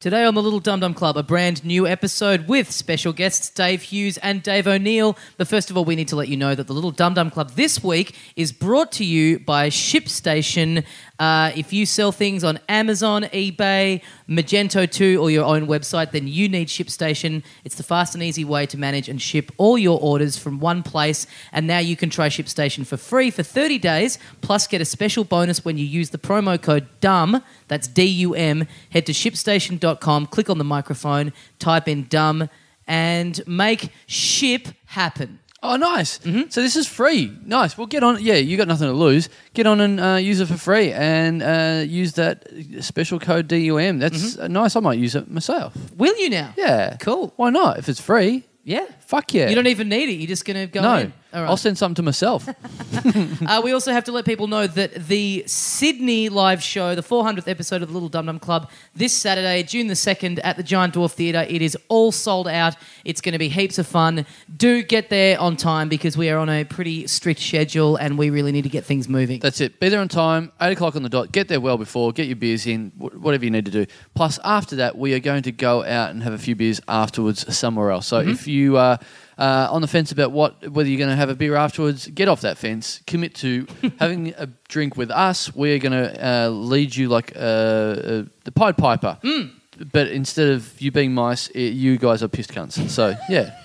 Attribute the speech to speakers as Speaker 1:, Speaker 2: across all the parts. Speaker 1: Today on the Little Dum Dum Club, a brand new episode with special guests Dave Hughes and Dave O'Neill. But first of all, we need to let you know that the Little Dum Dum Club this week is brought to you by ShipStation. Uh, if you sell things on Amazon, eBay, Magento 2, or your own website, then you need ShipStation. It's the fast and easy way to manage and ship all your orders from one place. And now you can try ShipStation for free for 30 days, plus get a special bonus when you use the promo code DUMB. That's D U M. Head to shipstation.com, click on the microphone, type in dumb, and make ship happen.
Speaker 2: Oh, nice.
Speaker 1: Mm-hmm.
Speaker 2: So this is free. Nice. Well, get on. Yeah, you got nothing to lose. Get on and uh, use it for free and uh, use that special code DUM. That's uh, nice. I might use it myself.
Speaker 1: Will you now?
Speaker 2: Yeah.
Speaker 1: Mm-hmm. Cool.
Speaker 2: Why not? If it's free,
Speaker 1: Yeah.
Speaker 2: fuck yeah.
Speaker 1: You don't even need it. You're just going to go
Speaker 2: No.
Speaker 1: in. All right.
Speaker 2: I'll send something to myself.
Speaker 1: Uh, we also have to let people know that the Sydney live show, the 400th episode of the Little Dum Dum Club, this Saturday, June the 2nd, at the Giant Dwarf Theatre. It is all sold out. It's going to be heaps of fun. Do get there on time because we are on a pretty strict schedule and we really need to get things moving.
Speaker 2: That's it. Be there on time, 8 o'clock on the dot. Get there well before, get your beers in, wh- whatever you need to do. Plus, after that, we are going to go out and have a few beers afterwards somewhere else. So if you are uh, on the fence about what whether you're going to have a beer afterwards, get off that fence. Commit to having a drink with us. We're going to uh, lead you like uh, uh, the Pied Piper. But instead of you being mice, i you guys are pissed cunts. So, yeah.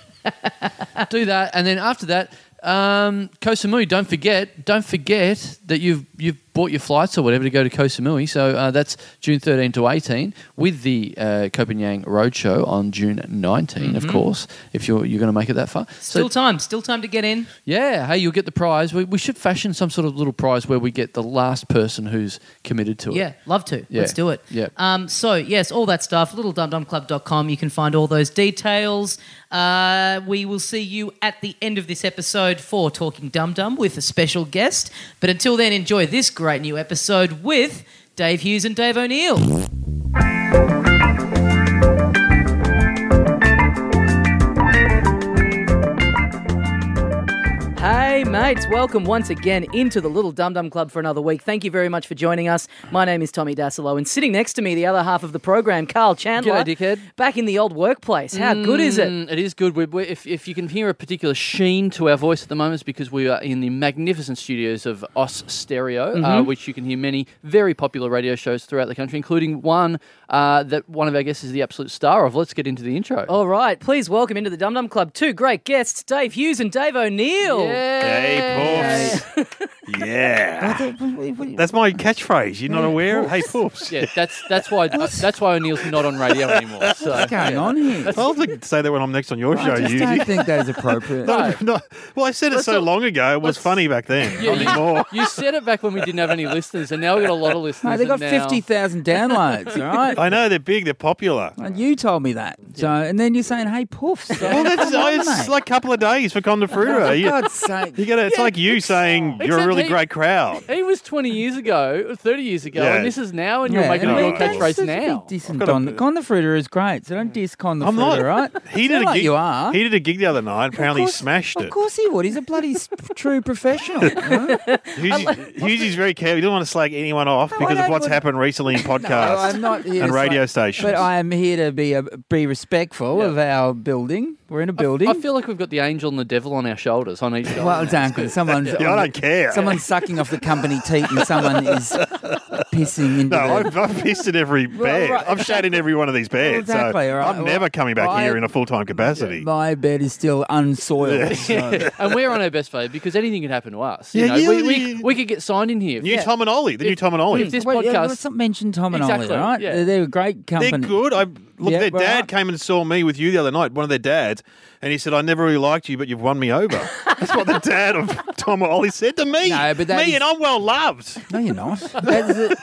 Speaker 2: do that, and then after that, um, Koh Samui. Don't forget, don't forget that you've you've bought your flights or whatever to go to Koh Samui. So uh, that's June 13 to 18 with the uh, Copenhagen Roadshow on June 19, of course. If you're you're going to make it that far,
Speaker 1: Still
Speaker 2: so
Speaker 1: time. Still time to get in.
Speaker 2: yeah, hey, you'll get the prize. We, we should fashion some sort of little prize where we get the last person who's committed to it.
Speaker 1: Yeah, love to.
Speaker 2: Yeah.
Speaker 1: Let's do it.
Speaker 2: Yeah.
Speaker 1: Um, so, yes, all that stuff, littledumdumclub.com. You can find all those details. Uh, we will see you at the end of this episode for Talking Dum Dum with a special guest. But until then, enjoy this great new episode with Dave Hughes and Dave O'Neill. Hey, mates, welcome once again into the Little Dum Dum Club for another week. Thank you very much for joining us. My name is Tommy Dasilo, and sitting next to me, the other half of the program, Carl Chandler.
Speaker 2: G'day, dickhead.
Speaker 1: Back in the old workplace. How good is it?
Speaker 2: Mm, It is good. We're, we're, if, if you can hear a particular sheen to our voice at the moment, it's because we are in the magnificent studios of Os Stereo, uh,
Speaker 3: Mm-hmm.
Speaker 2: which you can hear many very popular radio shows throughout the country, including one uh, that one of our guests is the absolute star of. Let's get into the intro.
Speaker 3: Oh.
Speaker 1: All right, please welcome into the Dum Dum Club two great guests, Dave Hughes and Dave O'Neill.
Speaker 2: Yay.
Speaker 3: Hey, Poofs. yeah. That's my catchphrase. You're not aware of? Hey, Poofs.
Speaker 2: Yeah, that's that's why uh, that's why O'Neill's not on radio anymore. So,
Speaker 4: What's going
Speaker 2: yeah.
Speaker 4: on here?
Speaker 3: I'll have to say that when I'm next on your show,
Speaker 4: I just
Speaker 3: you.
Speaker 4: don't think that is appropriate.
Speaker 3: No, no. Well, I said it
Speaker 2: Let's
Speaker 3: so
Speaker 2: not-
Speaker 3: long ago. It was
Speaker 2: let's-
Speaker 3: funny back then. Not anymore.
Speaker 2: You said it back when we didn't have any listeners, and now we've got a lot of listeners.
Speaker 4: No, they got
Speaker 2: and now-
Speaker 4: fifty thousand downloads, all right?
Speaker 3: I know they're big. They're popular.
Speaker 4: And you told me that. So, and then you're saying, "Hey, poofs." So,
Speaker 3: Well, that's
Speaker 4: come on,
Speaker 3: it's
Speaker 4: mate. Oh,
Speaker 3: like a couple of days for Condor
Speaker 4: For
Speaker 3: Fruta. You,
Speaker 4: God's sake.
Speaker 3: you gotta, it's like you saying you're a really
Speaker 2: Except he-
Speaker 3: great crowd.
Speaker 2: He was 20 years ago, 30 years ago,
Speaker 3: Yeah.
Speaker 2: and this is now, and you're making
Speaker 3: no,
Speaker 2: a real
Speaker 3: that's
Speaker 2: catchphrase
Speaker 4: such a
Speaker 2: now.
Speaker 4: Big diss on
Speaker 3: got a
Speaker 4: Don.
Speaker 3: bit-
Speaker 4: Con the Fruiter is great, so don't diss Con the
Speaker 3: I'm
Speaker 4: Fruiter,
Speaker 3: not.
Speaker 4: right?
Speaker 3: He
Speaker 4: Sound
Speaker 3: did a
Speaker 4: like
Speaker 3: gig.
Speaker 4: you are.
Speaker 3: He did a gig the other night.
Speaker 4: Of
Speaker 3: Apparently, he
Speaker 4: course-
Speaker 3: smashed
Speaker 4: Of
Speaker 3: it.
Speaker 4: course he would. He's a bloody s- true professional. you know?
Speaker 3: Hughes, Hughes is very careful. He didn't want to slag anyone off
Speaker 4: I
Speaker 3: because of
Speaker 4: don't
Speaker 3: what's
Speaker 4: want-
Speaker 3: happened recently in podcasts
Speaker 4: I'm not here
Speaker 3: and
Speaker 4: to say-
Speaker 3: radio stations.
Speaker 4: But I am here to be a, be respectful of our building. We're in a building.
Speaker 2: I feel like we've got the angel and the devil on our shoulders, on each shoulder.
Speaker 4: well, exactly. Someone's
Speaker 3: yeah, I don't care.
Speaker 4: Someone's sucking off the company teat and someone is pissing into
Speaker 3: No,
Speaker 4: the...
Speaker 3: I've, I've pissed in every bed.
Speaker 4: right,
Speaker 3: I've shat in every one of these beds. so
Speaker 4: exactly, all right.
Speaker 3: I'm
Speaker 4: Well,
Speaker 3: never coming back
Speaker 4: I-
Speaker 3: here in a full time capacity.
Speaker 4: My bed is still unsoiled. so-
Speaker 2: and we're on our best favour because anything can happen to us. You
Speaker 3: Yeah,
Speaker 2: know,
Speaker 3: you-
Speaker 2: we, we,
Speaker 3: you-
Speaker 2: we could get signed in here.
Speaker 3: New Tom and Ollie, the new Tom and
Speaker 2: If
Speaker 3: Ollie.
Speaker 2: this
Speaker 4: Wait, yeah,
Speaker 2: podcast-
Speaker 4: let's not mention Tom and
Speaker 2: Exactly,
Speaker 4: Ollie, all right?
Speaker 2: yeah.
Speaker 4: They're, they're a great
Speaker 3: They're
Speaker 4: company.
Speaker 3: good. I look.
Speaker 4: Yeah,
Speaker 3: their
Speaker 4: right.
Speaker 3: dad came and saw me with you the other night. One of their dads, and he said, "I never really liked you, but you've won me over." That's what the dad of Tom and Ollie said to me.
Speaker 4: No, but that
Speaker 3: me
Speaker 4: is-
Speaker 3: and I'm well loved.
Speaker 4: No, you're not. That's a,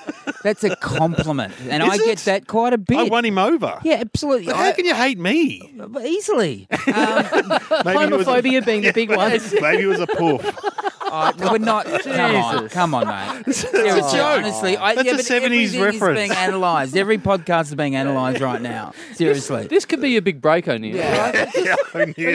Speaker 4: that's a compliment, and
Speaker 3: Is
Speaker 4: I get
Speaker 3: it?
Speaker 4: that quite a bit.
Speaker 3: I won him over.
Speaker 4: yeah, absolutely.
Speaker 3: But how can you hate me?
Speaker 4: I- easily. Um,
Speaker 3: Maybe he was a-
Speaker 1: Homophobia being the big one.
Speaker 3: Maybe he was a poof.
Speaker 4: Oh, no, we're not. Come on,
Speaker 2: Jesus.
Speaker 4: come on, mate. That's
Speaker 3: a joke.
Speaker 4: Honestly, I,
Speaker 3: That's
Speaker 4: yeah,
Speaker 3: a
Speaker 4: but
Speaker 3: 70s
Speaker 4: everything is
Speaker 3: reference.
Speaker 4: being analysed. Every podcast is being analysed right now. Seriously.
Speaker 2: This could be a big break, O'Neill.
Speaker 4: Yeah, right?
Speaker 3: yeah,
Speaker 4: Yeah,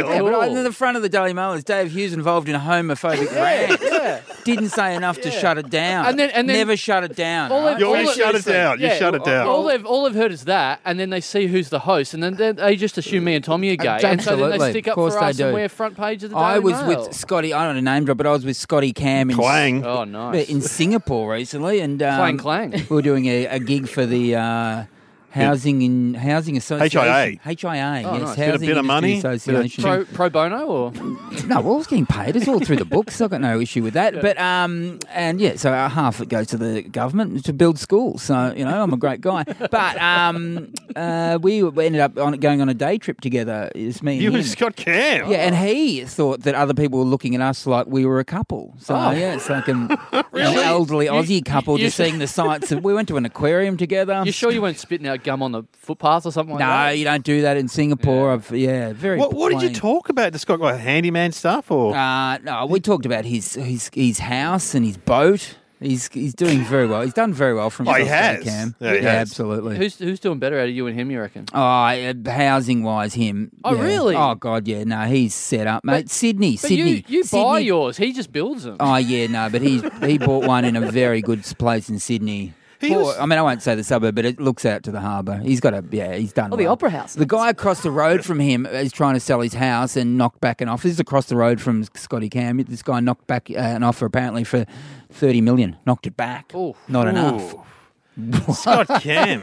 Speaker 3: O'Neill.
Speaker 4: but
Speaker 2: Cool.
Speaker 4: I'm in the front of the Daily Mail is Dave Hughes involved in a homophobic rant. Didn't say enough to shut it down.
Speaker 2: And then- and then-
Speaker 4: never shut it down.
Speaker 2: All
Speaker 4: right?
Speaker 2: they've-
Speaker 3: You
Speaker 2: all
Speaker 3: always
Speaker 2: they've-
Speaker 3: shut it down. You shut it down.
Speaker 2: All they've all they've heard is that, and then they see who's the host, and then they, they just assume me and Tommy are gay, and so then they
Speaker 4: Absolutely.
Speaker 2: stick
Speaker 4: Of
Speaker 2: up
Speaker 4: course
Speaker 2: for
Speaker 4: they
Speaker 2: us, and
Speaker 4: do.
Speaker 2: we're front page of the Daily
Speaker 4: I was
Speaker 2: Mail.
Speaker 4: with Scotty. I don't know name drop, but I was with Scotty Cam in,
Speaker 3: Clang.
Speaker 2: Oh, nice.
Speaker 4: in Singapore recently, and um,
Speaker 2: Clang clang.
Speaker 4: we were doing a, a gig for the uh, housing in housing association.
Speaker 3: HIA.
Speaker 4: HIA.
Speaker 2: Oh, nice.
Speaker 4: yes, housing
Speaker 2: Bit
Speaker 3: of- bit of
Speaker 4: Industry
Speaker 3: money, bit of
Speaker 4: association.
Speaker 2: pro, pro bono or
Speaker 4: No, well, I was getting paid. It's all through the books. I've got no issue with that. But um, and yeah, so uh, half it goes to the government to build schools. So you know, I'm a great guy. But um, uh, we ended up on going on a day trip together. It's me and
Speaker 3: You
Speaker 4: him.
Speaker 3: and Scott Cam.
Speaker 4: yeah, and he thought that other people were looking at us like we were a couple. So
Speaker 2: Oh.
Speaker 4: yeah, it's like an, an
Speaker 2: Really?
Speaker 4: elderly
Speaker 2: You-
Speaker 4: Aussie couple
Speaker 2: you
Speaker 4: just
Speaker 2: should-
Speaker 4: seeing the sights. Of, we went to an aquarium together.
Speaker 2: you sure you weren't spitting out gum on the footpath or something like
Speaker 4: No,
Speaker 2: that?
Speaker 4: you don't do that in Singapore. Yeah, I've, yeah very.
Speaker 3: What, what did you
Speaker 4: plain.
Speaker 3: talk about to Scott? Like handyman stuff or?
Speaker 4: Uh, no, we talked about his his his house and his boat. He's he's doing very well. He's done very well from
Speaker 3: Oh, he
Speaker 4: himself,
Speaker 3: has.
Speaker 4: Cam.
Speaker 3: Yeah, he has.
Speaker 4: absolutely.
Speaker 2: Who's who's doing better out of you and him? You reckon?
Speaker 4: oh, uh, housing wise, him.
Speaker 2: Oh,
Speaker 4: yeah.
Speaker 2: really?
Speaker 4: Oh, god, yeah. No, he's set up, mate. Sydney,
Speaker 2: But
Speaker 4: Sydney.
Speaker 2: you you buy
Speaker 4: Sydney-
Speaker 2: yours. He just builds them.
Speaker 4: Oh yeah, no, but he he bought one in a very good place in Sydney.
Speaker 3: He
Speaker 4: Or-
Speaker 3: was-
Speaker 4: I mean, I won't say the suburb, but it looks out to the harbour. He's got a yeah, he's done.
Speaker 1: Oh, the
Speaker 4: well.
Speaker 1: Opera House.
Speaker 4: The guy across the road from him is trying to sell his house and knocked back an offer. This is across the road from Scotty Cam. This guy knocked back uh, an offer apparently for thirty million. Knocked it back.
Speaker 2: Oof.
Speaker 4: Not enough.
Speaker 3: Ooh. Scott Cam.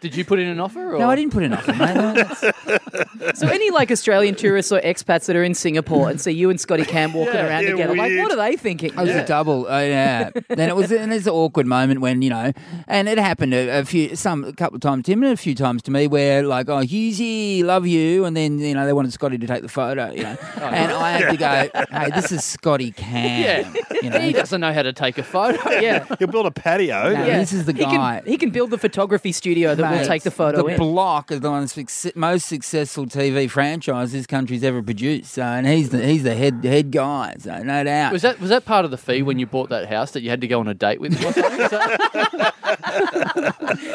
Speaker 2: Did you put in an offer? Or?
Speaker 4: No, I didn't put an offer, mate. No, that's-
Speaker 1: So any like Australian tourists or expats that are in Singapore and see you and Scotty Cam walking
Speaker 2: Yeah,
Speaker 1: around
Speaker 3: yeah,
Speaker 1: together, like
Speaker 3: weird.
Speaker 1: what are they thinking?
Speaker 4: It was a double. Oh yeah. then it was and it's an awkward moment when you know, and it happened a, a few, some a couple of times to him and a few times to me where like, oh Hughesy, love you, and then you know they wanted Scotty to take the photo, you know, and I had to go, hey, this is Scotty Cam.
Speaker 2: Yeah.
Speaker 4: You know?
Speaker 2: He doesn't know how to take a photo.
Speaker 1: Yeah.
Speaker 3: He'll build a patio.
Speaker 4: No,
Speaker 1: Yeah.
Speaker 4: This is the
Speaker 1: He can-
Speaker 4: guy.
Speaker 1: He can, build the photography studio that will
Speaker 4: Mate,
Speaker 1: take the photo
Speaker 4: The
Speaker 1: in.
Speaker 4: Block is the one that's succe- most successful TV franchise this country's ever produced. So, and he's the he's the head head guy. So no doubt.
Speaker 2: Was that was that part of the fee when you bought that house that you had to go on a date with? him or something? Is that-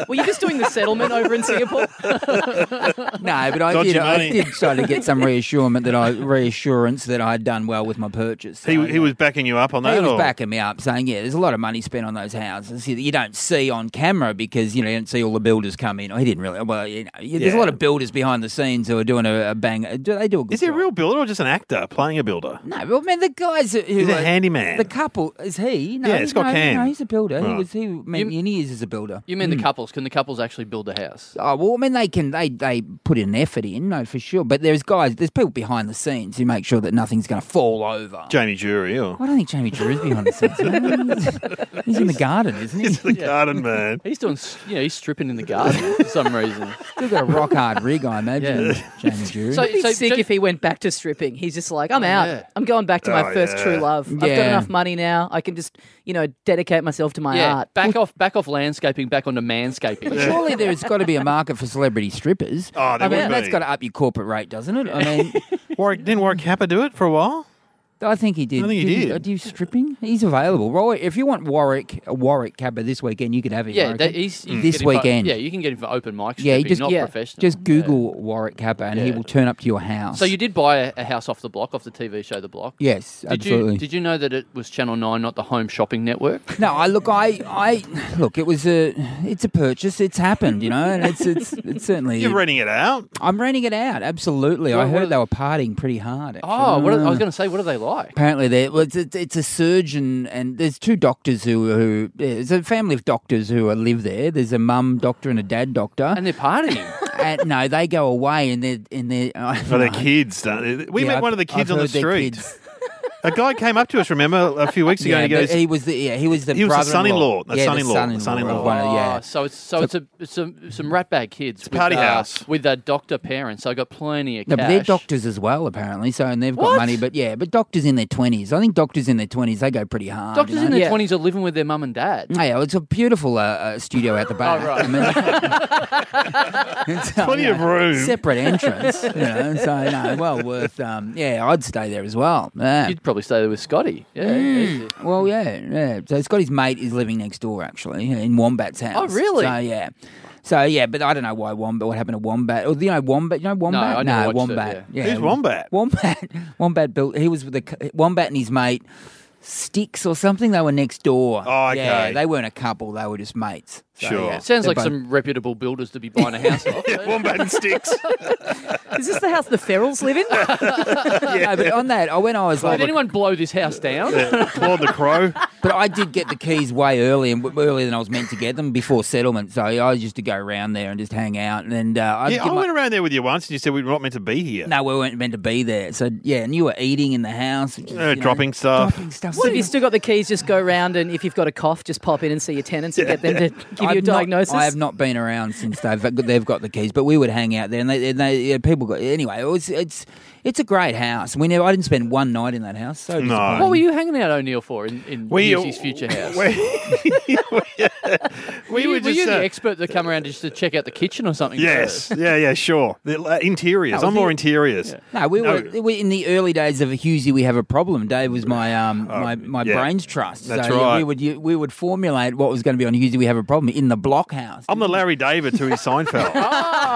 Speaker 1: Were you just doing the settlement over in Singapore?
Speaker 4: no, but I
Speaker 3: Dodgy
Speaker 4: did. I
Speaker 3: money.
Speaker 4: did try to get some reassurance that I reassurance that I had done well with my purchase. So,
Speaker 3: He, he was backing you up on that.
Speaker 4: He was
Speaker 3: or-
Speaker 4: backing me up, saying, "Yeah, there's a lot of money spent on those houses that you don't see on camera because you know you don't see all the builders come in." Or he didn't really. Well, you know, there's a
Speaker 3: Yeah.
Speaker 4: lot of builders behind the scenes who are doing a, a bang. Do they do a good?
Speaker 3: Is he a
Speaker 4: job.
Speaker 3: real builder or just an actor playing a builder?
Speaker 4: No, well, I mean the guys who
Speaker 3: He's a
Speaker 4: are-
Speaker 3: handyman.
Speaker 4: The couple is he? No,
Speaker 3: Yeah,
Speaker 4: he-
Speaker 3: it's got
Speaker 4: no,
Speaker 3: Cam.
Speaker 4: No, he's a builder. He
Speaker 3: Right.
Speaker 4: was he meant
Speaker 2: You-
Speaker 4: in years as a builder.
Speaker 2: you mean the couples? Can the couples actually build a house?
Speaker 4: Oh well, I mean they can they they put an effort in, no, for sure. But there's guys, there's people behind the scenes who make sure that nothing's going to fall over.
Speaker 3: Jamie Jury or
Speaker 4: I don't think Jamie Drew is behind the scenes. man. he's in the garden, isn't he?
Speaker 3: the garden man.
Speaker 2: He's doing, s- you know, he's stripping in the garden for some reason.
Speaker 4: Still got a rock hard rig, I imagine. Jamie Drew.
Speaker 2: So-
Speaker 1: It'd be
Speaker 2: so
Speaker 1: sick
Speaker 2: ju-
Speaker 1: if he went back to stripping. He's just like, I'm out.
Speaker 2: yeah.
Speaker 1: I'm going back to my
Speaker 3: Oh,
Speaker 1: first
Speaker 3: yeah.
Speaker 1: true love. I've
Speaker 4: Yeah.
Speaker 1: got enough money now. I can just, you know, dedicate myself to my
Speaker 2: yeah,
Speaker 1: art.
Speaker 2: back off, back off landscaping, back onto manscaping.
Speaker 4: Surely there's got to be a market for celebrity strippers.
Speaker 3: Oh, there
Speaker 4: I mean,
Speaker 3: would
Speaker 4: that's
Speaker 3: be.
Speaker 4: got to up your corporate rate, doesn't it? I mean,
Speaker 3: Warwick, didn't Warwick Kappa do it for a while?
Speaker 4: I think he did.
Speaker 3: I think he
Speaker 4: Did
Speaker 3: did.
Speaker 4: uh, do you stripping? He's available. Roy, if you want Warwick a Warwick Cabba this weekend, you could have him. I
Speaker 2: yeah,
Speaker 4: reckon.
Speaker 2: that, he's, you can
Speaker 4: This
Speaker 2: get him for-
Speaker 4: weekend.
Speaker 2: yeah, you can get him for open mic.
Speaker 4: yeah.
Speaker 2: Stripping,
Speaker 4: You just
Speaker 2: not
Speaker 1: yeah,
Speaker 2: professional.
Speaker 4: just
Speaker 2: Yeah.
Speaker 4: Google Warwick Cabba and he
Speaker 2: Yeah.
Speaker 4: will turn up to your house.
Speaker 2: So you did buy a, a house off the block, off the TV show The Block.
Speaker 4: yes,
Speaker 2: Did
Speaker 4: absolutely.
Speaker 2: you did you know that it was Channel Nine, not the Home Shopping Network?
Speaker 4: No, I look, I, I look. It was a, it's a purchase. It's happened, you know, and it's, it's, it's certainly.
Speaker 3: You're renting it out.
Speaker 4: I'm renting it out. Absolutely,
Speaker 2: What-
Speaker 4: I
Speaker 2: what
Speaker 4: heard
Speaker 2: are-
Speaker 4: they were partying pretty hard. Actually.
Speaker 2: Oh, what are, I was going to say, what are they like?
Speaker 4: Apparently, there well, it's, it's it's a surgeon, and there's two doctors who who it's a family of doctors who live there. There's a mum doctor and a dad doctor.
Speaker 2: And they're partying.
Speaker 4: And no, they go away, and they're and they're.
Speaker 3: For their kids. don't they? We
Speaker 4: Yeah,
Speaker 3: met
Speaker 4: I've-
Speaker 3: one of the kids
Speaker 4: I've
Speaker 3: on the
Speaker 4: heard their
Speaker 3: street.
Speaker 4: kids.
Speaker 3: A guy came up to us, remember, a few weeks ago,
Speaker 4: Yeah,
Speaker 3: and he
Speaker 4: but
Speaker 3: goes,
Speaker 4: he was the yeah, he was the
Speaker 3: He was the son-in-law,
Speaker 4: brother-in-law.
Speaker 3: the
Speaker 4: yeah,
Speaker 3: son-in-law, the
Speaker 4: the son-in-law,
Speaker 3: son-in-law.
Speaker 4: of one of-
Speaker 2: Oh,
Speaker 4: yeah.
Speaker 2: so it's so, it's a it's some some ratbag kids. It's
Speaker 3: party
Speaker 2: with, uh,
Speaker 3: house.
Speaker 2: with their doctor parents. So I got plenty of
Speaker 4: No, but they're
Speaker 2: cash.
Speaker 4: doctors as well, apparently. So and they've got
Speaker 2: What?
Speaker 4: money, but yeah, but doctors in their twenties. I think doctors in their twenties they go pretty hard.
Speaker 2: Doctors
Speaker 4: you know?
Speaker 2: in their
Speaker 1: Yeah.
Speaker 2: twenties are living with their mum and dad.
Speaker 4: Oh, yeah, it's a beautiful uh, uh, studio out the back.
Speaker 2: Oh, right.
Speaker 4: I mean- It's, uh,
Speaker 3: plenty
Speaker 4: you
Speaker 3: of
Speaker 4: know,
Speaker 3: room.
Speaker 4: Separate entrance, you know. So no, well worth. Um, yeah, I'd stay there as well. Yeah.
Speaker 2: You'd probably probably stay there with Scotty. Yeah. easy.
Speaker 4: Well, yeah, yeah. So Scotty's mate is living next door actually in Wombat's house.
Speaker 2: Oh, really?
Speaker 4: So yeah, so yeah, but I don't know why Wombat. What happened to Wombat? Or you know Wombat? You know
Speaker 2: I
Speaker 4: Wombat?
Speaker 2: never watched it,
Speaker 4: Wombat.
Speaker 2: yeah.
Speaker 3: Who's Wombat?
Speaker 4: Wombat. Wombat built. He was with the Wombat and his mate Sticks or something. They were next door.
Speaker 3: Oh, okay.
Speaker 4: Yeah, they weren't a couple. They were just mates. So,
Speaker 3: Sure.
Speaker 4: yeah,
Speaker 2: It sounds
Speaker 4: they're
Speaker 2: like
Speaker 4: both-
Speaker 2: some reputable builders to be buying a house off.
Speaker 3: Wombat and sticks.
Speaker 1: Is this the house the Ferrells live in?
Speaker 4: No, but on that, I when I was like,
Speaker 2: Did anyone blow this house down?
Speaker 3: Claude the Crow.
Speaker 4: But I did get the keys way early and earlier than I was meant to get them before settlement. So I used to go around there and just hang out. And uh, I'd
Speaker 3: Yeah,
Speaker 4: get
Speaker 3: I
Speaker 4: my-
Speaker 3: went around there with you once and you said we were not meant to be here.
Speaker 4: no, we weren't meant to be there. So yeah, and you were eating in the house, which is,
Speaker 3: Uh,
Speaker 4: you know,
Speaker 3: dropping stuff.
Speaker 4: dropping stuff.
Speaker 5: So
Speaker 4: So
Speaker 5: if you still got the keys, just go round and if you've got a cough, just pop in and see your tenants and get them to give you a
Speaker 4: I've not-
Speaker 5: diagnosis.
Speaker 4: I have not been around since they've they've got the keys, but we would hang out there, and they, and they yeah, people got anyway. It was, it's it's a great house. We never I didn't spend one night in that house. So disappointing.
Speaker 2: What were you hanging out O'Neill for in, in
Speaker 3: We-
Speaker 2: Newsy's future house?
Speaker 3: We, we
Speaker 2: You-
Speaker 3: were just.
Speaker 2: you
Speaker 3: uh,
Speaker 2: the expert that come around just to check out the kitchen or something?
Speaker 3: yes. Yeah, yeah, sure. The, uh, interiors.
Speaker 4: No,
Speaker 3: I'm more
Speaker 4: the-
Speaker 3: interiors.
Speaker 4: No, we
Speaker 3: No.
Speaker 4: were we, in the early days of Husey. We have a problem. Dave was my um, my, my
Speaker 3: Oh, yeah.
Speaker 4: brains trust.
Speaker 3: That's
Speaker 4: so yeah,
Speaker 3: right.
Speaker 4: we would you- we would formulate what was going to be on Husey. We have a problem in the blockhouse.
Speaker 3: I'm the Larry David to his Seinfeld.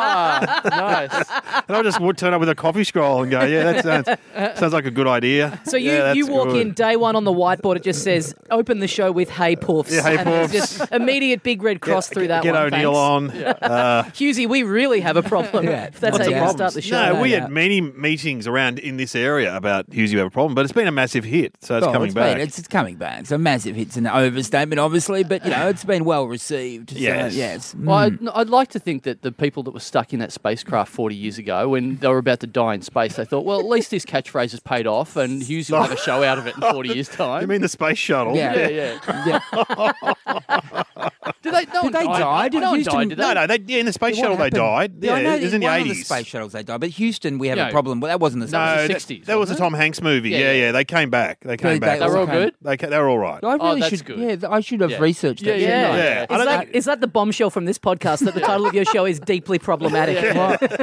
Speaker 2: Ah, nice.
Speaker 3: and I just would turn up with a coffee scroll and go, yeah, that sounds, sounds like a good idea.
Speaker 5: so you,
Speaker 3: Yeah,
Speaker 5: you
Speaker 3: that's
Speaker 5: walk
Speaker 3: good.
Speaker 5: in day one on the whiteboard, it just says open the show with hey poofs.
Speaker 3: Yeah, hey
Speaker 5: and there's
Speaker 3: poofs.
Speaker 5: Just immediate big red cross through that
Speaker 3: Get
Speaker 5: one.
Speaker 3: O'Neill
Speaker 5: thanks.
Speaker 3: on. Uh,
Speaker 5: Hughesy, we really have a problem.
Speaker 4: Yeah.
Speaker 5: if that's
Speaker 4: What's
Speaker 5: how
Speaker 4: the
Speaker 5: you
Speaker 4: problem?
Speaker 5: start the show.
Speaker 3: no,
Speaker 4: no
Speaker 3: we
Speaker 4: doubt.
Speaker 3: had many meetings around in this area about Hughes, you have a problem, but it's been a massive hit, so it's
Speaker 4: Oh,
Speaker 3: coming
Speaker 4: been-
Speaker 3: back.
Speaker 4: it's, it's coming back. So massive hits an overstatement, obviously, but you know it's been well received.
Speaker 3: Yes.
Speaker 4: So, yes.
Speaker 2: Well, I'd, I'd like to think that the people that were stuck in that spacecraft 40 years ago, when they were about to die in space, they thought, well, at least this catchphrase has paid off and Hughes will have a show out of it in 40 years' time.
Speaker 3: you mean the space shuttle?
Speaker 4: Yeah.
Speaker 2: yeah, yeah.
Speaker 4: Yeah.
Speaker 2: Did they, no
Speaker 4: Did they die? Did
Speaker 2: No one
Speaker 4: Houston-
Speaker 2: died, did they?
Speaker 3: No, no, they, yeah, in the space
Speaker 4: What
Speaker 3: shuttle
Speaker 4: happened?
Speaker 3: they died. Yeah,
Speaker 4: I know
Speaker 3: it was in the
Speaker 4: one of
Speaker 3: 80s.
Speaker 4: the space shuttles they died, but Houston we have
Speaker 2: Yeah.
Speaker 4: a problem. Well, that wasn't the
Speaker 2: No,
Speaker 4: space.
Speaker 2: was the
Speaker 3: that-
Speaker 2: 60s,
Speaker 3: That was a
Speaker 2: wasn't
Speaker 3: Tom Hanks movie.
Speaker 2: Yeah,
Speaker 3: Yeah, yeah,
Speaker 2: yeah.
Speaker 3: They came back. They came
Speaker 4: They-
Speaker 3: back.
Speaker 4: they
Speaker 2: They were all
Speaker 4: Okay.
Speaker 2: good?
Speaker 3: They, ca- they were all right.
Speaker 4: I really
Speaker 2: Oh, that's
Speaker 4: should.
Speaker 2: good.
Speaker 4: Yeah, I should have
Speaker 2: Yeah.
Speaker 4: researched
Speaker 2: Yeah,
Speaker 4: it.
Speaker 2: yeah,
Speaker 4: shouldn't I?
Speaker 3: Yeah. I
Speaker 5: Is
Speaker 3: don't
Speaker 5: that,
Speaker 3: think-
Speaker 5: is that the bombshell from this podcast that the title of your show is deeply problematic?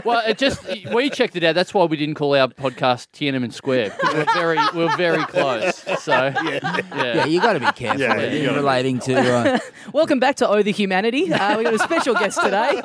Speaker 2: Well, it just we checked it out. That's why we didn't call our podcast Tiananmen Square because we're very we're very close. So yeah,
Speaker 4: Yeah, you got to be careful
Speaker 3: Yeah, you
Speaker 4: in
Speaker 3: gotta be-
Speaker 4: relating to. Uh,
Speaker 5: Welcome back to Oh the Humanity. Uh, we got a special guest today.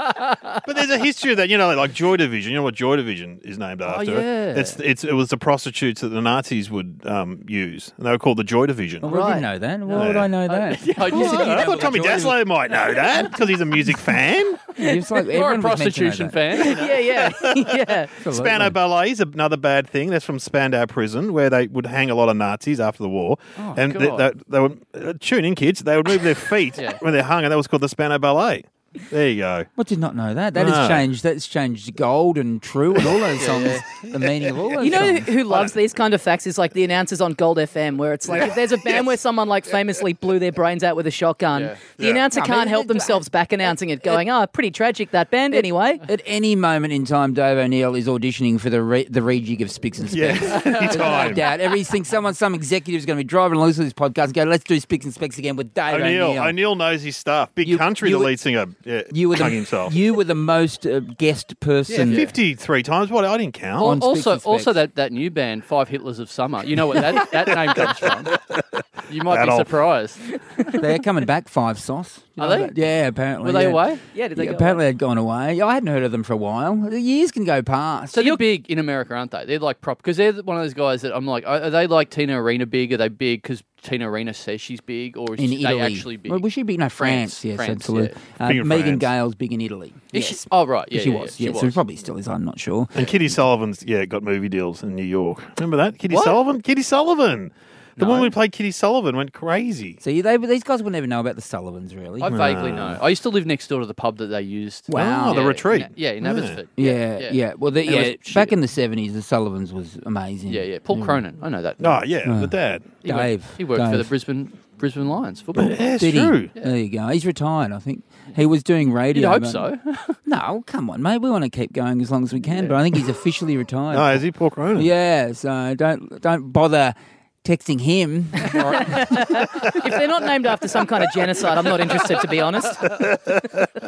Speaker 3: But there's a history of that, you know, like Joy Division. You know what Joy Division is named after?
Speaker 2: yeah.
Speaker 3: It's it's it was the prostitutes that the Nazis would um, use, and they were called the Joy Division.
Speaker 4: well, I didn't know that. Why would I know that?
Speaker 2: I just-
Speaker 3: I
Speaker 4: said you know
Speaker 3: thought
Speaker 4: what
Speaker 3: Tommy
Speaker 4: Joy Division-
Speaker 3: Daslow might know that because he's a music fan.
Speaker 4: It's like
Speaker 2: you're a
Speaker 4: everyone was meant to
Speaker 2: prostitution
Speaker 4: know that.
Speaker 2: fan.
Speaker 5: yeah, yeah, yeah.
Speaker 4: Absolutely.
Speaker 3: Spandau Ballet is another bad thing. That's from Spandau Prison, where they would hang a lot of Nazis after the war.
Speaker 4: Oh,
Speaker 3: and they,
Speaker 2: God.
Speaker 3: they, they would uh, tune in, kids. They would move their feet
Speaker 2: Yeah.
Speaker 3: when they're hung, and that was called the Spandau Ballet. There you go.
Speaker 4: What did not know that? That
Speaker 3: No.
Speaker 4: has changed. That's changed. Gold and True and all those songs. The meaning of all those
Speaker 5: You know
Speaker 4: songs.
Speaker 5: who loves these kind of facts is like the announcers on Gold FM, where it's like if there's a band where someone like famously blew their brains out with a shotgun,
Speaker 2: Yeah.
Speaker 5: the
Speaker 3: Yeah.
Speaker 5: announcer
Speaker 4: No, I mean,
Speaker 5: can't help
Speaker 4: it-
Speaker 5: themselves back announcing it, going, "Oh, pretty tragic that band." Anyway,
Speaker 4: At any moment in time, Dave O'Neill is auditioning for the re- the rejig of Spicks and Specks.
Speaker 3: Yeah, any
Speaker 4: No
Speaker 3: time.
Speaker 4: doubt. Everything. Someone, some executive is going to be driving along to this podcast and go, "Let's do Spicks and Specks again with Dave O'Neill."
Speaker 3: O'Neill, O'Neill knows his stuff. Big
Speaker 4: You-
Speaker 3: Country,
Speaker 4: you
Speaker 3: the
Speaker 4: were-
Speaker 3: lead singer, yeah,
Speaker 4: You were the
Speaker 3: hung himself.
Speaker 4: you were the most uh, guest
Speaker 3: yeah,
Speaker 4: person.
Speaker 3: 53 times. What? I didn't count.
Speaker 4: On Speaks
Speaker 2: also,
Speaker 4: and Specs.
Speaker 2: also that, that new band Five Hitlers of Summer. You know what that, that name comes from. You might be
Speaker 3: Adolf.
Speaker 2: surprised.
Speaker 4: They're coming back. Five sauce. You
Speaker 2: Are
Speaker 4: know
Speaker 2: they?
Speaker 4: that? Yeah, apparently.
Speaker 2: Were they
Speaker 4: yeah.
Speaker 2: away?
Speaker 5: yeah, did they
Speaker 4: Yeah,
Speaker 5: go
Speaker 4: apparently they'd gone away. I hadn't heard of them for a while. The Years can go past.
Speaker 2: So they're big in America, aren't they? They're like prop because they're one of those guys that I'm like, are are they like Tina Arena big? Are they big because Tina Arena says she's big, or is
Speaker 4: in
Speaker 2: she-
Speaker 4: Italy,
Speaker 2: they actually big?
Speaker 4: Well, was she big? No, France.
Speaker 2: France,
Speaker 4: yes,
Speaker 2: France,
Speaker 4: absolutely. Uh,
Speaker 3: Big in
Speaker 4: Megan
Speaker 3: France.
Speaker 4: Gale's big in Italy.
Speaker 2: Is
Speaker 4: yes.
Speaker 2: she- oh right, yeah,
Speaker 4: she
Speaker 2: yeah,
Speaker 4: was.
Speaker 2: yeah,
Speaker 4: yes,
Speaker 2: she
Speaker 4: so
Speaker 2: was.
Speaker 4: probably still is. I'm not sure.
Speaker 3: And Kitty Sullivan's yeah got movie deals in New York. Remember that Kitty
Speaker 2: What?
Speaker 3: Sullivan? Kitty Sullivan, the
Speaker 2: No.
Speaker 3: woman who played Kitty Sullivan went crazy.
Speaker 4: So you- they, these guys will never know about the Sullivans, really.
Speaker 3: Hmm.
Speaker 2: I vaguely know. I used to live next door to the pub that they used.
Speaker 4: Wow.
Speaker 3: Oh, the
Speaker 2: Yeah,
Speaker 3: retreat.
Speaker 2: in- yeah, in
Speaker 3: Yeah.
Speaker 2: Abbotsford.
Speaker 4: yeah, yeah, Well, the,
Speaker 2: And it
Speaker 4: yeah.
Speaker 2: was
Speaker 4: Back
Speaker 2: shit.
Speaker 4: in the '70s, the Sullivans was amazing.
Speaker 2: Yeah, yeah. Paul Cronin. I know that.
Speaker 3: Oh yeah, the dad.
Speaker 2: he worked-
Speaker 4: Dave,
Speaker 2: he worked for the
Speaker 4: Dave.
Speaker 2: Brisbane Brisbane Lions football.
Speaker 3: Yeah, it's
Speaker 4: Did he?
Speaker 3: true.
Speaker 4: There you go. He's retired, I think. He was doing radio.
Speaker 2: You'd hope
Speaker 4: but-
Speaker 2: so.
Speaker 4: No, come on, mate. We want to keep going as long as we can, but I think he's officially retired.
Speaker 3: No, is he Paul Cronin?
Speaker 4: Yeah, so don't don't bother texting him.
Speaker 5: If they're not named after some kind of genocide, I'm not interested, to be honest.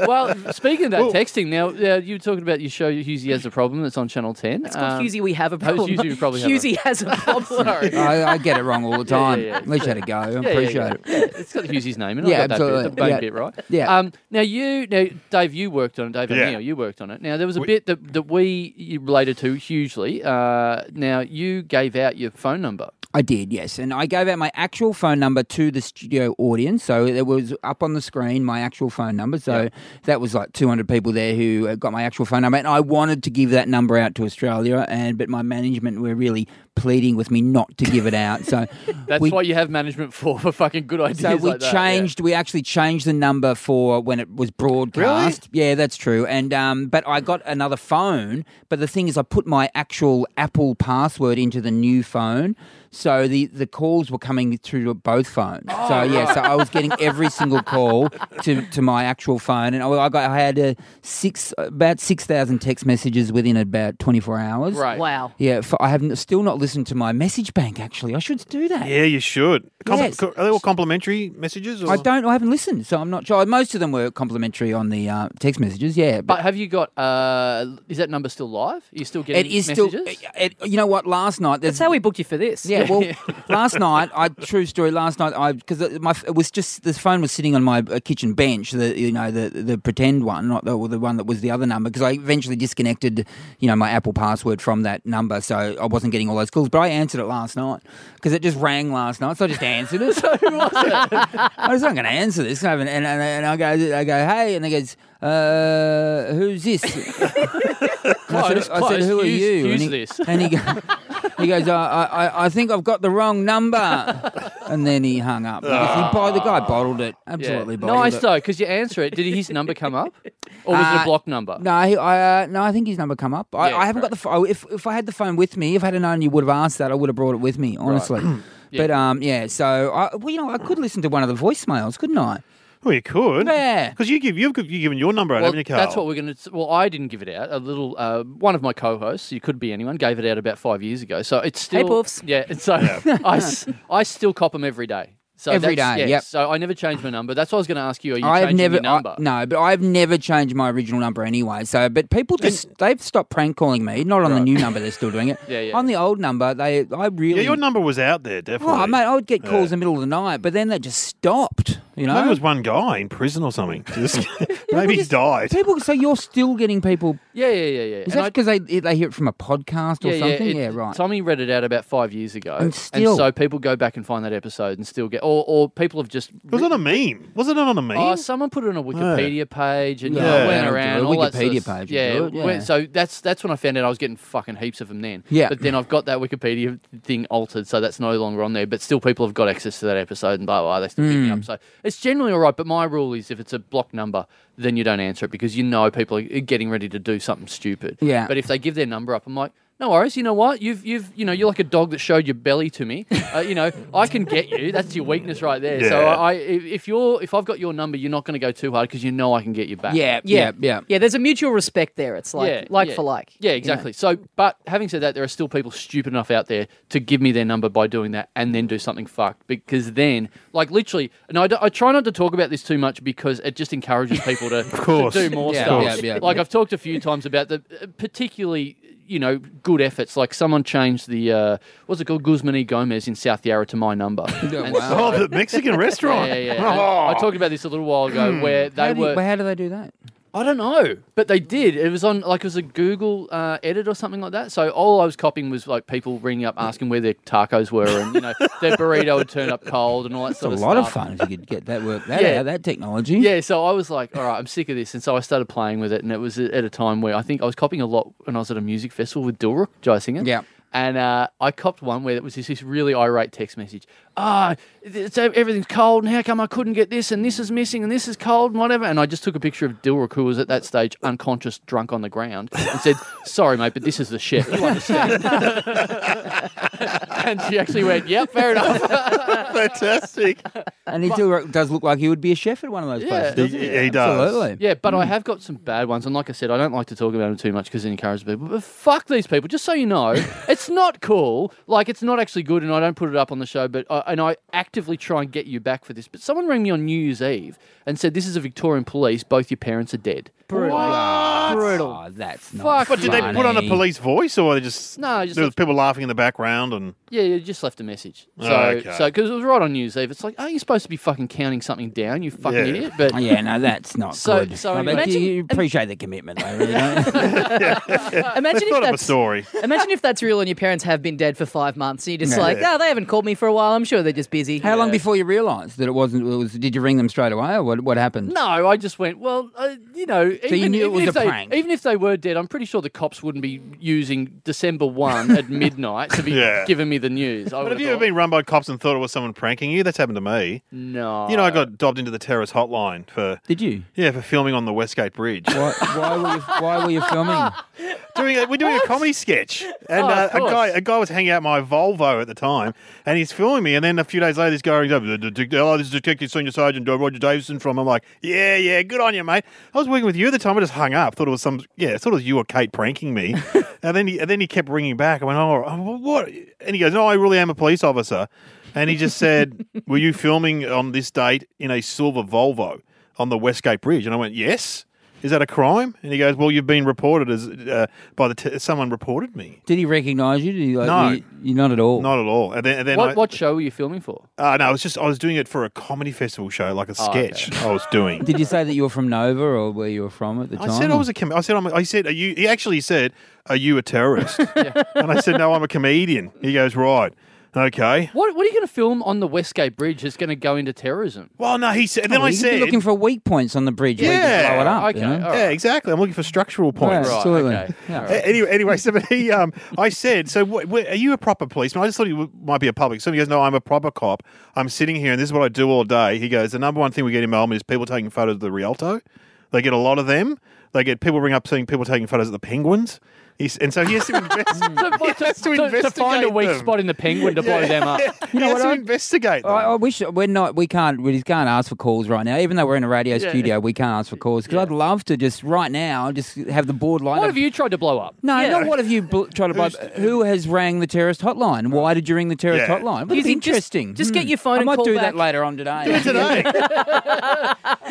Speaker 2: well, speaking of that texting, now yeah, you were talking about your show. Husey has a problem. That's on Channel Ten.
Speaker 5: It's called
Speaker 2: Um,
Speaker 5: Husey, we have a
Speaker 2: was
Speaker 5: problem.
Speaker 2: Husey, we probably have a-
Speaker 5: Husey has a problem.
Speaker 4: I, I get it wrong all the time.
Speaker 2: yeah, yeah.
Speaker 4: At least you had a go. I
Speaker 2: Yeah, yeah,
Speaker 4: appreciate
Speaker 2: yeah.
Speaker 4: it.
Speaker 2: Yeah, it's got Husey's name in it.
Speaker 4: Yeah,
Speaker 2: I got
Speaker 4: absolutely.
Speaker 2: That bit, the bone
Speaker 4: Yeah.
Speaker 2: bit, right?
Speaker 4: Yeah.
Speaker 2: Um, now you, now Dave, you worked on it. Dave
Speaker 3: Yeah.
Speaker 2: O'Neill, you worked on it. Now there was a
Speaker 3: We-
Speaker 2: bit that, that we you related to hugely. Uh, now you gave out your phone number.
Speaker 4: I did, yes. And I gave out my actual phone number to the studio audience. So it was up on the screen, my actual phone number. So that was like 200 people there who uh, got my actual phone number. And I wanted to give that number out to Australia, and but my management were really pleading with me not to give it out. So
Speaker 2: That's
Speaker 4: we,
Speaker 2: what you have management for for fucking good ideas.
Speaker 4: so we
Speaker 2: like that, yeah.
Speaker 4: changed. We actually changed the number for when it was broadcast. Yeah, that's true. And um, but I got another phone. But the thing is, I put my actual Apple password into the new phone, so the the calls were coming through to both phones.
Speaker 2: Oh,
Speaker 4: so yeah, so I was getting every single call to, to my actual phone, and I, I got I had uh, six about six thousand text messages within about twenty four hours.
Speaker 2: Right.
Speaker 5: Wow.
Speaker 4: Yeah, for, I haven't still not listened to my message bank. Actually, I should do that.
Speaker 3: Yeah, you should. Com-
Speaker 4: Yes.
Speaker 3: Are they all complimentary messages? Or?
Speaker 4: I don't. I haven't listened, so I'm not sure. Most of them were complimentary on the uh, text messages. Yeah,
Speaker 2: But have you got? Uh, is that number still live? Are you still getting
Speaker 4: it is
Speaker 2: messages?
Speaker 4: still. It, you know what? Last night, there's
Speaker 5: That's how we booked you for this.
Speaker 4: yeah, well, last night, I true story. Last night, I because my it was just the phone was sitting on my uh, kitchen bench. The you know the the pretend one, not the, or the one that was the other number. Because I eventually disconnected, you know, my Apple password from that number, so I wasn't getting all those calls. But I answered it last night because it just rang last night, so I just answered it. so who was it? I was not going to answer this. And, and, and, and I go, I go, hey, and he goes, uh, who's this? And I,
Speaker 2: Close, close. Use-
Speaker 4: who are you?
Speaker 2: use
Speaker 4: and he,
Speaker 2: this.
Speaker 4: And he, go- he goes, I, I, I- I think I've got the wrong number. and then he hung up. Because he bought, the guy bottled it.
Speaker 2: Ah. Yeah.
Speaker 4: Absolutely bottled
Speaker 2: Nice
Speaker 4: it.
Speaker 2: though, because you answer it. Did his number come up, or was it a
Speaker 4: Uh,
Speaker 2: block number?
Speaker 4: No, he, I, uh, no, I think his number come up. I,
Speaker 2: Yeah,
Speaker 4: I haven't got
Speaker 2: correct.
Speaker 4: the phone. If if I had the phone with me, if I had known you would have asked that, I would have brought it with me. Honestly, but um, yeah. So I, well, you know, I could listen to one of the voicemails, couldn't I?
Speaker 3: Well, you could.
Speaker 4: Yeah.
Speaker 3: Because you give you've g- you've given your number out,
Speaker 2: Well,
Speaker 3: haven't you, Carl?
Speaker 2: that's what we're going to. Well, I didn't give it out. A little, uh, one of my co-hosts, you could be anyone, gave it out about five years ago. So it's still,
Speaker 5: Hey, Poofs.
Speaker 2: yeah. it's- So I, s- I still cop them every day. So
Speaker 4: Every
Speaker 2: that's-
Speaker 4: day,
Speaker 2: yes.
Speaker 4: yep.
Speaker 2: So I never change my number. That's what I was going to ask you. Are you
Speaker 4: I've
Speaker 2: changing
Speaker 4: never
Speaker 2: your number?
Speaker 4: I, no, but I've never changed my original number anyway. So, but people just they've stopped prank calling me. Not on the new number, they're still doing it.
Speaker 2: Yeah, yeah.
Speaker 4: On the old number, they I really.
Speaker 3: yeah, your number was out there, definitely.
Speaker 4: Oh, mate, I would get calls
Speaker 3: Yeah.
Speaker 4: in the middle of the night, but then they just stopped. You know,
Speaker 3: Maybe it was one guy in prison or something. Just- maybe he
Speaker 4: just-
Speaker 3: died.
Speaker 4: people. So you're still getting people.
Speaker 2: Yeah, yeah, yeah, yeah.
Speaker 4: Is
Speaker 2: And
Speaker 4: that
Speaker 2: I-
Speaker 4: because they they hear it from a podcast or something?
Speaker 2: it-
Speaker 4: yeah, right.
Speaker 2: Tommy read it out about five years ago,
Speaker 4: And still-
Speaker 2: so people go back and find that episode and still get, or, or people have just.
Speaker 3: It was on a meme. Wasn't it on a meme?
Speaker 2: Oh, someone put it on a Wikipedia page and you know,
Speaker 3: Yeah.
Speaker 2: went
Speaker 4: That'll
Speaker 2: around.
Speaker 4: do it.
Speaker 2: all that sort of
Speaker 4: Wikipedia
Speaker 2: stuff.
Speaker 4: page will
Speaker 2: yeah.
Speaker 4: do it,
Speaker 2: when-
Speaker 4: yeah.
Speaker 2: So that's that's when I found out I was getting fucking heaps of them then.
Speaker 4: Yeah.
Speaker 2: But then I've got that Wikipedia thing altered, so that's no longer on there. But still, people have got access to that episode and blah blah. blah they still pick
Speaker 4: Hmm.
Speaker 2: it up. So it's generally all right. But my rule is if it's a block number, then you don't answer it because you know people are getting ready to do something stupid.
Speaker 4: Yeah.
Speaker 2: But if they give their number up, I'm like. No worries. You know what? You've you've you know you're like a dog that showed your belly to me. Uh, you know I can get you. That's your weakness right there. So
Speaker 3: Yeah.
Speaker 2: I, I if if you're if I've got your number, you're not going to go too hard because you know I can get you back.
Speaker 4: yeah, yeah,
Speaker 5: Yeah.
Speaker 4: yeah.
Speaker 5: Yeah, there's a mutual respect there. It's like like for like.
Speaker 2: Yeah,
Speaker 5: you know.
Speaker 2: exactly. So, but having said that, there are still people stupid enough out there to give me their number by doing that and then do something fucked because then, like, literally, and I, don't- I try not to talk about this too much because it just encourages people to,
Speaker 3: course.
Speaker 2: to do more
Speaker 4: Yeah,
Speaker 2: stuff.
Speaker 4: yeah, yeah.
Speaker 2: Like, I've talked a few times about the uh, particularly. You know, good efforts. Like someone changed the uh, what's it called, Guzman y Gomez in South Yarra to my number. And
Speaker 4: wow.
Speaker 3: Oh, the Mexican restaurant.
Speaker 2: yeah, yeah. yeah.
Speaker 4: Oh.
Speaker 2: And I talked about this a little while
Speaker 4: Hmm.
Speaker 2: ago where they
Speaker 4: How do,
Speaker 2: were.
Speaker 4: you, how do they do that?
Speaker 2: I don't know, but they did. It was on like it was a Google uh, edit or something like that. So all I was copying was like people ringing up asking where their tacos were and you know their burrito would turn up cold and all that sort
Speaker 4: It's a
Speaker 2: of
Speaker 4: lot
Speaker 2: stuff.
Speaker 4: of fun if you could get that work that
Speaker 2: Yeah.
Speaker 4: out, that technology.
Speaker 2: Yeah, so I was like, all right, I'm sick of this, and so I started playing with it, and it was at a time where I think I was copying a lot when I was at a music festival with Dilrook, Jai Singer.
Speaker 4: Yeah.
Speaker 2: And uh, I copped one where it was this, this really irate text message. ah, it's, everything's cold, and how come I couldn't get this, and this is missing, and this is cold, and whatever. And I just took a picture of Dilruk, who was at that stage unconscious, drunk on the ground, and said, "Sorry, mate, but this is the chef. You understand?" and she actually went, "Yep, fair enough."
Speaker 3: Oh, Fantastic.
Speaker 4: And he do, does look like he would be a chef at one of those
Speaker 2: Yeah.
Speaker 4: places.
Speaker 3: he,
Speaker 4: doesn't he?
Speaker 3: he does.
Speaker 4: Absolutely.
Speaker 2: Yeah, but
Speaker 3: Hmm.
Speaker 2: I have got some bad ones, and like I said, I don't like to talk about them too much because it encourages people. But fuck these people, just so you know, it's not cool. Like it's not actually good, and I don't put it up on the show. But I, and I actively try and get you back for this. But someone rang me on New Year's Eve and said, "This is a Victorian police. Both your parents are dead."
Speaker 5: Brutal. Brutal.
Speaker 4: Oh, that's not
Speaker 2: Fuck.
Speaker 4: But
Speaker 3: Did they put on a
Speaker 4: Funny.
Speaker 3: police voice, or they just
Speaker 2: No, just
Speaker 3: there was
Speaker 2: left-
Speaker 3: people laughing in the background and
Speaker 2: Yeah, you just left a message. So,
Speaker 3: Oh, okay.
Speaker 2: so because it was right on New Year's Eve, it's like, are you supposed to be fucking counting something down? You fucking
Speaker 3: Yeah.
Speaker 2: idiot. But
Speaker 4: Oh, yeah, no, that's not
Speaker 2: So-
Speaker 4: good.
Speaker 2: so
Speaker 4: I bet
Speaker 5: imagine-
Speaker 4: you, you appreciate the commitment, though, really, don't you?
Speaker 5: Imagine if
Speaker 3: thought up a
Speaker 5: that's
Speaker 3: story.
Speaker 5: imagine if that's real and your parents have been dead for five months and you're just like, oh, they haven't called me for a while. I'm sure they're just busy.
Speaker 4: How long before you realised that it wasn't? It was, did you ring them straight away, or what, what happened?
Speaker 2: No, I just went. Well, uh, you know, even,
Speaker 4: you knew it
Speaker 2: even
Speaker 4: was
Speaker 2: if
Speaker 4: a
Speaker 2: they,
Speaker 4: prank.
Speaker 2: Even if they were dead, I'm pretty sure the cops wouldn't be using December one at midnight to be
Speaker 3: Yeah.
Speaker 2: giving me the news. I
Speaker 3: But have
Speaker 2: would've
Speaker 3: you ever
Speaker 2: thought.
Speaker 3: been run by cops and thought it was someone pranking you? That's happened to me.
Speaker 2: No.
Speaker 3: You know, I got dobbed into the terrorist hotline for
Speaker 4: Did you?
Speaker 3: yeah for filming on the Westgate Bridge.
Speaker 4: Why, why were you? Why were you filming?
Speaker 3: doing a, we're doing a comedy sketch, and
Speaker 2: Oh,
Speaker 3: uh,
Speaker 2: of
Speaker 3: a
Speaker 2: course.
Speaker 3: guy a guy was hanging out my Volvo at the time, and he's filming me. And then a few days later, this guy rings up. "The detec- Hello, this is Detective Senior Sergeant Roger Davison from. I'm like, yeah, yeah, good on you, mate. I was working with you at the time. I just hung up. Thought it was some yeah, thought it was you or Kate pranking me. and then he and then he kept ringing back. I went, oh, oh, what? And he goes, no, I really am a police officer. And he just said, were you filming on this date in a silver Volvo on the Westgate Bridge? And I went, yes. Is that a crime? And he goes, "Well, you've been reported as uh, by the t- someone reported me.
Speaker 4: Did he recognise you? Did he? Like,
Speaker 3: No.
Speaker 4: you, you not at all.
Speaker 3: Not at all." And then, and then I,
Speaker 2: What, what show were you filming for?
Speaker 3: Uh, no, I was just I was doing it for a comedy festival show, like a
Speaker 2: Oh, okay.
Speaker 3: sketch I was doing.
Speaker 4: Did you say that you were from Nova or where you were from at the time?
Speaker 3: I said I was a com- I said I'm a, I said are you he actually said are you a terrorist? And I said no, I'm a comedian. He goes right, okay.
Speaker 2: What What are you going to film on the Westgate Bridge that's going to go into terrorism?
Speaker 3: Well, no, he said. And then
Speaker 4: Well,
Speaker 3: I
Speaker 4: you could be
Speaker 3: said,
Speaker 4: looking for weak points on the bridge. Yeah,
Speaker 3: Yeah.
Speaker 4: blow it up.
Speaker 2: okay.
Speaker 4: you know?
Speaker 2: all
Speaker 3: yeah,
Speaker 2: right.
Speaker 3: exactly. I'm looking for structural points.
Speaker 4: Yeah,
Speaker 2: Right,
Speaker 4: absolutely.
Speaker 2: okay.
Speaker 4: Yeah.
Speaker 2: All
Speaker 3: A- Anyway, anyway, so but he, um, I said, so wh- wh- are you a proper policeman? I just thought you w- might be a public. So he goes, no, I'm a proper cop. I'm sitting here, and this is what I do all day. He goes, the number one thing we get in Melbourne is people taking photos of the Rialto. They get a lot of them. They get people ring up saying people taking photos of the penguins. He's, and so he has to invest.
Speaker 2: To,
Speaker 4: Mm.
Speaker 3: he has to, investigate
Speaker 2: find a weak
Speaker 3: them.
Speaker 2: spot in the penguin to blow them up.
Speaker 3: He
Speaker 4: know
Speaker 3: has
Speaker 4: what,
Speaker 3: to
Speaker 4: I-
Speaker 3: investigate them.
Speaker 4: I, I wish we're not. We can't. We just can't ask for calls right now. Even though we're in a radio studio, we can't ask for calls because I'd love to just right now just have the board light
Speaker 2: What
Speaker 4: up.
Speaker 2: have you tried to blow up?
Speaker 4: No,
Speaker 5: Yeah.
Speaker 4: not what have you bl- tried to buy. Who has rang the terrorist hotline? Why did you ring the terrorist
Speaker 3: Yeah.
Speaker 4: hotline? Would
Speaker 5: You
Speaker 4: be
Speaker 5: think just-
Speaker 4: interesting. Hmm.
Speaker 5: just get your phone
Speaker 4: I
Speaker 5: and
Speaker 4: might
Speaker 5: call
Speaker 4: do
Speaker 5: back.
Speaker 4: that later on today.
Speaker 3: Do it today.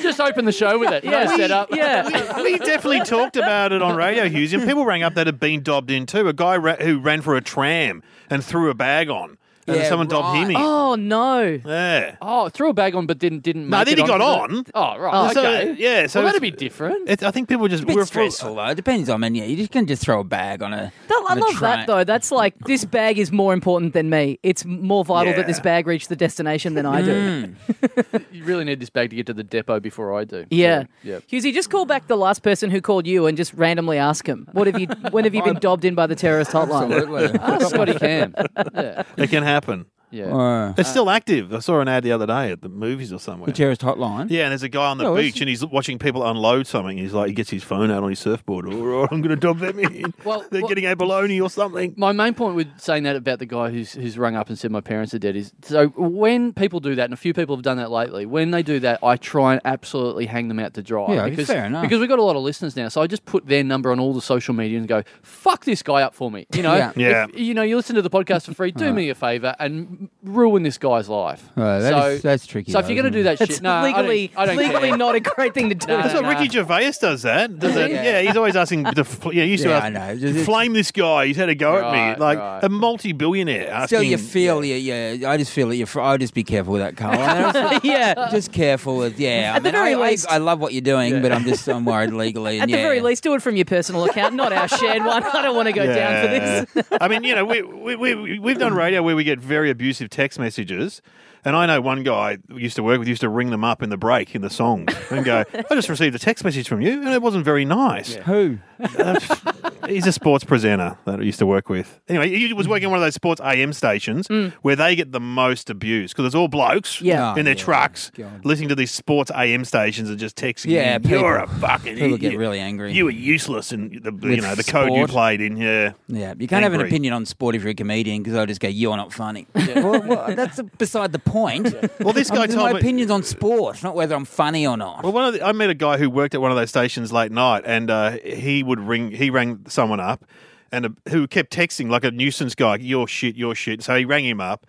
Speaker 2: Just open the show with it. No setup.
Speaker 5: Yeah.
Speaker 3: we definitely talked about it on Radio Hughes, and people rang up that had been dobbed in too. A guy ra- who ran for a tram and threw a bag on, and
Speaker 4: Yeah,
Speaker 3: someone dobbed him
Speaker 4: right.
Speaker 3: in.
Speaker 5: Oh no.
Speaker 3: Yeah.
Speaker 2: Oh, threw a bag on, but didn't didn't.
Speaker 3: No,
Speaker 2: make
Speaker 3: then
Speaker 2: it
Speaker 3: he got
Speaker 2: onto the- Oh
Speaker 3: on.
Speaker 2: right.
Speaker 3: So,
Speaker 2: okay.
Speaker 3: yeah, so
Speaker 2: well, that'd be
Speaker 3: it's-
Speaker 2: different.
Speaker 3: It's, I think people just
Speaker 4: It's a
Speaker 3: we're
Speaker 4: bit stressful though. It depends. I mean, yeah, you just can just throw a bag on a.
Speaker 5: That- I
Speaker 4: on a
Speaker 5: love
Speaker 4: train.
Speaker 5: that though. That's like this bag is more important than me. It's more vital that this
Speaker 3: Yeah.
Speaker 5: bag reach the destination than I do.
Speaker 4: Mm.
Speaker 2: You really need this bag to get to the depot before I do.
Speaker 5: Yeah.
Speaker 2: Yeah.
Speaker 5: Husey, just call back the last person who called you and just randomly ask him, what have you when have you been dobbed in by the terrorist hotline?
Speaker 4: Absolutely.
Speaker 2: Scotty Cam. Yeah.
Speaker 3: It can happen.
Speaker 2: Yeah.
Speaker 4: Uh,
Speaker 3: It's still active. I saw an ad the other day at the movies or somewhere.
Speaker 4: the terrorist hotline.
Speaker 3: Yeah, and there's a guy on the
Speaker 4: No, it's-
Speaker 3: beach and he's watching people unload something. He's like, he gets his phone out on his surfboard. All right, I'm going to dob them in.
Speaker 2: Well,
Speaker 3: They're
Speaker 2: what-
Speaker 3: getting a baloney or something.
Speaker 2: my main point with saying that about the guy who's who's rung up and said my parents are dead is so when people do that, and a few people have done that lately. When they do that, I try and absolutely hang them out to dry.
Speaker 4: Yeah,
Speaker 2: because,
Speaker 4: fair enough.
Speaker 2: Because we've got a lot of listeners now, so I just put their number on all the social media and go fuck this guy up for me. You know,
Speaker 4: Yeah.
Speaker 3: Yeah.
Speaker 2: If, you know, you listen to the podcast for free. Do me a favor and ruin this guy's life.
Speaker 4: Oh, that
Speaker 2: so
Speaker 4: is- that's tricky,
Speaker 2: So if
Speaker 4: though,
Speaker 2: you're gonna
Speaker 4: isn't
Speaker 2: do
Speaker 4: it?
Speaker 2: that
Speaker 5: It's
Speaker 2: shit, no, I don't-
Speaker 5: legally
Speaker 2: I don't
Speaker 5: legally
Speaker 2: care.
Speaker 5: not a great thing to do.
Speaker 2: No,
Speaker 3: That's what
Speaker 2: Nah.
Speaker 3: Ricky Gervais does that. Does it?
Speaker 4: Yeah.
Speaker 3: Yeah. he's always asking. The, fl- yeah, he used to
Speaker 4: Yeah,
Speaker 3: ask,
Speaker 4: I know. It's- it's-
Speaker 3: flame this guy. He's had a go at
Speaker 2: Right,
Speaker 3: me. Like
Speaker 2: right.
Speaker 3: a multi-billionaire. Asking,
Speaker 4: Still, you feel yeah. yeah, I just feel that you're. Fr- I just be careful with that, Carl. I just-
Speaker 5: yeah.
Speaker 4: Just careful with yeah. At I
Speaker 5: the very
Speaker 4: I, I-
Speaker 5: least-
Speaker 4: I, love what you're doing, but I'm just I'm worried legally. And
Speaker 5: At the
Speaker 4: yeah.
Speaker 5: very least, do it from your personal account, not our shared one. I don't want to go down for this.
Speaker 3: I mean, you know, we, we, we, we've done radio where we get very abusive text messages. And I know one guy we used to work with used to ring them up in the break in the songs and go, I just received a text message from you and it wasn't very nice.
Speaker 4: Who?
Speaker 3: He's a sports presenter that I used to work with. Anyway, he was working on one of those sports AM stations where they get the most abuse because it's all blokes
Speaker 5: Yeah.
Speaker 3: in their
Speaker 4: Oh, Mm. yeah.
Speaker 3: trucks
Speaker 4: God.
Speaker 3: listening to these sports AM stations and just texting.
Speaker 4: Yeah,
Speaker 3: you, you're a
Speaker 4: people-
Speaker 3: fucking.
Speaker 4: people get
Speaker 3: idiot.
Speaker 4: really angry.
Speaker 3: You were useless in the you
Speaker 4: With
Speaker 3: know the code you
Speaker 4: sport.
Speaker 3: played in. Yeah,
Speaker 4: Yeah, you can't have an
Speaker 3: Angry.
Speaker 4: opinion on sport if you're a comedian because I'll just go, you're not funny. Well, well, that's beside the point.
Speaker 3: Well, this guy
Speaker 4: I'm-
Speaker 3: told
Speaker 4: my
Speaker 3: me-
Speaker 4: opinion's on sport, not whether I'm funny or not.
Speaker 3: Well, one of the, I met a guy who worked at one of those stations late night, and uh, he would ring. He rang someone up, and uh who kept texting like a nuisance guy. Your shit, your shit. So he rang him up,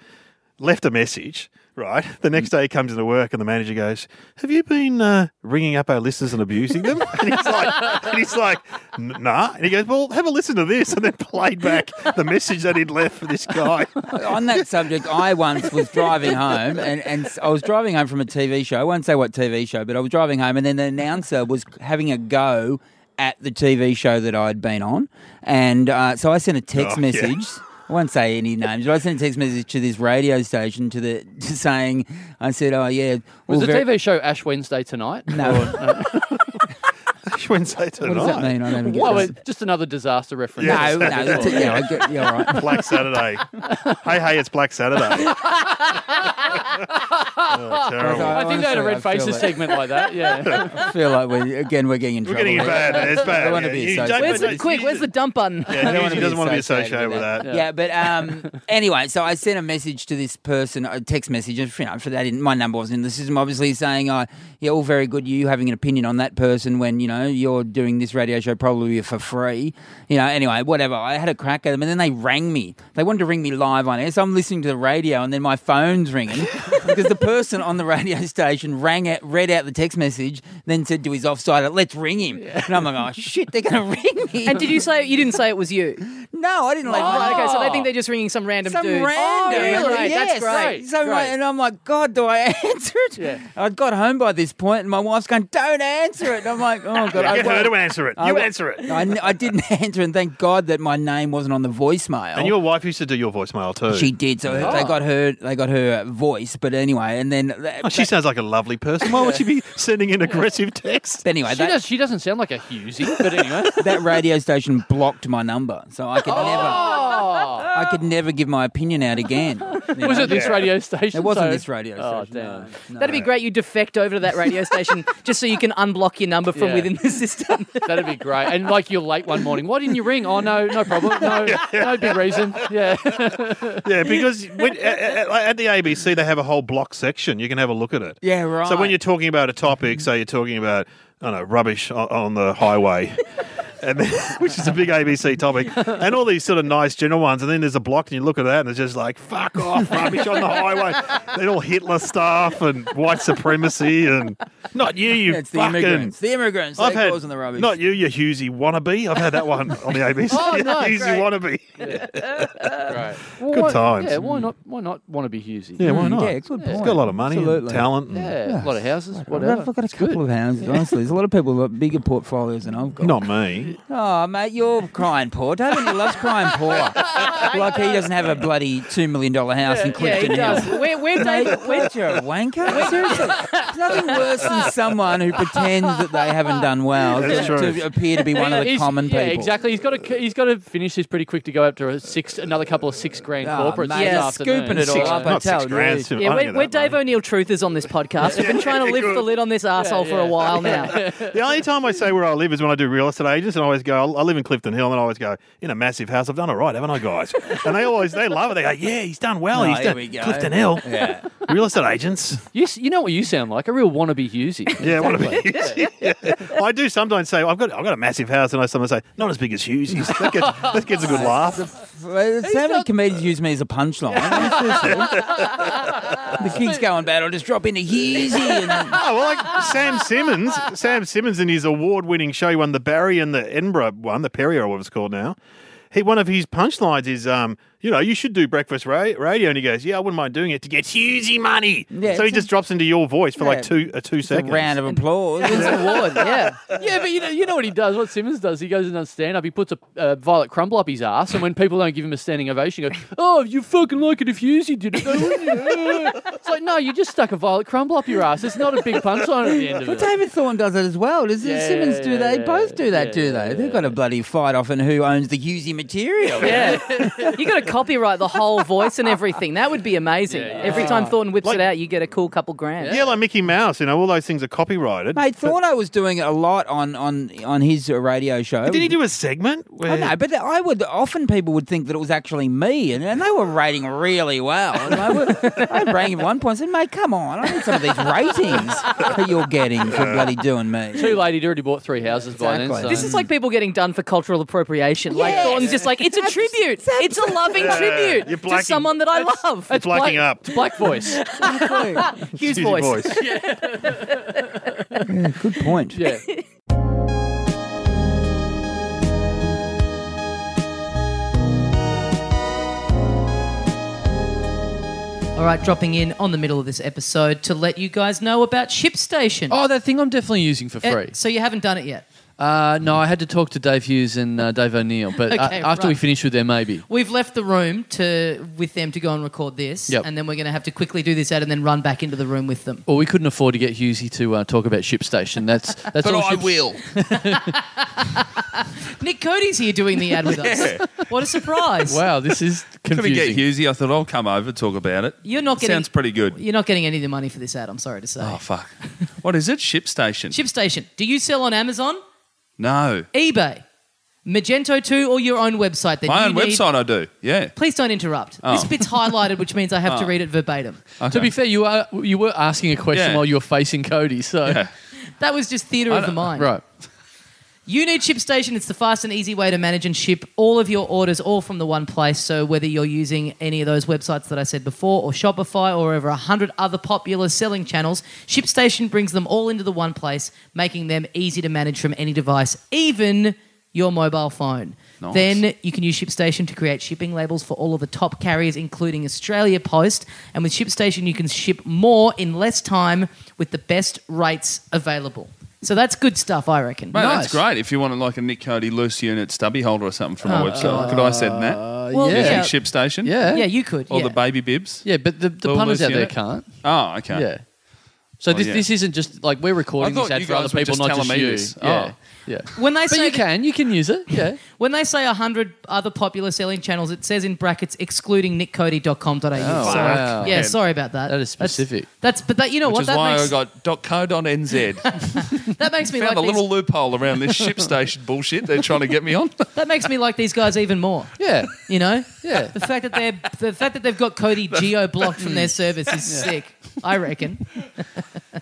Speaker 3: left a message. Right. The next day he comes into work, and the manager goes, "Have you been uh, ringing up our listeners and abusing them?" and he's like, and he's like, "N- "Nah." And he goes, "Well, have a listen to this," and then played back the message that he'd left for this guy.
Speaker 4: on that subject, I once was driving home, and, and s- I was driving home from a TV show. I won't say what TV show, but I was driving home, and then the announcer was having a go at the TV show that I'd been on, and uh, so I sent a text
Speaker 3: Oh, yeah.
Speaker 4: message. I won't say any names, but I sent a text message to this radio station to the to saying, I said, "Oh yeah,
Speaker 2: Was
Speaker 4: all
Speaker 2: the
Speaker 4: very-
Speaker 2: TV show Ash Wednesday tonight?
Speaker 4: No.
Speaker 3: Wednesday
Speaker 4: What
Speaker 3: tonight.
Speaker 4: does that mean? I don't even get
Speaker 2: Well,
Speaker 4: this.
Speaker 2: it- just another disaster reference.
Speaker 4: No, no, that's it. Yeah, I get, yeah, all right.
Speaker 3: Black Saturday. hey, hey, it's Black Saturday. oh, terrible.
Speaker 2: I think they had a
Speaker 4: Honestly, I
Speaker 2: red
Speaker 4: feel
Speaker 2: faces
Speaker 4: it.
Speaker 2: segment like that. Yeah.
Speaker 4: I feel like we again we're getting in
Speaker 3: We're
Speaker 4: trouble.
Speaker 3: getting it
Speaker 4: here.
Speaker 3: bad. It's bad.
Speaker 4: I wanna be
Speaker 3: You- you
Speaker 4: associated.
Speaker 5: Where's
Speaker 3: don't-
Speaker 5: the, quick, where's the dump button?
Speaker 3: Yeah,
Speaker 4: I
Speaker 3: he
Speaker 4: don't wanna
Speaker 3: usually
Speaker 4: be
Speaker 3: doesn't want to be associated with that.
Speaker 4: Yeah, but um, anyway, so I sent a message to this person, a text message, and you know, for that, in, my number wasn't in the system, obviously, saying, "I, yeah, all very good, you having an opinion on that person when you know you're doing this radio show probably for free, you know." Anyway, whatever. I had a crack at them, and then they rang me. They wanted to ring me live on air, so I'm listening to the radio, and then my phone's ringing because the person on the radio station rang it, read out the text message, then said to his offside, "Let's ring him," and I'm like, "Oh shit, they're gonna ring me."
Speaker 5: And did you say you didn't say it was you?
Speaker 4: No, I didn't like.
Speaker 1: Oh.
Speaker 5: Right, okay, so they think they're just ringing some random
Speaker 4: Oh. some
Speaker 5: dude.
Speaker 4: random.
Speaker 5: Oh, really? That's
Speaker 4: Yes.
Speaker 5: great.
Speaker 4: So right, and I'm like, God, do I answer it?
Speaker 2: Yeah.
Speaker 4: I got home by this point, and my wife's going, Don't answer it. And I'm like, Oh God,
Speaker 3: Yeah,
Speaker 4: I
Speaker 3: Get her
Speaker 4: won't."
Speaker 3: to answer it.
Speaker 4: I
Speaker 3: You
Speaker 4: won't.
Speaker 3: answer it.
Speaker 4: I, n- I didn't answer, and thank God that my name wasn't on the voicemail.
Speaker 3: And Oh. your wife used to do your voicemail too.
Speaker 4: she did, so they got her. They got her uh, voice, but anyway, and then uh,
Speaker 3: Oh, she sounds like a lovely person. Why would she be sending an aggressive text?
Speaker 4: but anyway,
Speaker 2: she,
Speaker 4: that,
Speaker 2: does, she doesn't sound like a Husey, but anyway.
Speaker 4: that radio station blocked my number, so I could never,
Speaker 2: Oh,
Speaker 4: I could never give my opinion out again. You
Speaker 2: was
Speaker 4: know?
Speaker 2: it this
Speaker 3: Yeah.
Speaker 2: radio station?
Speaker 4: It wasn't
Speaker 2: So-
Speaker 4: this radio
Speaker 2: Oh,
Speaker 4: station. no,
Speaker 2: damn.
Speaker 4: no.
Speaker 5: That'd be great. You defect over to that radio station just so you can unblock your number from
Speaker 2: Yeah.
Speaker 5: within the system.
Speaker 2: That'd be great. And like you're late one morning. Why didn't you ring? Oh no, no problem. No, no big reason. Yeah.
Speaker 3: Yeah, because when, at, at the ABC they have a whole block section. You can have a look at it.
Speaker 4: Yeah, right.
Speaker 3: So when you're talking about a topic, say you're talking about I don't know rubbish on, on the highway. And then, which is a big ABC topic, and all these sort of nice general ones. And then there's a block, and you look at that, and it's just like fuck off, rubbish on the highway. Then all Hitler stuff and white supremacy, and not you, you
Speaker 4: It's the
Speaker 3: fucking.
Speaker 4: immigrants. The immigrants. They cause in the rubbish.
Speaker 3: Not you, you Husey wannabe. I've had that one on the ABC.
Speaker 2: Oh, nice.
Speaker 3: Husey wannabe.
Speaker 2: Great.
Speaker 3: Good times.
Speaker 2: Yeah. Why not? Why not want to be Husey?
Speaker 3: Yeah, why
Speaker 4: Mm,
Speaker 3: not?
Speaker 4: yeah, good point.
Speaker 3: It's got a lot of money, and
Speaker 4: Absolutely.
Speaker 3: talent. and-
Speaker 2: Yeah, a lot of houses, whatever.
Speaker 4: I've got a
Speaker 2: It's good.
Speaker 4: couple of houses, honestly. There's a lot of people with bigger portfolios than I've got.
Speaker 3: Not me.
Speaker 4: Oh, mate, you're crying poor. David loves crying poor. like he doesn't have a bloody $2 million house in
Speaker 5: yeah, he
Speaker 4: Clifton
Speaker 5: does.
Speaker 4: Hill.
Speaker 5: Where, where David?
Speaker 4: Mate,
Speaker 5: Where,
Speaker 4: what, you're a wanker? Seriously. There's nothing worse than someone who pretends that they haven't done well
Speaker 3: That's
Speaker 4: to,
Speaker 3: true.
Speaker 4: to appear to be one of the
Speaker 2: He's-
Speaker 4: common people.
Speaker 2: Yeah, exactly. He's got to he's got to finish this pretty quick to go up to a six another couple of six grand
Speaker 4: Oh,
Speaker 2: corporates. this
Speaker 4: mate,
Speaker 5: yeah,
Speaker 4: he's
Speaker 2: afternoon.
Speaker 4: scooping it all
Speaker 3: Six-
Speaker 4: up. I
Speaker 3: not
Speaker 4: tell
Speaker 3: six
Speaker 4: you.
Speaker 3: grand,
Speaker 5: yeah,
Speaker 3: too. I don't
Speaker 5: we're,
Speaker 3: get
Speaker 5: we're
Speaker 3: that money.
Speaker 5: Dave O'Neill truthers on this podcast. We've been trying to lift the lid on this asshole for a
Speaker 2: yeah.
Speaker 5: while now.
Speaker 3: The only time I say where I live is when I do real estate agents, and I always go, I live in Clifton Hill, and I always go, in a massive house, I've done all right, haven't I, guys? And they always, they love it. They go, yeah, he's done well.
Speaker 4: Oh,
Speaker 3: he's
Speaker 4: here
Speaker 3: done
Speaker 4: we go.
Speaker 3: Clifton Hill.
Speaker 4: Yeah.
Speaker 3: Real estate agents.
Speaker 2: You, s- you know what you sound like? A real wannabe Husey.
Speaker 3: Yeah, what a big- yeah. I do sometimes say, I've got, I've got a massive house, and I sometimes say, not as big as Hughes. That gets, that gets a good laugh.
Speaker 4: Well, How many comedians use me as a punchline? the king's going bad. I'll just drop into Yeezy. And then,
Speaker 3: Oh well, like Sam Simmons. Sam Simmons in his award-winning show, he won the Barry and the Edinburgh one, the Perry or whatever it's called now. He one of his punchlines is, um, you know, you should do breakfast ra- radio. And he goes, yeah, I wouldn't mind doing it to get Husey money.
Speaker 4: Yeah,
Speaker 3: so he
Speaker 4: it's
Speaker 3: just drops into your voice for like
Speaker 4: yeah,
Speaker 3: two uh, two
Speaker 4: A
Speaker 3: seconds.
Speaker 4: round of applause.
Speaker 5: It's an award, yeah.
Speaker 2: Yeah, but you know, you know what he does. What Simmons does, he goes and does stand up. He puts a uh, violet crumble up his ass, and when people don't give him a standing ovation, he goes, "Oh, you fucking like it if Husey did it, though, wouldn't you?" it's like, no, you just stuck a violet crumble up your ass. It's not a big punchline at the end of
Speaker 4: Well,
Speaker 2: it.
Speaker 4: David Thorne does it as well. Does
Speaker 2: Yeah,
Speaker 4: Simmons do? They
Speaker 2: yeah,
Speaker 4: both do that,
Speaker 2: yeah,
Speaker 4: do they? They've got a bloody fight off on who owns the Husey material.
Speaker 5: Yeah. you got to copyright the whole voice and everything. That would be amazing.
Speaker 2: Yeah, yeah.
Speaker 5: Every time Thornton whips
Speaker 3: Like-
Speaker 5: it out, you get a cool couple grand.
Speaker 3: Yeah, like Mickey Mouse, you know, all those things are copyrighted.
Speaker 4: Mate, Thorno was doing it a lot on on on his uh, radio show.
Speaker 3: Did he do a segment? Where
Speaker 4: I know, but I would often people would think that it was actually me, and, and they were rating really well. And I, would, I rang him one point and said, "Mate, come on, I need some of these ratings that you're getting for bloody doing me."
Speaker 2: Too late. He'd already bought three houses by
Speaker 4: Exactly.
Speaker 2: then. So.
Speaker 5: This is like people getting done for cultural appropriation. Like Thornton's just like, it's a tribute. It's a loving tribute to
Speaker 3: you're blacking-
Speaker 5: someone that I love.
Speaker 3: it's blacking
Speaker 2: black-
Speaker 3: up.
Speaker 2: It's black voice.
Speaker 5: Huge
Speaker 3: Husey
Speaker 5: voice.
Speaker 4: Good point.
Speaker 2: Yeah.
Speaker 1: All right, dropping in on the middle of this episode to let you guys know about ShipStation.
Speaker 2: Oh, that thing I'm definitely using for
Speaker 1: Eh,
Speaker 2: free.
Speaker 1: so you haven't done it yet.
Speaker 2: Uh, no, I had to talk to Dave Hughes and uh, Dave O'Neill, but uh,
Speaker 1: Okay,
Speaker 2: after we
Speaker 1: right.
Speaker 2: finish with them, maybe.
Speaker 1: We've left the room to with them to go and record this,
Speaker 2: Yep.
Speaker 1: and then we're going to have to quickly do this out and then run back into the room with them.
Speaker 2: Well, we couldn't afford to get Husey to uh, talk about ShipStation. That's that's all. Ships-
Speaker 1: Nick Cody's here doing the ad with us. What a surprise!
Speaker 2: Wow, this is
Speaker 6: Can we
Speaker 2: confusing.
Speaker 6: get Husey? I thought I'll come over talk about it.
Speaker 1: You're not getting-
Speaker 6: Sounds pretty good.
Speaker 1: You're not getting any of the money for this ad. I'm sorry to say.
Speaker 6: Oh fuck! What is it? Ship station?
Speaker 1: ShipStation. Do you sell on Amazon,
Speaker 6: No,
Speaker 1: eBay, Magento Two, or your own website? That
Speaker 6: my
Speaker 1: you
Speaker 6: own
Speaker 1: need-
Speaker 6: website. I do. Yeah.
Speaker 1: Please don't interrupt. This
Speaker 6: Oh.
Speaker 1: bit's highlighted, which means I have to read it verbatim.
Speaker 2: To be fair, you are you were asking a question
Speaker 6: Yeah.
Speaker 2: while you were facing Cody, so
Speaker 1: That was just theatre of the mind.
Speaker 2: right.
Speaker 1: You need ShipStation. It's the fast and easy way to manage and ship all of your orders all from the one place. So, whether you're using any of those websites that I said before, or Shopify, or over 100 other popular selling channels, ShipStation brings them all into the one place, making them easy to manage from any device, even your mobile phone.
Speaker 6: Nice.
Speaker 1: Then you can use ShipStation to create shipping labels for all of the top carriers, including Australia Post. And with ShipStation, you can ship more in less time with the best rates available. So that's good stuff, I reckon.
Speaker 6: Mate, that's great. If you wanted like a Nick Cody loose unit stubby holder or something from my website, could I send that?
Speaker 1: Well,
Speaker 2: Uh, yeah.
Speaker 6: Using
Speaker 1: Oh, yeah.
Speaker 6: Ship station.
Speaker 2: Yeah.
Speaker 1: Yeah, you could.
Speaker 6: Or
Speaker 1: yeah.
Speaker 6: the baby bibs.
Speaker 2: Yeah, but the, the
Speaker 6: Little
Speaker 2: punters out
Speaker 6: Lucy,
Speaker 2: there
Speaker 6: innit?
Speaker 2: can't.
Speaker 6: Oh, okay.
Speaker 2: Yeah. So this
Speaker 6: Oh, yeah.
Speaker 2: this isn't just like we're recording
Speaker 6: I
Speaker 2: this
Speaker 6: thought
Speaker 2: ad
Speaker 6: you
Speaker 2: for
Speaker 6: guys
Speaker 2: other
Speaker 6: were
Speaker 2: people,
Speaker 6: just
Speaker 2: not
Speaker 6: telling
Speaker 2: just
Speaker 6: me
Speaker 2: you.
Speaker 6: this.
Speaker 2: Yeah.
Speaker 6: Oh.
Speaker 2: Yeah.
Speaker 1: when they
Speaker 2: But
Speaker 1: say
Speaker 2: you can, you can use it. Yeah.
Speaker 1: when they say 100 other popular selling channels, it says in brackets excluding nickcody.com.au.
Speaker 2: Oh,
Speaker 1: so,
Speaker 2: wow.
Speaker 1: Yeah,
Speaker 6: Man.
Speaker 1: sorry about that.
Speaker 2: That is
Speaker 1: That's-
Speaker 2: specific.
Speaker 1: That's, but that you know
Speaker 6: Which
Speaker 1: what
Speaker 6: is
Speaker 1: that
Speaker 6: why
Speaker 1: makes,
Speaker 6: I got .co.nz.
Speaker 1: that makes me like
Speaker 6: Found a
Speaker 1: these,
Speaker 6: little loophole around this ship station bullshit they're trying to get me on.
Speaker 1: that makes me like these guys even more.
Speaker 2: Yeah.
Speaker 1: You know,
Speaker 2: Yeah.
Speaker 1: The fact that they're the fact that they've got Cody geo blocked from their service is sick. I reckon.
Speaker 2: Uh,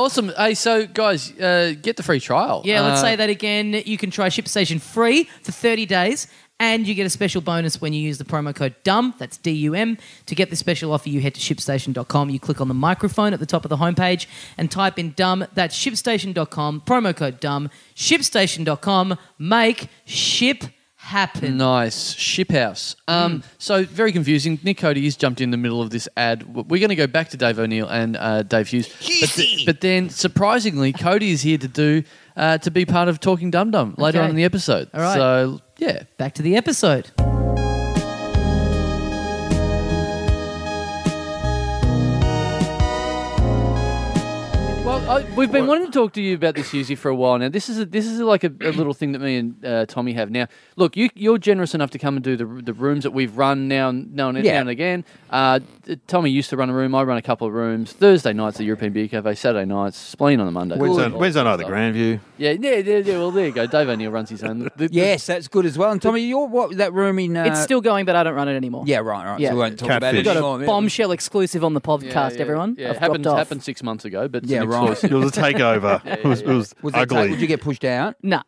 Speaker 2: awesome. Hey, so guys, uh, get the free trial.
Speaker 1: Yeah, let's
Speaker 2: Uh,
Speaker 1: say that again. You can try ShipStation free for 30 days, and you get a special bonus when you use the promo code DUM, that's D U M. To get this special offer, you head to shipstation.com, you click on the microphone at the top of the homepage, and type in DUM, that's shipstation.com, promo code DUM, shipstation.com, make ship happen.
Speaker 2: Nice ship house.
Speaker 1: Hmm.
Speaker 2: Um, So very confusing. Nick Cody has jumped in the middle of this ad. W- We're going to go back to Dave O'Neill and uh, Dave Hughes. But, th- but then surprisingly, Cody is here to do uh, to be part of Talking Dum Dum later
Speaker 1: Okay.
Speaker 2: on in the episode.
Speaker 1: All right.
Speaker 2: So yeah,
Speaker 1: Back to the episode.
Speaker 2: Well, I, we've been wanting to talk to you about this, Yuzi, for a while now. This is a, this is like a, a little thing that me and uh, Tommy have now. Look, you, you're generous enough to come and do the, the rooms that we've run now, and- now, and,
Speaker 4: Yeah.
Speaker 2: now and again. Uh, t- Tommy used to run a room. I run a couple of rooms. Thursday nights at the European Beer Cafe. Saturday nights Spleen on the Monday.
Speaker 3: Wednesday,
Speaker 2: Good.
Speaker 3: Wednesday night, at the Grandview.
Speaker 2: Yeah, yeah, yeah, yeah. Well, there you go. Dave O'Neill runs his own. The- the-
Speaker 4: Yes, that's good as well. And Tommy, you're what that room in? Uh,
Speaker 5: It's still going, but I don't run it anymore.
Speaker 4: yeah, right, right.
Speaker 5: Yeah.
Speaker 4: So we won't talk
Speaker 3: Catfish.
Speaker 4: about it
Speaker 5: Got
Speaker 4: anymore.
Speaker 5: a bombshell exclusive on the podcast,
Speaker 2: Oh, yeah, yeah,
Speaker 5: everyone.
Speaker 2: Yeah,
Speaker 5: I've
Speaker 2: it happened,
Speaker 5: dropped off.
Speaker 2: happened six months ago, but it's
Speaker 4: Yeah,
Speaker 2: an exclusive.
Speaker 4: right.
Speaker 3: It was a takeover. it was, it was,
Speaker 4: Was that
Speaker 3: ugly.
Speaker 4: Did you get pushed out?
Speaker 5: Nah,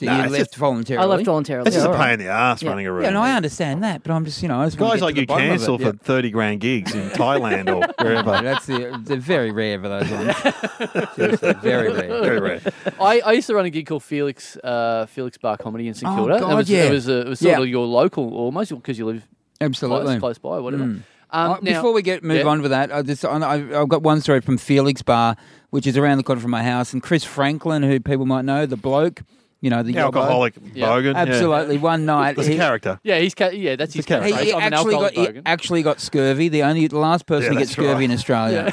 Speaker 4: So
Speaker 3: Nah,
Speaker 4: you
Speaker 3: it's
Speaker 4: left
Speaker 3: just-
Speaker 4: voluntarily.
Speaker 5: I left voluntarily.
Speaker 3: It's just
Speaker 5: Yeah,
Speaker 3: a pain in the ass
Speaker 5: Yeah.
Speaker 3: running a room.
Speaker 4: Yeah, and I understand that, but I'm just you know, I just wanna
Speaker 3: Guys
Speaker 4: get
Speaker 3: like
Speaker 4: to
Speaker 3: you
Speaker 4: the bottom of it.
Speaker 3: cancel
Speaker 4: Yeah.
Speaker 3: for 30 grand gigs in Thailand or
Speaker 4: Yeah,
Speaker 3: wherever.
Speaker 4: that's the, they're very rare for those ones. Seriously, very rare.
Speaker 3: Very rare.
Speaker 2: I, I used to run a gig called Felix uh, Felix Bar Comedy in St
Speaker 4: Oh,
Speaker 2: Kilda.
Speaker 4: God,
Speaker 2: it was,
Speaker 4: yeah.
Speaker 2: it was, uh, it was sort
Speaker 4: Yeah.
Speaker 2: of your local almost because you live
Speaker 4: Absolutely.
Speaker 2: close, close by, whatever. Um,
Speaker 4: Uh,
Speaker 2: now-
Speaker 4: Before we get move
Speaker 2: Yeah.
Speaker 4: on with that, I just, I, I've got one story from Felix Bar, which is around the corner from my house, and Chris Franklin, who people might know, the bloke, you know, the yobbo.
Speaker 3: Alcoholic
Speaker 2: Yeah.
Speaker 3: bogan. yeah.
Speaker 4: Absolutely, one night
Speaker 3: It's a character.
Speaker 2: yeah, he's ca- yeah, that's his character.
Speaker 4: He, he
Speaker 2: I'm an
Speaker 4: actually got
Speaker 2: alcoholic
Speaker 4: he
Speaker 2: bogan.
Speaker 4: actually got scurvy. The only the last person
Speaker 3: Yeah,
Speaker 4: to get
Speaker 3: that's
Speaker 4: scurvy
Speaker 3: right.
Speaker 4: in Australia.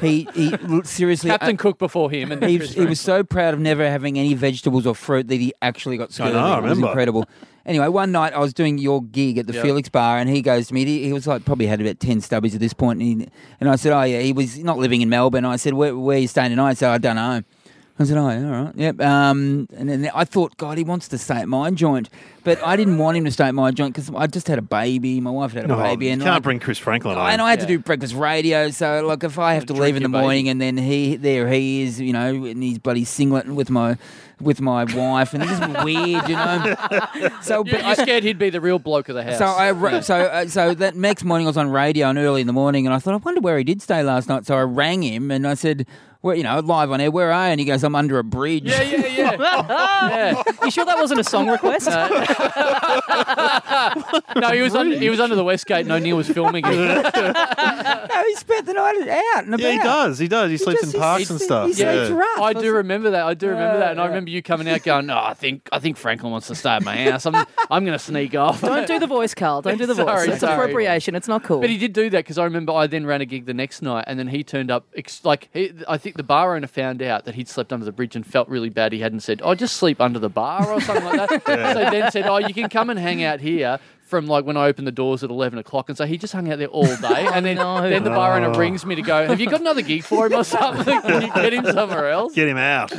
Speaker 4: he he l- seriously.
Speaker 2: Captain
Speaker 4: uh,
Speaker 2: Cook before him, and
Speaker 4: he,
Speaker 2: Chris
Speaker 4: he was
Speaker 2: Franklin.
Speaker 4: so proud of never having any vegetables or fruit that he actually got scurvy.
Speaker 3: know, I
Speaker 4: It was
Speaker 3: remember.
Speaker 4: incredible. Anyway, one night I was doing your gig at the
Speaker 2: Yeah.
Speaker 4: Felix Bar, and he goes to me. He, he was like probably had about ten stubbies at this point, and, he, and I said, "Oh yeah, he was not living in Melbourne." I said, "Where, where are you staying tonight?" He said, "I don't know." I said, "Oh, yeah, all right, yep." Um, and then I thought, God, he wants to stay at my joint, but I didn't want him to stay at my joint because I just had a baby. My wife had a
Speaker 3: No,
Speaker 4: baby,
Speaker 3: you
Speaker 4: and
Speaker 3: can't
Speaker 4: like,
Speaker 3: bring Chris Franklin
Speaker 4: and
Speaker 3: on.
Speaker 4: Oh, I had to
Speaker 2: Yeah.
Speaker 4: do breakfast radio, so like if I have to
Speaker 2: Drink
Speaker 4: leave in the
Speaker 2: your baby.
Speaker 4: morning and then he there he is, you know, in his bloody singlet with my with my wife, and this is weird, you know. So
Speaker 2: You-
Speaker 4: but
Speaker 2: You're
Speaker 4: I,
Speaker 2: scared he'd be the real bloke of the house.
Speaker 4: so I ra- so uh, so that next morning I was on radio and early in the morning, and I thought I wonder where he did stay last night. So I rang him and I said, "Where you know live on air? Where are?" you? And he goes, "I'm under a bridge."
Speaker 2: yeah, yeah, yeah. yeah.
Speaker 5: You sure that wasn't a song request?
Speaker 2: No, he was on, he was under the West Gate, and O'Neill was filming it.
Speaker 4: No, he spent the night out and about.
Speaker 3: Yeah, he does. He does. He sleeps
Speaker 4: just-
Speaker 3: in
Speaker 4: he
Speaker 3: parks
Speaker 4: sleeps-
Speaker 3: and
Speaker 4: he
Speaker 3: stuff.
Speaker 4: sleeps
Speaker 3: yeah.
Speaker 4: It's rough.
Speaker 2: I do remember that. I do remember that, and I
Speaker 4: Yeah.
Speaker 2: remember you coming out going, "No, I think I think Franklin wants to stay at my house. I'm I'm going to sneak off."
Speaker 5: Don't do the voice, Carl. Don't do the voice.
Speaker 2: Sorry,
Speaker 5: it's
Speaker 2: sorry.
Speaker 5: appropriation. It's not cool.
Speaker 2: But he did do that because I remember I then ran a gig the next night, and then he turned up ex- like he, I think the bar owner found out that he'd slept under the bridge and felt really bad. He hadn't said, "I just sleep under the bar" or something like that. So then said, "Oh, you can come and hang out here." From like when I opened the doors at eleven o'clock, and so he just hung out there all day, and then
Speaker 1: no.
Speaker 2: then the bar owner rings me to go, "Have you got another gig for him or something? Can you get him somewhere else?"
Speaker 3: Get him out.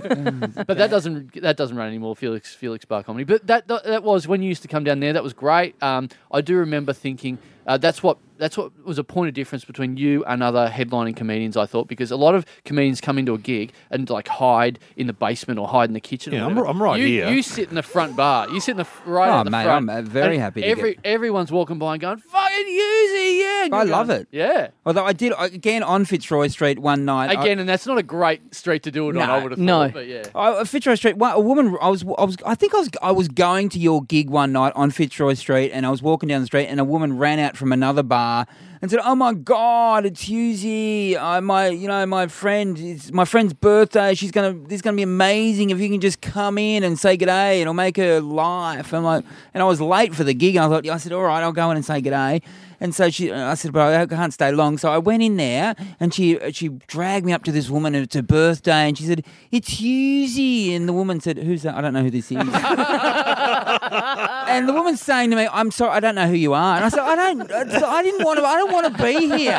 Speaker 2: But that doesn't that doesn't run anymore, Felix Felix Bar Comedy. But that that, that was when you used to come down there. That was great. Um, I do remember thinking uh, that's what that's what was a point of difference between you and other headlining comedians. I thought because a lot of comedians come into a gig and like hide in the basement or hide in the kitchen. or
Speaker 3: Yeah, I'm
Speaker 2: whatever.
Speaker 3: r- I'm right
Speaker 2: you,
Speaker 3: here.
Speaker 2: You sit in the front bar. You sit in the f- right.
Speaker 4: Oh,
Speaker 2: out the
Speaker 4: mate,
Speaker 2: front.
Speaker 4: I'm, uh, very
Speaker 2: And
Speaker 4: happy to
Speaker 2: Every everyone's walking by and going fucking Uzi, yeah. and
Speaker 4: I
Speaker 2: you're
Speaker 4: love
Speaker 2: going,
Speaker 4: it.
Speaker 2: Yeah.
Speaker 4: Although I did again on Fitzroy Street one night. I-
Speaker 2: Again, and that's not a great street to do it on.
Speaker 4: No,
Speaker 2: I would have
Speaker 5: no.
Speaker 2: thought, but yeah.
Speaker 4: I, Fitzroy Street. One, a woman. I was. I was. I think I was. I was going to your gig one night on Fitzroy Street, and I was walking down the street, and a woman ran out from another bar and said, "Oh my God, it's Hughie. I my you know my friend. It's my friend's birthday. She's gonna. This is gonna be amazing if you can just come in and say good day. It'll make her life." I'm like, and I was late for the gig. And I thought. I said, "All right, I'll go in and say good day." And so she, I said, but I can't stay long. So I went in there, and she she dragged me up to this woman. and It's her birthday, and she said, "It's Hughie." And the woman said, "Who's that? I don't know who this is." and the woman's saying to me, "I'm sorry, I don't know who you are." And I said, "I don't. I didn't want to. I don't want to be here."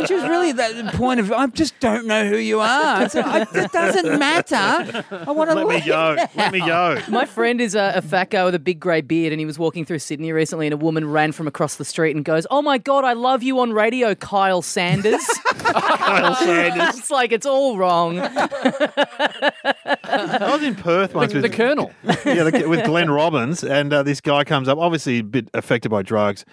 Speaker 4: Which was really the point of, "I just don't know who you are." I said, I, "It doesn't matter. I want to
Speaker 3: Let me
Speaker 4: leave."
Speaker 3: go. Let me go.
Speaker 5: My friend is a, a fat guy with a big grey beard, and he was walking through Sydney recently, and a woman ran from across the street and goes, "Oh my god, I love you on radio, Kyle Sanders."
Speaker 3: Kyle Sanders.
Speaker 5: it's like it's all wrong.
Speaker 3: I was in Perth once
Speaker 2: The, the
Speaker 3: with
Speaker 2: Colonel.
Speaker 3: yeah, the, with Glenn Robbins, and uh, this guy comes up, obviously a bit affected by drugs,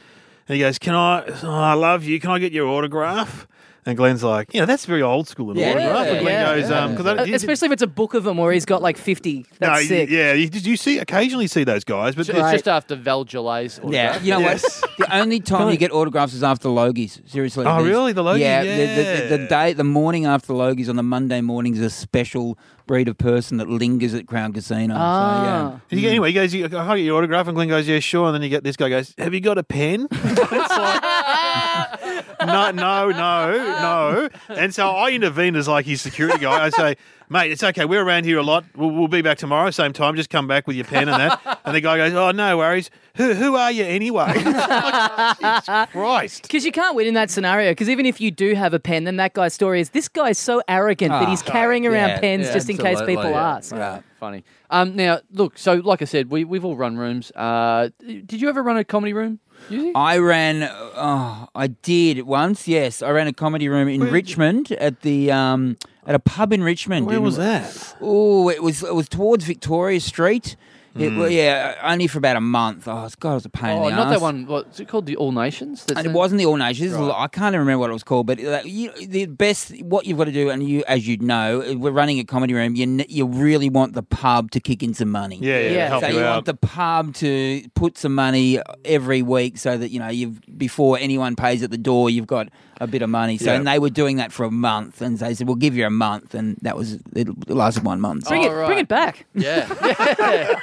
Speaker 3: and he goes, "Can I? oh, I love you. Can I get your autograph?" And Glenn's like, "You know, that's very old school an
Speaker 4: Yeah, Uh,
Speaker 3: autograph." And Glenn
Speaker 5: yeah,
Speaker 3: goes, um, 'cause I,
Speaker 5: Uh, Especially if it's a book of them where he's got like fifty. That's
Speaker 3: you-
Speaker 5: sick.
Speaker 3: yeah, you, you see occasionally see those guys, but
Speaker 2: It's
Speaker 3: there's-
Speaker 4: uh,
Speaker 2: just after Val Gillet's
Speaker 4: Yeah, you know
Speaker 3: Yes.
Speaker 4: what? The only time you get autographs is after Logies. Seriously.
Speaker 3: Oh,
Speaker 4: There's-
Speaker 3: really? The Logies?
Speaker 4: Yeah. The, the, the,
Speaker 3: Yeah.
Speaker 4: the day, the morning after Logies on the Monday morning is a special breed of person that lingers at Crown Casino.
Speaker 5: Ah.
Speaker 3: He
Speaker 4: mm.
Speaker 3: go- Anyway, he goes, "You- "Can I get your autograph?" And Glenn goes, "Yeah, sure." And then you get this guy goes, "Have you got a pen?" It's like, no, no, no, no. And so I intervene as like his security guy. I say, "Mate, it's okay. We're around here a lot. We'll, we'll be back tomorrow, same time. Just come back with your pen and that." And the guy goes, "Oh, no worries. Who who are you anyway?" It's like, Jesus Christ.
Speaker 5: Because you can't win in that scenario. Because even if you do have a pen, then that guy's story is this guy's so arrogant that
Speaker 4: Ah,
Speaker 5: he's carrying around
Speaker 4: yeah,
Speaker 5: pens
Speaker 2: yeah,
Speaker 5: just in case
Speaker 4: absolutely,
Speaker 5: people
Speaker 4: yeah.
Speaker 5: ask.
Speaker 4: So, yeah. Right.
Speaker 2: Funny. Um, now, look, so like I said, we, we've all run rooms. Uh, did you ever run a comedy room? Yuzi?
Speaker 4: I ran. Oh, I did once. Yes, I ran a comedy room in Richmond at the um, at a pub in Richmond.
Speaker 3: Where
Speaker 4: in-
Speaker 3: was that?
Speaker 4: Oh, it was it was towards Victoria Street.
Speaker 3: Hmm.
Speaker 4: It- well, yeah, only for about a month. Oh, it's- God, it was a pain.
Speaker 2: Oh,
Speaker 4: in the
Speaker 2: not
Speaker 4: arse.
Speaker 2: that one. What's it called? The All Nations. That's
Speaker 4: And it
Speaker 2: the-
Speaker 4: wasn't the All Nations. This is a lot- I can't even remember what it was called, but like, you, the best what you've got to do, and you, as you know, we're running a comedy room. You n- you really want the pub to kick in some money.
Speaker 3: Yeah, yeah,
Speaker 5: Yeah.
Speaker 3: yeah. help
Speaker 4: so
Speaker 3: you,
Speaker 4: you want
Speaker 3: out.
Speaker 4: the pub to put some money every week, so that you know you've before anyone pays at the door, you've got a bit of money. So
Speaker 3: Yeah.
Speaker 4: and they were doing that for a month, and they said, "We'll give you a month," and that was it lasted one month.
Speaker 5: Bring,
Speaker 2: Oh,
Speaker 5: it, bring
Speaker 2: right.
Speaker 5: it back.
Speaker 2: Yeah.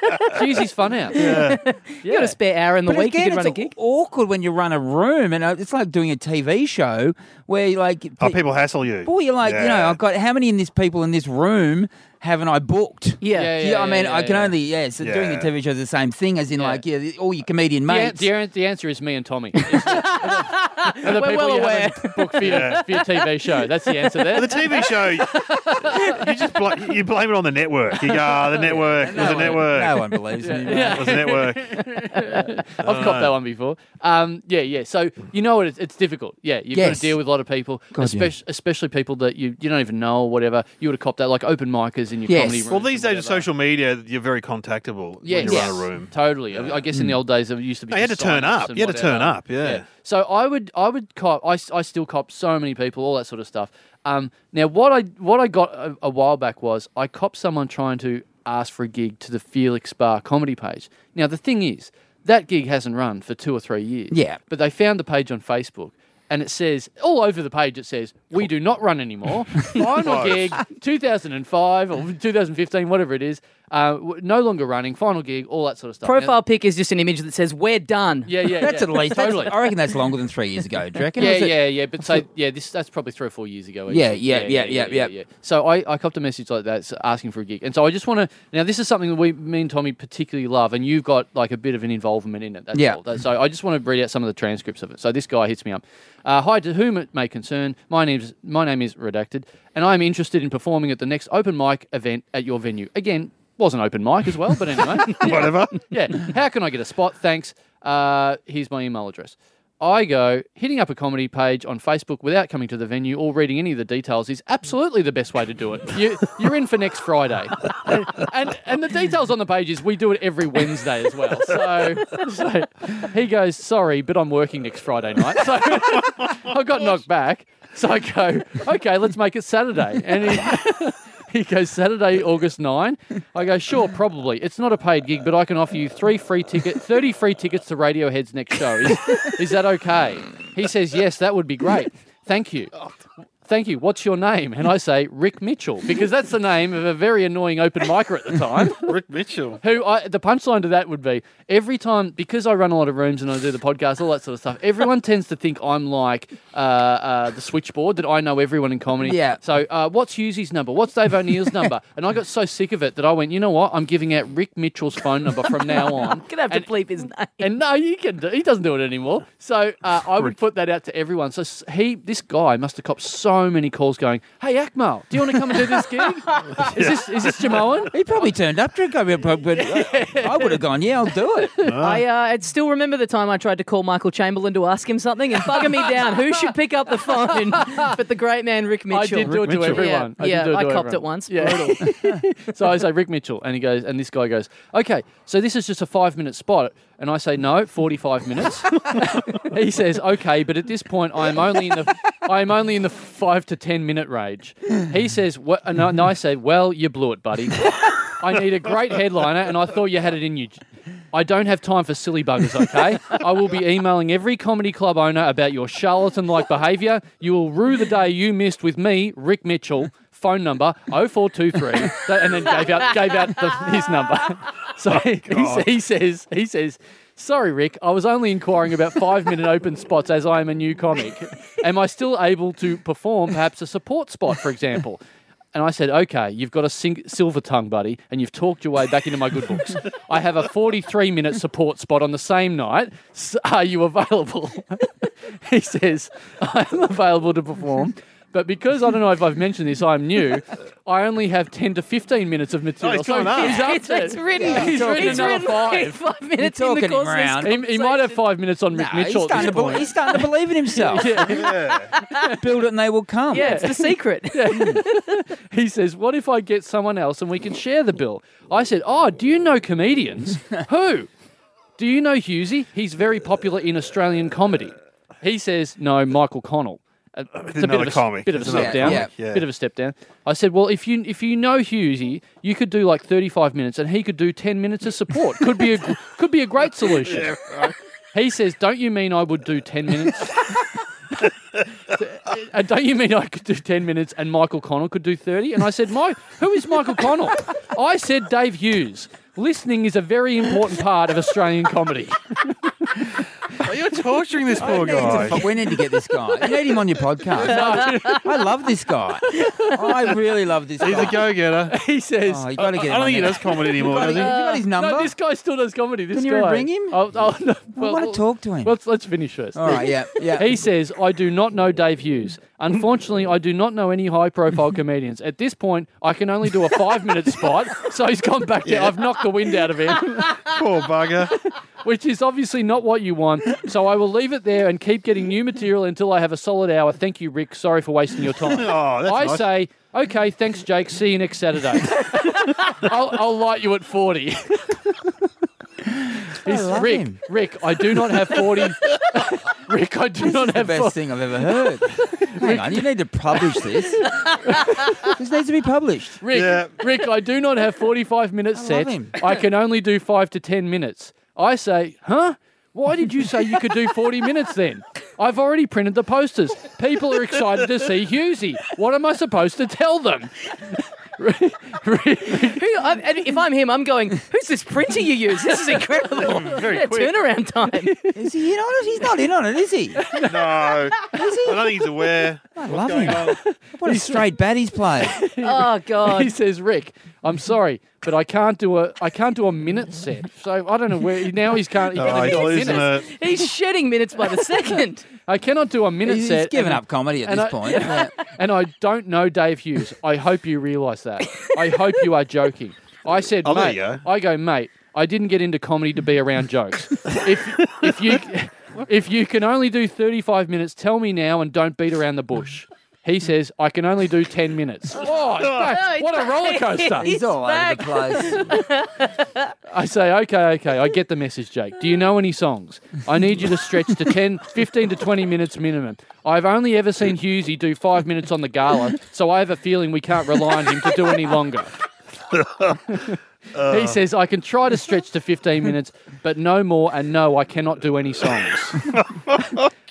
Speaker 2: Jeez, he's fun out. Yeah.
Speaker 5: You got a spare hour in the
Speaker 4: But
Speaker 5: week.
Speaker 4: again,
Speaker 5: you could run
Speaker 4: it's
Speaker 5: a gig.
Speaker 4: awkward when you run a room, and uh, it's like doing a TV show where like
Speaker 3: oh,
Speaker 4: pe-
Speaker 3: people hassle you.
Speaker 4: Boy, you're like, you know,
Speaker 3: Yeah.
Speaker 4: I've got how many in this people in this room haven't I booked?
Speaker 5: Yeah.
Speaker 4: Yeah,
Speaker 2: Yeah,
Speaker 4: I mean, I
Speaker 2: yeah,
Speaker 4: can
Speaker 2: yeah.
Speaker 4: only yeah. So doing the
Speaker 3: Yeah.
Speaker 4: TV show is the same thing as in
Speaker 2: Yeah.
Speaker 4: like yeah, all your comedian
Speaker 2: The, an-
Speaker 4: mates.
Speaker 2: the, an- the answer is me and Tommy. It's just- Are the
Speaker 5: We're
Speaker 2: people
Speaker 5: well
Speaker 2: you
Speaker 5: aware.
Speaker 2: haven't booked for your, for your TV show. That's the answer there.
Speaker 3: the TV show, you just bl- you blame it on the network. You go, ah, the network.
Speaker 4: no
Speaker 3: There's a
Speaker 4: one,
Speaker 3: network.
Speaker 4: No one believes me.
Speaker 2: Yeah.
Speaker 3: It was a network.
Speaker 2: I've copped that one before. Um, yeah, yeah. So you know what? It's, it's difficult. Yeah, you've got
Speaker 4: Yes.
Speaker 2: to deal with a lot of people,
Speaker 4: God, yeah.
Speaker 2: especially, especially people that you, you don't even know or whatever. You would have copped that, like open micers in your
Speaker 4: Yes.
Speaker 2: comedy rooms.
Speaker 4: Well,
Speaker 3: Well, these
Speaker 2: and
Speaker 3: days with
Speaker 2: whatever.
Speaker 3: social media, you're very contactable
Speaker 2: Yes.
Speaker 3: when you're
Speaker 2: Yes.
Speaker 3: in a room.
Speaker 2: Totally. I- I guess in the old days it used to be.
Speaker 3: No, you had
Speaker 2: just
Speaker 3: to turn
Speaker 2: sign-ups
Speaker 3: up.
Speaker 2: and
Speaker 3: You had to turn
Speaker 2: whatever.
Speaker 3: up, yeah.
Speaker 2: So I would, I would cop. I, s- I still cop so many people, all that sort of stuff. Um, now what I what I got a, a while back was I copped someone trying to ask for a gig to the Felix Bar comedy page. Now the thing is that gig hasn't run for two or three years.
Speaker 4: Yeah.
Speaker 2: But they found the page on Facebook. And it says all over the page. It says we do not run anymore. Final
Speaker 3: Close.
Speaker 2: gig, 2005 or 2015, whatever it is. Uh, w- no longer running. Final gig, all that sort of stuff. Now-
Speaker 5: Profile pic is just an image that says we're done.
Speaker 2: yeah, yeah.
Speaker 4: That's
Speaker 2: yeah.
Speaker 4: at least that's-
Speaker 2: totally.
Speaker 4: I reckon that's longer than three years ago. Do you reckon?
Speaker 2: Yeah,
Speaker 4: Is it-
Speaker 2: yeah, yeah. But so yeah, this that's probably three or four years ago.
Speaker 4: Yeah,
Speaker 2: actually.
Speaker 4: yeah, yeah, yeah, yeah.
Speaker 2: So I, I copped a message like that s- asking for a gig, and so I just want to now. This is something that we, me and Tommy, particularly love, and you've got like a bit of an involvement in it. That's
Speaker 4: Yeah.
Speaker 2: all. That- So I just want to read out some of the transcripts of it. So this guy hits me up. Uh, Hi, to whom it may concern, my name's my name is redacted, and I am interested in performing at the next open mic event at your venue. Again, was an open mic as well, but anyway.
Speaker 3: Whatever.
Speaker 2: yeah. How can I get a spot? Thanks. Uh, here's my email address. I go hitting up a comedy page on Facebook without coming to the venue or reading any of the details is absolutely the best way to do it. You, you're in for next Friday, and, and and the details on the page is we do it every Wednesday as well. So, so he goes, sorry, but I'm working next Friday night. So I got knocked back. So I go, okay, let's make it Saturday, and. He, He goes, Saturday, August 9. I go, sure, probably. It's not a paid gig, but I can offer you three free ticket, 30 free tickets to Radiohead's next show. Is, is that okay? He says, yes, that would be great. Thank you. Thank you. What's your name? And I say, Rick Mitchell, because that's the name of a very annoying open micer at the time.
Speaker 3: Rick Mitchell.
Speaker 2: Who I, the punchline to that would be every time because I run a lot of rooms and I do the podcast, all that sort of stuff. Everyone tends to think I'm like uh, uh, the switchboard that I know everyone in comedy.
Speaker 4: Yeah.
Speaker 2: So uh, what's Hughesy's number? What's Dave O'Neill's number? And I got so sick of it that I went, you know what? I'm giving out Rick Mitchell's phone number from now on.
Speaker 5: Gonna have to
Speaker 2: And- Ah.
Speaker 5: bleep his name.
Speaker 2: and no, you can. Do, he doesn't do it anymore. So uh, I would put that out to everyone. So s- he, this guy, must have copped so many calls going, "Hey, Akmal, do you want to come and do this gig? Is this is this Jamoan?
Speaker 4: He probably turned up drunk. I, mean, but I, I would have gone. Yeah, I'll do it.
Speaker 5: I uh, I'd still remember the time I tried to call Michael Chamberlain to ask him something and bugger me down. Who should pick up the phone? but the great man Rick Mitchell.
Speaker 2: I did do it to
Speaker 3: Mitchell.
Speaker 2: everyone.
Speaker 5: Yeah,
Speaker 2: did
Speaker 5: yeah,
Speaker 2: do
Speaker 5: I
Speaker 2: to
Speaker 5: copped
Speaker 2: everyone.
Speaker 5: it once.
Speaker 2: so I say Rick Mitchell, and he goes, and this guy goes, okay, so this is just a five minute spot, and I say no, forty five minutes. he says, okay, but at this point, I am only in the, I am only in the five to ten minute range. He says, what, and, I, and I say, well, you blew it, buddy. I need a great headliner, and I thought you had it in you. I don't have time for silly buggers, okay? I will be emailing every comedy club owner about your charlatan like behaviour. You will rue the day you missed with me, Rick Mitchell, phone number 0423, that- and then gave out, gave out the, his number. So he, he says, he says, Sorry, Rick. I was only inquiring about five minute open spots as I am a new comic. Am I still able to perform perhaps a support spot, for example? And I said, okay, you've got a sing- silver tongue, buddy, and you've talked your way back into my good books. I have a 43 minute support spot on the same night. S- are you available? he says, I'm available to perform. But because I don't know if I've mentioned this, I'm new. I only have ten to fifteen minutes of
Speaker 4: Oh,
Speaker 2: material.
Speaker 3: he's
Speaker 2: so
Speaker 3: gone up.
Speaker 2: he's up
Speaker 1: it's,
Speaker 2: to-
Speaker 1: it's written.
Speaker 2: He's written another
Speaker 1: like
Speaker 2: five.
Speaker 1: five minutes in
Speaker 4: talking
Speaker 1: the
Speaker 4: him
Speaker 1: course of this
Speaker 4: round.
Speaker 2: He, he might have five minutes on Rick
Speaker 4: Nah, he's,
Speaker 2: Mitchell at
Speaker 4: starting
Speaker 2: this
Speaker 4: to, be-
Speaker 2: point.
Speaker 4: he's starting to believe in himself. Build it and they will come.
Speaker 1: Yeah, it's the secret.
Speaker 2: He says, "What if I get someone else and we can share the bill?" I said, "Oh, do you know comedians? Who? Do you know Husey? He's very popular in Australian comedy." He says, "No, Michael Connell." Uh, It's a bit
Speaker 3: another
Speaker 2: of a,
Speaker 3: comic.
Speaker 2: bit of a
Speaker 3: It's
Speaker 2: step
Speaker 4: another
Speaker 2: down.
Speaker 4: comic,
Speaker 3: yeah.
Speaker 2: Bit of a step down. I said, "Well, if you if you know Husey, you could do like thirty-five minutes, and he could do ten minutes of support. Could be a gr- could be a great solution." He says, "Don't you mean I would do ten minutes?" and don't you mean I could do 10 minutes and Michael Connell could do 30? And I said, My, who is Michael Connell? I said, Dave Hughes. Listening is a very important part of Australian comedy.
Speaker 3: You're torturing this poor
Speaker 4: We need to-
Speaker 3: guy.
Speaker 4: we need to get this guy. You need him on your podcast. I love this guy. I really love this
Speaker 3: He's
Speaker 4: guy.
Speaker 3: a go-getter.
Speaker 2: He says,
Speaker 4: Oh, you got to get him.
Speaker 3: I don't
Speaker 4: on
Speaker 3: think he
Speaker 4: there.
Speaker 3: does comedy anymore,
Speaker 4: Have
Speaker 3: does
Speaker 4: you
Speaker 3: he?
Speaker 4: got his number?
Speaker 2: No, Uh, this guy still does comedy. This
Speaker 4: Can you
Speaker 2: guy.
Speaker 4: ring him?
Speaker 2: Oh, oh, no.
Speaker 4: I
Speaker 2: Well,
Speaker 4: want
Speaker 2: well,
Speaker 4: to talk to him.
Speaker 2: Let's, let's finish first.
Speaker 4: All right, yeah, yeah.
Speaker 2: He says, I do not know Dave Hughes. Unfortunately, I do not know any high profile comedians. At this point, I can only do a five minute spot. So he's gone back there. I've knocked the wind out of him.
Speaker 3: Poor bugger.
Speaker 2: which is obviously not what you want. So I will leave it there and keep getting new material until I have a solid hour. Thank you, Rick. Sorry for wasting your time.
Speaker 3: Oh, that's
Speaker 2: I
Speaker 3: nice.
Speaker 2: say, okay, thanks, Jake. See you next Saturday. I'll, I'll light you at 40. He's,
Speaker 4: love
Speaker 2: Rick,
Speaker 4: him.
Speaker 2: Rick, I do not have 40. Rick, I do not
Speaker 4: the
Speaker 2: have
Speaker 4: best
Speaker 2: 40.
Speaker 4: thing I've ever heard. Hang on, you need to publish this. this needs to be published.
Speaker 2: Rick,
Speaker 3: Yeah.
Speaker 2: Rick, I do not have 45 minutes set.
Speaker 4: him.
Speaker 2: I can only do five to 10 minutes. I say, huh? Why did you say you could do 40 minutes then? I've already printed the posters. People are excited to see Husey. What am I supposed to tell them? Rick- Rick-
Speaker 1: Who, I, and if I'm him, I'm going, who's this printer you use? This is incredible.
Speaker 2: Mm,
Speaker 1: yeah, turnaround time.
Speaker 4: Is he in on it? He's not in on it, is he?
Speaker 3: No. I don't think he's aware.
Speaker 4: I love him. What a straight bat he's playing.
Speaker 1: Oh, God.
Speaker 2: he says, Rick, I'm sorry, but I can't do a I can't do a minute set. So I don't know where now he's can't. He can
Speaker 3: Oh, he's losing it.
Speaker 1: He's shedding minutes by the second.
Speaker 2: I cannot do a minute
Speaker 4: He's,
Speaker 2: set.
Speaker 4: he's given
Speaker 2: and-
Speaker 4: up comedy at
Speaker 2: and
Speaker 4: this
Speaker 2: I-
Speaker 4: point.
Speaker 2: And I don't know Dave Hughes. I hope you realise that. I hope you are joking. I said,
Speaker 3: Oh, there
Speaker 2: mate.
Speaker 3: you go.
Speaker 2: I go, mate. I didn't get into comedy to be around jokes. if if you if you can only do thirty five minutes, tell me now and don't beat around the bush. He says, I can only do ten minutes. Oh, it's back. what a roller coaster!
Speaker 4: He's all over the place.
Speaker 2: I say, okay, okay, I get the message, Jake. Do you know any songs? I need you to stretch to 10, 15 to 20 minutes minimum. I've only ever seen Husey do five minutes on the gala, so I have a feeling we can't rely on him to do any longer. he says, I can try to stretch to 15 minutes, but no more, and no, I cannot do any songs.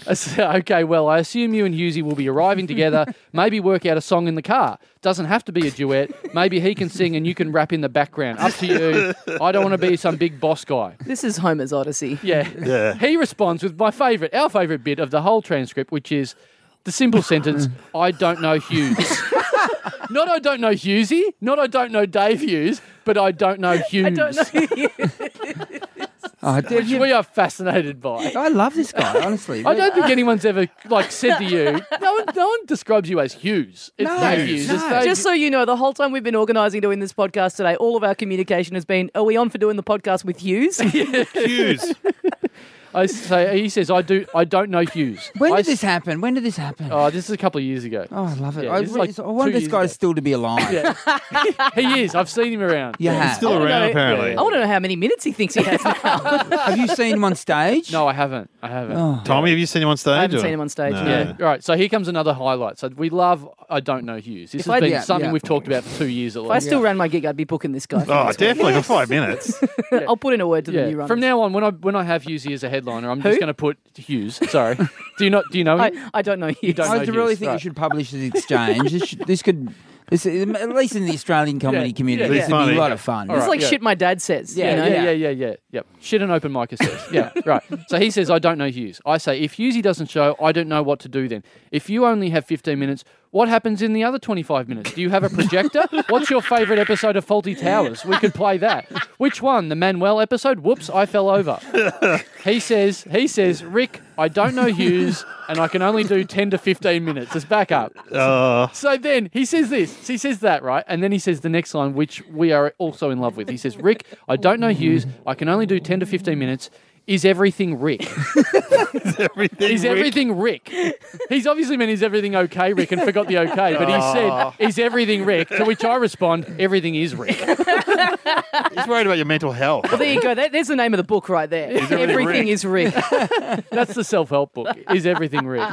Speaker 2: I said, okay, well, I assume you and Husey will be arriving together. Maybe work out a song in the car. Doesn't have to be a duet. Maybe he can sing and you can rap in the background. Up to you. I don't want to be some big boss guy.
Speaker 1: This is Homer's Odyssey.
Speaker 2: Yeah.
Speaker 3: Yeah.
Speaker 2: He responds with my favourite, our favourite bit of the whole transcript, which is the simple sentence, I don't know Hughes. not I don't know Hughesy, not I don't know Dave Hughes, but I don't know Hughes.
Speaker 1: I don't know.
Speaker 4: Oh, dude, you-
Speaker 2: We are fascinated by.
Speaker 4: I love this guy, honestly.
Speaker 2: I don't think anyone's ever like said to you. No one, no one describes you as Hughes. It's
Speaker 4: No,
Speaker 2: Dave Hughes. It's
Speaker 4: no.
Speaker 2: Dave
Speaker 1: Just so you know, the whole time we've been organising doing this podcast today, all of our communication has been, are we on for doing the podcast with Hughes?
Speaker 3: Hughes.
Speaker 2: I say, he says, I do. I don't know Hughes.
Speaker 4: When
Speaker 2: I
Speaker 4: did
Speaker 2: s-
Speaker 4: this Oh. happen? When did this happen? Oh,
Speaker 2: Oh, this is a couple of years ago.
Speaker 4: I love it.
Speaker 2: Yeah,
Speaker 4: I,
Speaker 2: this is like
Speaker 4: I want
Speaker 2: two
Speaker 4: this
Speaker 2: years
Speaker 4: guy
Speaker 2: ago.
Speaker 4: still to be alive.
Speaker 2: Yeah. he is. I've seen him around.
Speaker 4: You
Speaker 3: He's
Speaker 4: have.
Speaker 3: still
Speaker 1: wanna
Speaker 3: around,
Speaker 1: know-
Speaker 3: apparently.
Speaker 1: I want to know how many minutes he thinks he has now.
Speaker 4: have you seen him on stage?
Speaker 2: No, I haven't. I haven't.
Speaker 4: Oh.
Speaker 3: Tommy, have you seen him on stage?
Speaker 1: I haven't
Speaker 3: or-
Speaker 1: seen him on stage,
Speaker 3: No.
Speaker 1: no.
Speaker 2: Yeah. Right. So here comes another highlight. So we love. I don't know Hughes. This
Speaker 1: If
Speaker 2: has
Speaker 1: I-
Speaker 2: been
Speaker 4: yeah,
Speaker 2: something
Speaker 4: yeah.
Speaker 2: we've talked about for two years at
Speaker 1: If I
Speaker 2: least.
Speaker 1: still ran my gig, I'd be booking this guy. for
Speaker 3: Oh,
Speaker 1: this
Speaker 3: definitely for five minutes.
Speaker 1: one. I'll put in a word to the new
Speaker 2: Yeah.
Speaker 1: runners.
Speaker 2: From now on, when I when I have Hughesy as a headliner, I'm just going to put Hughes. Sorry. do you not? Do you know him?
Speaker 1: I, I don't know Hughes.
Speaker 2: don't
Speaker 4: I
Speaker 2: know
Speaker 4: do really
Speaker 2: Hughes,
Speaker 4: think you
Speaker 2: right.
Speaker 4: should publish this exchange. this, should, this could, this, at least in the Australian comedy
Speaker 2: yeah,
Speaker 4: community,
Speaker 2: yeah.
Speaker 4: this would be
Speaker 3: Funny.
Speaker 4: a lot of fun.
Speaker 2: All
Speaker 1: It's
Speaker 2: right,
Speaker 1: like
Speaker 2: yeah.
Speaker 1: shit my dad says.
Speaker 4: Yeah,
Speaker 1: you know?
Speaker 2: yeah, yeah, yeah, yeah, yep. Shit an open mic says. Yeah, right. So he says, I don't know Hughes. I say, if Hughesy doesn't show, I don't know what to do then. If you only have 15 minutes, what happens in the other 25 minutes? Do you have a projector? What's your favourite episode of Faulty Towers? We could play that. Which one? The Manuel episode? Whoops, I fell over. He says, he says, Rick, I don't know Hughes, and I can only do 10 to 15 minutes. It's back up.
Speaker 3: Uh,
Speaker 2: So then he says this, he says that, right? And then he says the next line, which we are also in love with. He says, Rick, I don't know Hughes. I can only do 10 to 15 minutes. Is everything Rick?
Speaker 3: everything.
Speaker 2: Is
Speaker 3: Rick.
Speaker 2: everything Rick? He's obviously meant is everything okay, Rick, and forgot the okay, but he said, is everything Rick? To which I respond, everything is Rick.
Speaker 3: He's worried about your mental health.
Speaker 1: Well, there you go. That, there's the name of the book right there. Everything
Speaker 3: Rick?
Speaker 1: is Rick.
Speaker 2: That's the self help book, is everything Rick?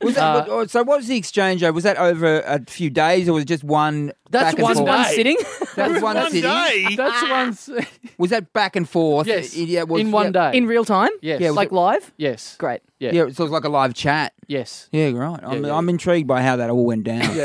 Speaker 4: Was that,
Speaker 2: Uh,
Speaker 4: what- oh, so what was the exchange over? Was that over a few days or was it just one
Speaker 2: That's
Speaker 4: back and
Speaker 2: one
Speaker 4: forth?
Speaker 1: One
Speaker 2: day.
Speaker 1: sitting.
Speaker 4: That was one,
Speaker 3: One
Speaker 4: sitting?
Speaker 3: day.
Speaker 2: That's one's.
Speaker 4: Was that back and forth?
Speaker 2: Yes.
Speaker 4: It- yeah, it was-
Speaker 2: in one
Speaker 4: yeah.
Speaker 2: day.
Speaker 1: In real time?
Speaker 2: Yes.
Speaker 4: Yeah, it was
Speaker 1: Like live?
Speaker 2: yes.
Speaker 1: Great.
Speaker 2: Yeah.
Speaker 4: Yeah, so it was like a live chat.
Speaker 2: Yes.
Speaker 4: Yeah, right. I'm,
Speaker 2: Yeah, yeah.
Speaker 4: I'm intrigued by how that all went down.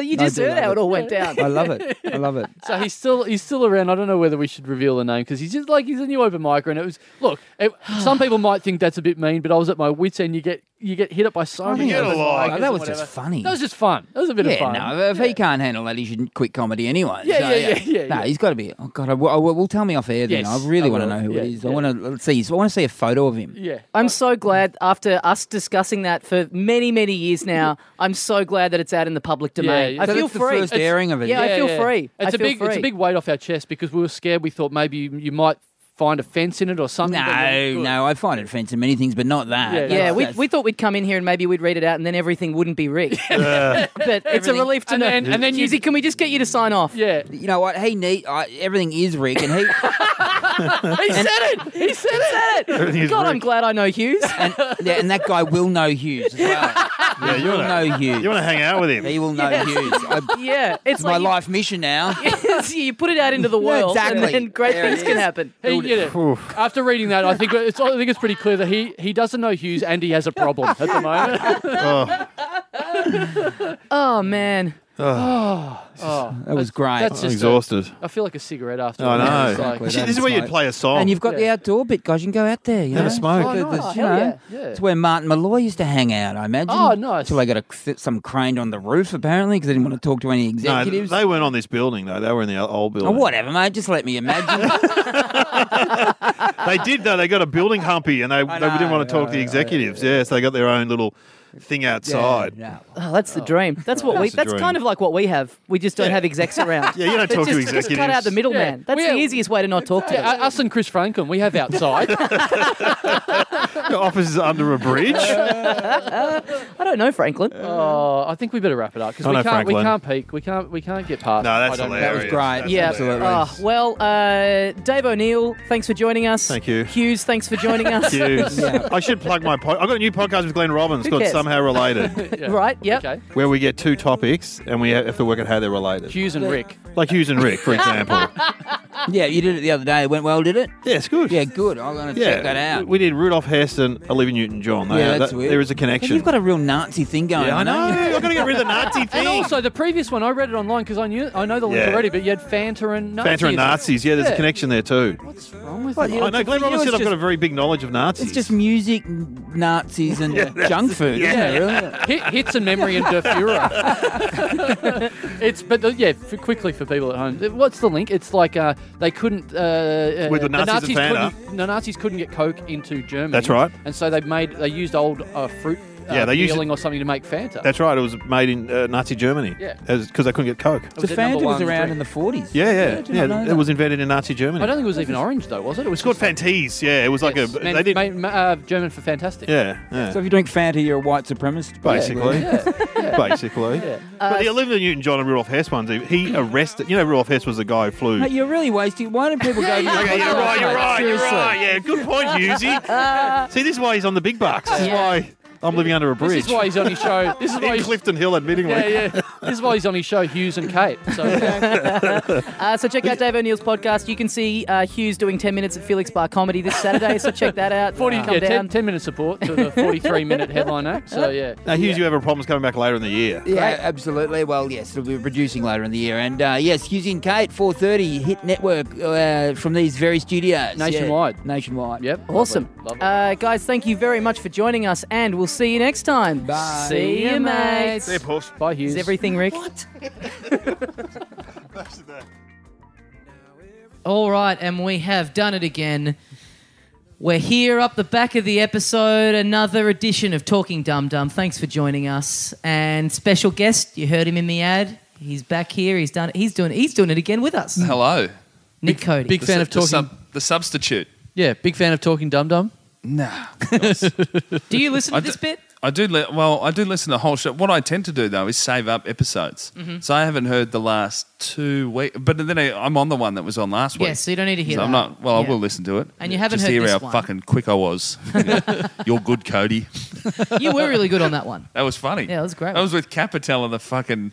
Speaker 1: You just
Speaker 4: do
Speaker 1: heard
Speaker 4: love
Speaker 1: how it
Speaker 4: it.
Speaker 1: all went down.
Speaker 4: I love it. I love it.
Speaker 2: So he's still he's still around. I don't know whether we should reveal the name because he's just like he's a new open micer, and it was look. It, some people might think that's a bit mean, but I was at my wits end. You get you get hit up by so many.
Speaker 3: get a
Speaker 2: open
Speaker 3: lot.
Speaker 2: micers
Speaker 4: Oh, that
Speaker 2: and
Speaker 4: was just
Speaker 2: whatever.
Speaker 4: funny.
Speaker 2: That was just fun. That was a bit of
Speaker 4: yeah,
Speaker 2: fun.
Speaker 4: no, if he can't handle that, he shouldn't quit comedy anyway.
Speaker 2: Yeah,
Speaker 4: So,
Speaker 2: yeah, yeah, yeah,
Speaker 4: No,
Speaker 2: yeah.
Speaker 4: he's got to be. Oh God, I, will- I, will- well, tell me off air. Then
Speaker 2: Yes,
Speaker 4: I really
Speaker 2: I
Speaker 4: want to
Speaker 2: will.
Speaker 4: know who it
Speaker 2: Yeah,
Speaker 4: is. I
Speaker 2: yeah.
Speaker 4: want to let's see. I want to see a photo of him.
Speaker 2: Yeah.
Speaker 1: I'm so glad after us discussing that for many, many years now, I'm so glad that it's out in the public domain.
Speaker 2: yeah.
Speaker 1: I
Speaker 4: So
Speaker 1: feel
Speaker 4: that's
Speaker 1: free.
Speaker 4: the first airing of it.
Speaker 1: Yeah, I feel free. I
Speaker 2: It's a
Speaker 1: feel
Speaker 2: big it's
Speaker 1: free.
Speaker 2: a big weight off our chest because we were scared. We thought maybe you, you might find a fence in it or something. but
Speaker 4: No,
Speaker 2: good.
Speaker 4: no, I find it offensive many things, but not that.
Speaker 2: Yeah, yeah.
Speaker 1: yeah,
Speaker 4: That's-
Speaker 1: we,
Speaker 4: that's-
Speaker 1: we thought we'd come in here and maybe we'd read it out and then everything wouldn't be Rick. but it's a
Speaker 4: Everything-
Speaker 1: relief to
Speaker 2: And
Speaker 1: know.
Speaker 2: then- and then you-
Speaker 1: Husey, can we just get you to sign off?
Speaker 2: Yeah.
Speaker 4: You know what? He need I everything is Rick, and he
Speaker 2: He said it. He said it.
Speaker 3: Everything is
Speaker 1: God, I'm
Speaker 3: Rick.
Speaker 1: glad I know Hughes.
Speaker 4: and, yeah, and that guy will know Hughes as well.
Speaker 3: Yeah, you
Speaker 4: He'll
Speaker 3: want
Speaker 4: know Hughes.
Speaker 3: to you want to hang out with him?
Speaker 4: He will know Hughes. I,
Speaker 1: yeah, it's
Speaker 4: it's
Speaker 1: like
Speaker 4: my
Speaker 1: you-
Speaker 4: life mission now.
Speaker 1: you put it out into the world,
Speaker 4: exactly.
Speaker 1: and then great
Speaker 4: There it
Speaker 1: things can
Speaker 4: is.
Speaker 1: happen.
Speaker 2: He did it. After reading that, I think it's I think it's pretty clear that he, he doesn't know Hughes and he has a problem at the moment.
Speaker 3: Oh,
Speaker 1: Oh man,
Speaker 2: Oh,
Speaker 4: That was great.
Speaker 2: that's
Speaker 3: I'm
Speaker 2: just
Speaker 3: exhausted.
Speaker 2: A, I feel like a cigarette after.
Speaker 3: I
Speaker 2: all that.
Speaker 3: know.
Speaker 2: It's like-
Speaker 4: Exactly.
Speaker 3: Shit, this is where you'd
Speaker 4: Smoke.
Speaker 3: play a song.
Speaker 4: And you've got the
Speaker 2: Oh, Yeah.
Speaker 4: outdoor bit, guys. You can go out there. You
Speaker 3: Have a
Speaker 4: know?
Speaker 3: smoke.
Speaker 2: Oh,
Speaker 4: The- the-
Speaker 2: nice.
Speaker 4: you
Speaker 2: Hell
Speaker 4: know,
Speaker 2: yeah, yeah.
Speaker 4: It's where Martin Malloy used to hang out, I imagine.
Speaker 2: Oh, nice.
Speaker 4: Until they got a, th- some crane on the roof, apparently, because they didn't want to talk to any
Speaker 3: no,
Speaker 4: executives.
Speaker 3: they weren't on this building though. They were in the old
Speaker 4: Oh,
Speaker 3: building.
Speaker 4: whatever, mate. Just let me imagine.
Speaker 3: They did though. They got a building humpy, and they, they
Speaker 4: know,
Speaker 3: didn't want to talk to the
Speaker 4: yeah,
Speaker 3: executives. Yeah, so they got their own little thing outside. Yeah,
Speaker 4: Yeah, no.
Speaker 1: oh, that's the dream. That's what we.
Speaker 3: That's the
Speaker 1: That's
Speaker 3: dream.
Speaker 1: kind of like what we have. We just don't have execs around.
Speaker 3: you don't
Speaker 1: It's
Speaker 3: talk to
Speaker 1: just,
Speaker 3: executives.
Speaker 1: just cut out the middleman. That's
Speaker 2: We
Speaker 1: the
Speaker 2: have-
Speaker 1: easiest way to not talk to
Speaker 2: Yeah,
Speaker 1: them.
Speaker 2: u- us and Chris Franklin, we have outside.
Speaker 3: The office is under a bridge.
Speaker 1: I don't know, Franklin.
Speaker 2: oh, I think we better wrap it up because
Speaker 3: I
Speaker 2: we
Speaker 3: know
Speaker 2: can't. We
Speaker 3: Franklin.
Speaker 2: can't peak. We can't. We can't get past.
Speaker 3: No, that's
Speaker 2: I don't know.
Speaker 3: hilarious.
Speaker 4: That was great.
Speaker 3: That's
Speaker 1: yeah,
Speaker 3: hilarious.
Speaker 4: absolutely.
Speaker 1: Oh, well, uh, Dave O'Neill, thanks for joining us.
Speaker 3: Thank you.
Speaker 1: Hughes, thanks for joining us.
Speaker 3: Hughes. I should plug my. Po- I've got a new podcast with Glenn Robbins
Speaker 1: Who
Speaker 3: called
Speaker 1: cares?
Speaker 3: Somehow Related,
Speaker 2: Yeah.
Speaker 1: Right? Yep.
Speaker 2: Okay.
Speaker 3: where we get two topics and we have to work out how they're related,
Speaker 2: Hughes and Rick.
Speaker 3: like Hughes and Rick, for example.
Speaker 4: yeah, you did it the other day. It went well, did it?
Speaker 3: yeah, it's good.
Speaker 4: Yeah, good. I'm going to
Speaker 3: Yeah,
Speaker 4: check that out.
Speaker 3: We did Rudolph Hess and Olivia Newton-John. They
Speaker 4: Yeah,
Speaker 3: are-
Speaker 4: that's
Speaker 3: that-
Speaker 4: weird.
Speaker 3: There is a
Speaker 4: But
Speaker 3: connection.
Speaker 4: you've got a real Nazi thing going
Speaker 3: yeah, I
Speaker 4: on. haven't you?
Speaker 3: know. I've got to get rid of the Nazi
Speaker 2: And
Speaker 3: thing.
Speaker 2: also the previous one, I read it online because I knew I know the link
Speaker 3: Yeah.
Speaker 2: already. But you had Fanta and Nazi.
Speaker 3: Banter and Nazis. Yeah, there's a
Speaker 2: Yeah.
Speaker 3: connection there too.
Speaker 2: What's wrong with
Speaker 4: What,
Speaker 2: it?
Speaker 4: you-
Speaker 3: I know. Glenn Robbins
Speaker 4: it's
Speaker 3: said I've
Speaker 4: just-
Speaker 3: got a very big knowledge of Nazis.
Speaker 4: It's just music, Nazis, and junk food.
Speaker 3: yeah.
Speaker 4: Isn't it, really?
Speaker 2: Hit, hits and memory and Der Fuhrer. it's but the, yeah, for, quickly for people at home. Uh, What's the link? It's like uh, they couldn't uh, uh,
Speaker 3: With the Nazis and Fanta.
Speaker 2: couldn't, the Nazis couldn't get Coke into Germany.
Speaker 3: That's right.
Speaker 2: And so they made they used old uh, fruit uh,
Speaker 3: Yeah, they used
Speaker 2: peeling or something to make Fanta.
Speaker 3: That's right. It was made in uh, Nazi Germany.
Speaker 2: Yeah.
Speaker 3: Because they couldn't get Coke.
Speaker 2: It
Speaker 4: The
Speaker 2: was their number
Speaker 4: Fanta was
Speaker 2: one
Speaker 4: around
Speaker 2: drink.
Speaker 4: in the 40s.
Speaker 3: Yeah, yeah,
Speaker 4: did
Speaker 3: yeah.
Speaker 4: not know
Speaker 3: It
Speaker 4: that.
Speaker 3: was invented in Nazi Germany.
Speaker 2: I don't think it was even orange though, was it? It was
Speaker 3: it's called
Speaker 2: just-
Speaker 3: Fantes. Yeah, it was like
Speaker 2: yes.
Speaker 3: a.
Speaker 2: Man-
Speaker 3: they did.
Speaker 2: ma- uh, German for fantastic.
Speaker 3: yeah, yeah.
Speaker 4: So if you drink Fanta, you're a white supremacist.
Speaker 3: basically,
Speaker 2: Yeah.
Speaker 3: basically. But
Speaker 4: Uh,
Speaker 3: the Olivia Newton-John and Rudolph Hess ones. He arrested. You know, Rudolph Hess was the guy who flew.
Speaker 4: Mate, you're really wasting. Why don't people go?
Speaker 3: Okay, you're right. You're right. You're right. Yeah, good point, Husey. See, this is why he's on the big bucks. This is why I'm living under a bridge.
Speaker 2: This is why he's on his show. This is why
Speaker 3: in
Speaker 2: he's
Speaker 3: Clifton Hill, admittingly.
Speaker 2: yeah, yeah. This is why he's on his show Hughes and Kate. So
Speaker 1: Uh, so check out Dave O'Neill's podcast. You can see uh, Hughes doing 10 minutes at Felix Bar Comedy this Saturday, so check that out.
Speaker 2: 40,
Speaker 1: Come
Speaker 2: Ah. yeah, 10,
Speaker 1: down.
Speaker 2: 10 minute support to the 43 minute headline act. So, yeah.
Speaker 3: Now, Hughes, you have a problem's coming back later in the year.
Speaker 4: Yeah, absolutely. Well, yes, it'll be producing later in the year, and uh, yes, Hughes and Kate, four thirty, Hit Network uh, from these very studios Yeah.
Speaker 2: Nationwide.
Speaker 4: nationwide.
Speaker 2: Yep.
Speaker 1: Awesome.
Speaker 2: Lovely, lovely.
Speaker 1: Uh, guys, thank you very much for joining us, and we'll see you next time.
Speaker 4: Bye.
Speaker 1: See you, mates.
Speaker 3: They're pushed.
Speaker 2: Bye, Hughes.
Speaker 1: Is everything Rick?
Speaker 7: All right, and we have done it again.
Speaker 1: We're here up the back of the episode, another edition of Talking Dum Dum. Thanks for joining us. And special guest, you heard him in the ad. He's back here. He's done. He's doing. He's doing it again with us.
Speaker 6: Hello.
Speaker 1: Nick Cody.
Speaker 2: big
Speaker 6: The
Speaker 2: fan
Speaker 6: su-
Speaker 2: of
Speaker 6: the
Speaker 2: talking.
Speaker 6: sub- the substitute.
Speaker 2: yeah, big fan of talking dum dum.
Speaker 6: Nah.
Speaker 1: Do you listen
Speaker 6: I
Speaker 1: to
Speaker 6: d-
Speaker 1: this bit?
Speaker 6: I do. Li- well, I do listen to the whole show. What I tend to do though is save up episodes.
Speaker 1: Mm-hmm.
Speaker 6: So I haven't heard the last two weeks, but then I, I'm on the one that was on last week.
Speaker 1: Yes. so you don't need to hear
Speaker 6: So
Speaker 1: that.
Speaker 6: I'm not. Well,
Speaker 1: Yeah.
Speaker 6: I will listen to it.
Speaker 1: And you haven't
Speaker 6: Just
Speaker 1: heard
Speaker 6: hear
Speaker 1: this
Speaker 6: how
Speaker 1: one.
Speaker 6: fucking quick I was. You're good, Cody.
Speaker 1: You were really good on that one.
Speaker 6: That was funny.
Speaker 1: Yeah, that was a great
Speaker 6: That was with Kappa telling the fucking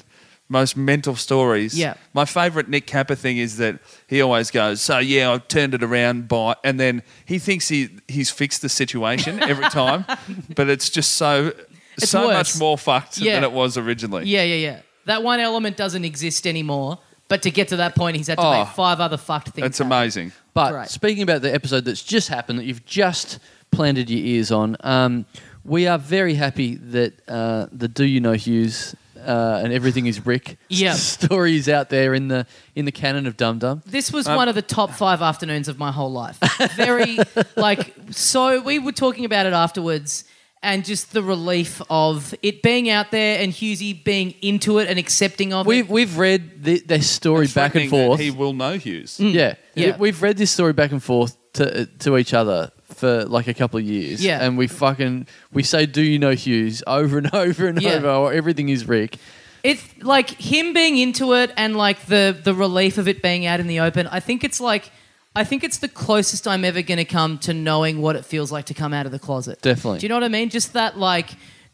Speaker 6: most mental stories.
Speaker 1: Yeah.
Speaker 6: My favourite Nick Kappa thing is that he always goes, "So yeah, I turned it around by," and then he thinks he he's fixed the situation every time, but it's just so
Speaker 1: It's
Speaker 6: so
Speaker 1: worse.
Speaker 6: much more fucked
Speaker 1: Yeah.
Speaker 6: than it was originally.
Speaker 1: Yeah, yeah, yeah. That one element doesn't exist anymore. But to get to that point, he's had to
Speaker 6: Oh.
Speaker 1: make five other fucked things.
Speaker 6: It's
Speaker 1: happen.
Speaker 6: amazing.
Speaker 2: But
Speaker 1: Right.
Speaker 2: speaking about the episode that's just happened, that you've just planted your ears on, um, we are very happy that uh, the Do You Know Hughes uh, and Everything Is Rick
Speaker 1: Yeah.
Speaker 2: story is out there in the in the canon of Dum Dum.
Speaker 1: This
Speaker 6: Um,
Speaker 1: was one of the top five afternoons of my whole life. Very, like, so we were talking about it afterwards and just the relief of it being out there and Husey being into it and accepting of
Speaker 2: We've
Speaker 1: it.
Speaker 2: we've read the, this story back and
Speaker 6: Threatening that
Speaker 2: forth.
Speaker 6: uh,
Speaker 2: Mm.
Speaker 6: He will know Hughes.
Speaker 2: Yeah,
Speaker 1: Hmm. Yeah.
Speaker 2: We- We've read this story back and forth to to each other for like a couple of years.
Speaker 1: Yeah.
Speaker 2: and we fucking we say, "Do you know Hughes?" over and over and
Speaker 1: Yeah.
Speaker 2: over. Or everything is Rick.
Speaker 1: It's like him being into it and like the, the relief of it being out in the open. I think it's like, I think it's the closest I'm ever going to come to knowing what it feels like to come out of the closet.
Speaker 2: Definitely.
Speaker 1: Do you know what I mean? Just that like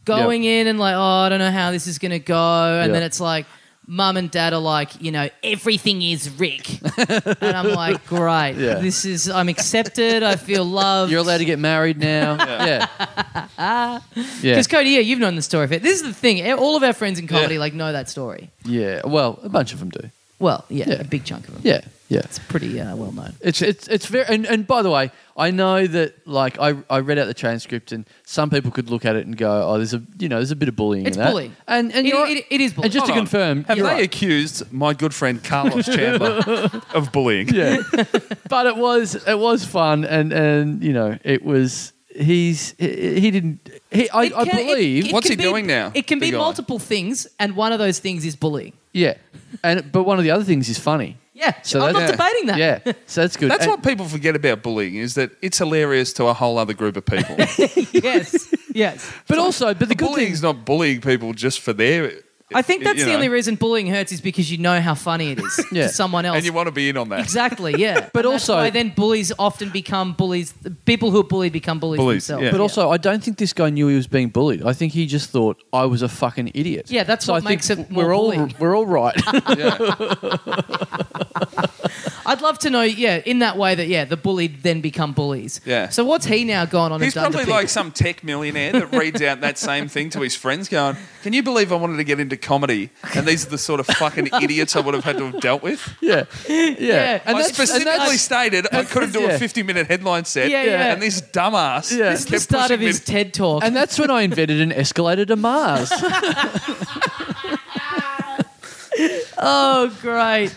Speaker 1: going in and like, oh, I don't know how this is going to go. And
Speaker 2: Yeah.
Speaker 1: then it's like, mum and dad are like, you know, everything is Rick. and I'm like, great.
Speaker 2: Yeah.
Speaker 1: This is, I'm accepted. I feel loved.
Speaker 2: You're allowed to get married now. yeah, yeah, yeah.
Speaker 1: Because, Cody, yeah, you've known the story of it. This is the thing. All of our friends in comedy like know that story.
Speaker 2: Well, a bunch of them do.
Speaker 1: Well, yeah,
Speaker 2: Yeah.
Speaker 1: a big chunk of them.
Speaker 2: Yeah, yeah.
Speaker 1: It's pretty uh, well known.
Speaker 2: It's it's it's very and, and by the way, I know that like I, I read out the transcript and some people could look at it and go, oh, there's a you know there's a bit of bullying.
Speaker 1: It's
Speaker 2: in that.
Speaker 1: bullying.
Speaker 2: and and
Speaker 1: It-
Speaker 2: you're-
Speaker 1: it- it is bullying.
Speaker 2: And just to
Speaker 6: Hold on.
Speaker 2: confirm,
Speaker 6: Have they
Speaker 2: you're right.
Speaker 6: accused my good friend Carlos Chandler of bullying?
Speaker 2: yeah. but it was it was fun, and and you know it was he's he, he didn't he I,
Speaker 1: It
Speaker 2: I
Speaker 1: can- it-
Speaker 2: believe
Speaker 1: it
Speaker 6: What's
Speaker 1: can
Speaker 6: he
Speaker 1: be-
Speaker 6: doing now,
Speaker 1: It can be
Speaker 6: big guy?
Speaker 1: multiple things, and one of those things is bullying.
Speaker 2: yeah, and but one of the other things is funny.
Speaker 1: Yeah, I'm not
Speaker 2: that's-
Speaker 1: debating that.
Speaker 2: Yeah, so that's good.
Speaker 6: That's
Speaker 2: And-
Speaker 6: what people forget about bullying is that it's hilarious to a whole other group of people.
Speaker 1: yes, yes.
Speaker 2: but also, but the good thing
Speaker 6: Bullying's not bullying people just for their.
Speaker 1: I think
Speaker 6: you
Speaker 1: that's the
Speaker 6: know.
Speaker 1: only reason bullying hurts is because you know how funny it is
Speaker 2: Yeah.
Speaker 1: to someone else.
Speaker 6: And you want to be in on that.
Speaker 1: exactly, yeah.
Speaker 2: But
Speaker 1: And that's
Speaker 2: also-
Speaker 1: why then bullies often become bullies. People who are bullied become bullies,
Speaker 6: Bullies,
Speaker 1: themselves.
Speaker 6: yeah.
Speaker 2: But also, I don't think this guy knew he was being bullied. I think he just thought I was a fucking idiot.
Speaker 1: Yeah, that's
Speaker 2: so
Speaker 1: what
Speaker 2: I think
Speaker 1: makes it more
Speaker 2: we're all
Speaker 1: bullying.
Speaker 2: we're all right.
Speaker 1: I'd love to know, yeah, in that way that yeah, the bullied then become bullies.
Speaker 6: Yeah.
Speaker 1: So what's he now gone on?
Speaker 6: He's
Speaker 1: and done
Speaker 6: probably
Speaker 1: to
Speaker 6: like some tech millionaire that reads out that same thing to his friends, going, "Can you believe I wanted to get into comedy? And these are the sort of fucking idiots I would have had to have dealt with."
Speaker 2: yeah, yeah.
Speaker 6: I
Speaker 2: that's-
Speaker 6: specifically
Speaker 2: that's-
Speaker 6: stated I could have done
Speaker 2: yeah.
Speaker 6: a fifty-minute headline set,
Speaker 1: Yeah, yeah.
Speaker 6: and this dumbass
Speaker 2: Yeah.
Speaker 1: This is the
Speaker 6: kept
Speaker 1: start of
Speaker 6: pushing
Speaker 1: his
Speaker 6: me-
Speaker 1: TED talk.
Speaker 2: And that's when I invented an escalator to Mars.
Speaker 1: Oh, great.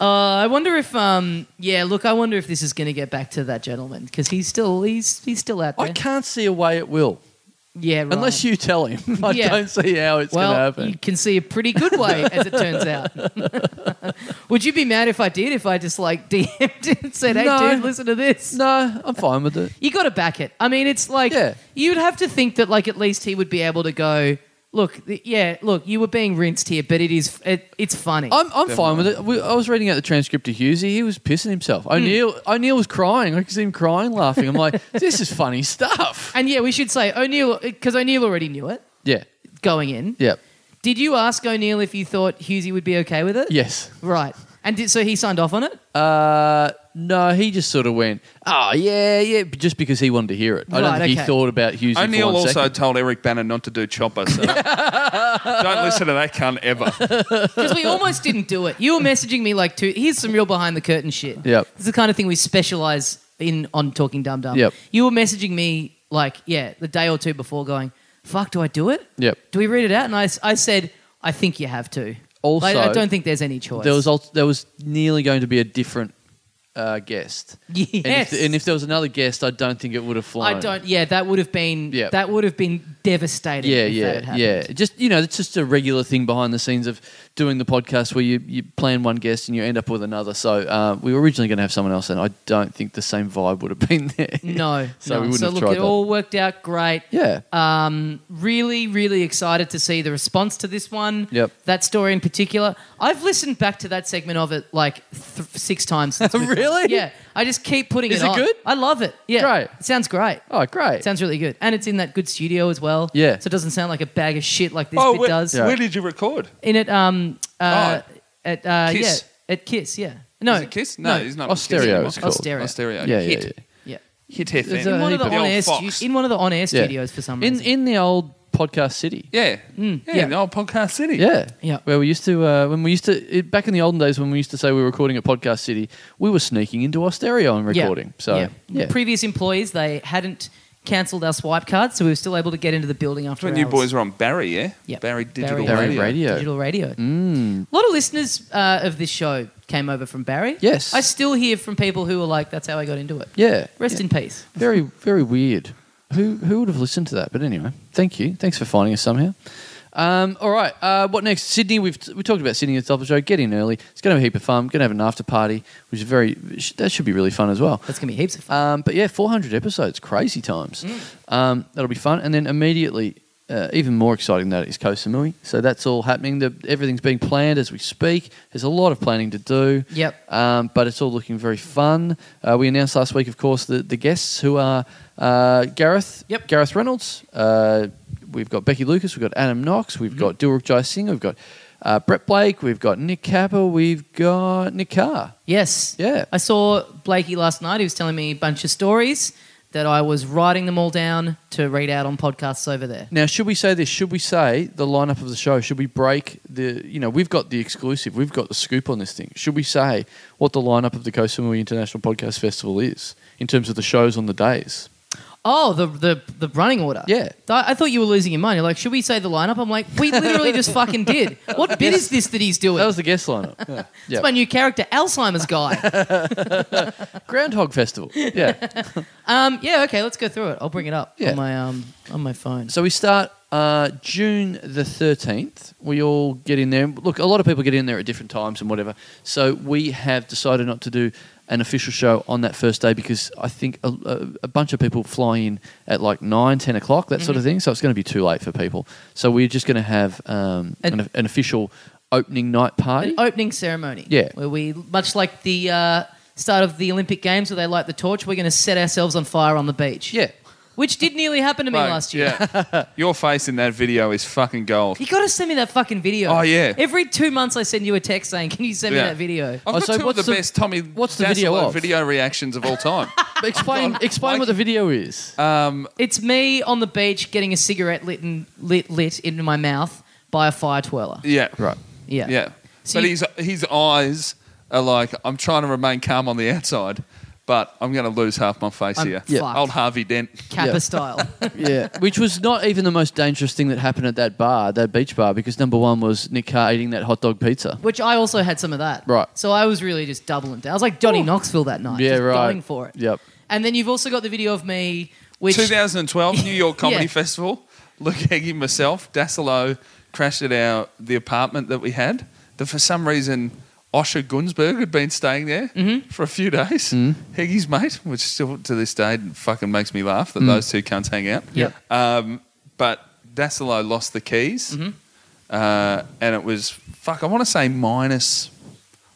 Speaker 1: Uh, I wonder if, um, yeah, look, I wonder if this is going to get back to that gentleman because he's still he's he's still out there.
Speaker 2: I can't see a way it will.
Speaker 1: yeah, right.
Speaker 2: Unless you tell him. I
Speaker 1: Yeah.
Speaker 2: don't see how it's going to
Speaker 1: well,
Speaker 2: happen.
Speaker 1: you can see a pretty good way as it turns out. Would you be mad if I did? If I just like DM'd and said, "Hey,
Speaker 2: No.
Speaker 1: dude, listen to this."
Speaker 2: No, I'm fine with it.
Speaker 1: You got to back it. I mean, it's like
Speaker 2: Yeah.
Speaker 1: you'd have to think that like at least he would be able to go. Look, th- yeah, look, you were being rinsed here, but it is it, it's funny.
Speaker 2: I'm, I'm fine with it. We, I was reading out the transcript to Hughesy. He was pissing himself. O'Neill O'Neill was crying. I could see him crying, laughing. I'm like, this is funny stuff.
Speaker 1: and yeah, we should say O'Neill because O'Neill already knew it
Speaker 2: Yeah,
Speaker 1: going in.
Speaker 2: yeah,
Speaker 1: Did you ask O'Neill if you thought Husey would be okay with it?
Speaker 2: yes.
Speaker 1: Right. And did, so he signed off on it?
Speaker 2: Uh, no, he just sort of went, oh, yeah, yeah, but just because he wanted to hear it. I don't
Speaker 1: Right,
Speaker 2: think
Speaker 1: okay.
Speaker 2: he thought about Hughesy for
Speaker 6: O'Neill
Speaker 2: one
Speaker 6: also
Speaker 2: second.
Speaker 6: told Eric Banner not to do Chopper, so don't listen to that cunt ever.
Speaker 1: Because we almost didn't do it. You were messaging me like, two, here's some real behind the curtain shit.
Speaker 2: Yep.
Speaker 1: This is the kind of thing we specialize in on Talking Dum Dum.
Speaker 2: Yep.
Speaker 1: You were messaging me like, yeah, the day or two before going, fuck, do I do it?
Speaker 2: Yep.
Speaker 1: Do we read it out? And I, s- I said, I think you have to.
Speaker 2: Also-
Speaker 1: Like, I don't think there's any choice.
Speaker 2: There was, al- there was nearly going to be a different uh, guest. And if,
Speaker 1: Yes.
Speaker 2: and if there was another guest, I don't think it would have flown.
Speaker 1: I don't. Yeah, that would have been.
Speaker 2: Yeah.
Speaker 1: That would have been devastating.
Speaker 2: Yeah,
Speaker 1: if that had
Speaker 2: yeah,
Speaker 1: happened.
Speaker 2: yeah. Just you know, it's just a regular thing behind the scenes of doing the podcast where you, you plan one guest and you end up with another. So uh, we were originally going to have someone else, and I don't think the same vibe would have been there.
Speaker 1: No.
Speaker 2: so
Speaker 1: no.
Speaker 2: we wouldn't
Speaker 1: so
Speaker 2: have
Speaker 1: look,
Speaker 2: tried
Speaker 1: it
Speaker 2: that.
Speaker 1: all worked out great.
Speaker 2: Yeah,
Speaker 1: Um, really, really excited to see the response to this one.
Speaker 2: Yep.
Speaker 1: That story in particular. I've listened back to that segment of it like th- six times. Since we've done it.
Speaker 2: Really?
Speaker 1: Yeah. I just keep putting
Speaker 2: Is
Speaker 1: it
Speaker 2: it
Speaker 1: on.
Speaker 2: good?
Speaker 1: I love it. Yeah.
Speaker 2: Great.
Speaker 1: It sounds great.
Speaker 2: oh great.
Speaker 1: It sounds really good. And it's in that good studio as well.
Speaker 2: Yeah.
Speaker 1: So it doesn't sound like a bag of shit like this
Speaker 6: oh,
Speaker 1: bit
Speaker 6: where,
Speaker 1: does.
Speaker 2: Yeah.
Speaker 6: where did you record?
Speaker 1: In it, um, uh,
Speaker 6: Oh.
Speaker 1: at, uh,
Speaker 6: Kiss.
Speaker 1: yeah. At Kiss, yeah. No.
Speaker 6: Is it Kiss? No, he's not.
Speaker 2: Oh,
Speaker 6: Kiss
Speaker 2: Stereo
Speaker 6: anymore.
Speaker 2: it's called.
Speaker 1: Stereo.
Speaker 6: Oh, stereo.
Speaker 2: yeah, yeah,
Speaker 6: Hit,
Speaker 2: yeah.
Speaker 1: Yeah. uh,
Speaker 6: hit FM.
Speaker 2: It's
Speaker 1: In
Speaker 2: a-
Speaker 1: one, of the
Speaker 6: The old
Speaker 1: on-air
Speaker 6: Fox.
Speaker 1: stu- in one of the on-air
Speaker 2: Yeah.
Speaker 1: studios for some
Speaker 2: in
Speaker 1: reason.
Speaker 2: in the old podcast city.
Speaker 6: yeah. yeah,
Speaker 1: Yeah.
Speaker 6: in the old podcast city.
Speaker 2: Yeah,
Speaker 1: Yeah.
Speaker 2: Where we used to, uh, when we used to, it, back in the olden days, when we used to say we were recording at Podcast City, we were sneaking into our stereo and
Speaker 1: Yeah.
Speaker 2: recording. So yeah,
Speaker 1: previous employees they hadn't cancelled our swipe cards, so we were still able to get into the building after
Speaker 6: When you
Speaker 1: hours.
Speaker 6: boys were on Barry, yeah?
Speaker 1: Yeah.
Speaker 6: Barry Digital
Speaker 2: Barry
Speaker 6: Radio. Mm.
Speaker 2: Radio.
Speaker 1: digital radio. A lot of listeners uh, of this show came over from Barry.
Speaker 2: Yes.
Speaker 1: I still hear from people who are like, "That's how I got into it."
Speaker 2: yeah.
Speaker 1: Rest
Speaker 2: Yeah.
Speaker 1: in peace.
Speaker 2: Very, very weird. Who who would have listened to that? But anyway, thank you. Thanks for finding us somehow. Um, all right. Uh, what next? Sydney. We've we talked about Sydney at the top of the show. Get in early. It's going to have a heap of fun. Going to have an after party, which is very that should be really fun as well.
Speaker 1: That's gonna be heaps of fun.
Speaker 2: Um, but yeah, 400 episodes, crazy times. Um, that'll be fun. And then immediately, uh, even more exciting than that is Koh Samui. So that's all happening. The, everything's being planned as we speak. There's a lot of planning to do.
Speaker 1: Yep.
Speaker 2: Um, but it's all looking very fun. Uh, we announced last week, of course, the, the guests who are uh, Gareth.
Speaker 1: Yep.
Speaker 2: Gareth Reynolds. Uh, we've got Becky Lucas. We've got Adam Knox. We've
Speaker 1: Mm-hmm.
Speaker 2: got Dilruk Jai Singh. We've got uh, Brett Blake. We've got Nick Capper. We've got Nick Carr.
Speaker 1: Yes.
Speaker 2: Yeah.
Speaker 1: I saw Blakey last night. He was telling me a bunch of stories that I was writing them all down to read out on podcasts over there.
Speaker 2: Now, should we say this? Should we say the lineup of the show? Should we break the? You know, we've got the exclusive. We've got the scoop on this thing. Should we say what the lineup of the Koh Samui International Podcast Festival is in terms of the shows on the days?
Speaker 1: Oh, the the the running order.
Speaker 2: Yeah.
Speaker 1: Th- I, thought you were losing your mind. You're like, should we say the lineup? I'm like, we literally just fucking did. What bit is this that he's doing?
Speaker 2: That was the guest lineup. yeah.
Speaker 1: It's my new character, Alzheimer's guy.
Speaker 2: Groundhog Festival. Yeah.
Speaker 1: um, yeah, okay, let's go through it. I'll bring it up
Speaker 2: Yeah.
Speaker 1: on my um on my phone.
Speaker 2: So we start uh, June the 13th. We all get in there. Look, a lot of people get in there at different times and whatever. So we have decided not to do an official show on that first day because I think a, a, a bunch of people fly in at like 9, 10 o'clock, that sort of thing. So it's going to be too late for people. So we're just going to have um,
Speaker 1: An-
Speaker 2: an, an official opening night party.
Speaker 1: An opening ceremony.
Speaker 2: Yeah.
Speaker 1: Where we much like the uh, start of the Olympic Games where they light the torch, we're gonna set ourselves on fire on the beach.
Speaker 2: yeah.
Speaker 1: Which did nearly happen to me
Speaker 6: Mate,
Speaker 1: last year.
Speaker 6: Yeah. Your face in that video is fucking gold.
Speaker 1: You gotta send me that fucking video.
Speaker 6: Oh, yeah.
Speaker 1: Every two months I send you a text saying, Can you send
Speaker 6: Yeah.
Speaker 1: me that video?
Speaker 6: I've
Speaker 2: Oh,
Speaker 6: got
Speaker 2: so
Speaker 6: two
Speaker 2: what's
Speaker 6: of the,
Speaker 2: the-
Speaker 6: best Tommy
Speaker 2: what's the
Speaker 6: Dassolo
Speaker 2: video of?
Speaker 6: video reactions of all time.
Speaker 2: But Explain, explain what the video is.
Speaker 1: It's me on the beach getting a cigarette lit and lit lit in my mouth by a fire twirler.
Speaker 6: yeah.
Speaker 2: right.
Speaker 1: Yeah.
Speaker 6: Yeah.
Speaker 1: So
Speaker 6: but
Speaker 1: you-
Speaker 6: his his eyes are like I'm trying to remain calm on the outside, but I'm going to lose half my face
Speaker 1: I'm
Speaker 6: here.
Speaker 1: Yeah. fucked.
Speaker 6: Old Harvey Dent.
Speaker 1: Kappa
Speaker 2: Yeah.
Speaker 1: style.
Speaker 2: yeah, which was not even the most dangerous thing that happened at that bar, that beach bar, because number one was Nick Carr eating that hot dog pizza.
Speaker 1: Which I also had some of that.
Speaker 2: Right.
Speaker 1: So I was really just doubling down. I was like Johnny Knoxville that night.
Speaker 2: Yeah,
Speaker 1: just
Speaker 2: right.
Speaker 1: Going for it.
Speaker 2: Yep.
Speaker 1: And then you've also got the video of me, which
Speaker 6: 2012 New York Comedy
Speaker 1: Yeah.
Speaker 6: Festival. Luke Heggie, myself, Dasilo crashed at our the apartment that we had. That for some reason Osher Gunsberg had been staying there
Speaker 1: Mm-hmm.
Speaker 6: for a few days. Heggie's mate, which still to this day fucking makes me laugh that those two cunts hang out.
Speaker 1: Yep.
Speaker 6: Um, but Dasilo lost the keys,
Speaker 1: Mm-hmm.
Speaker 6: uh, and it was fuck. I want to say minus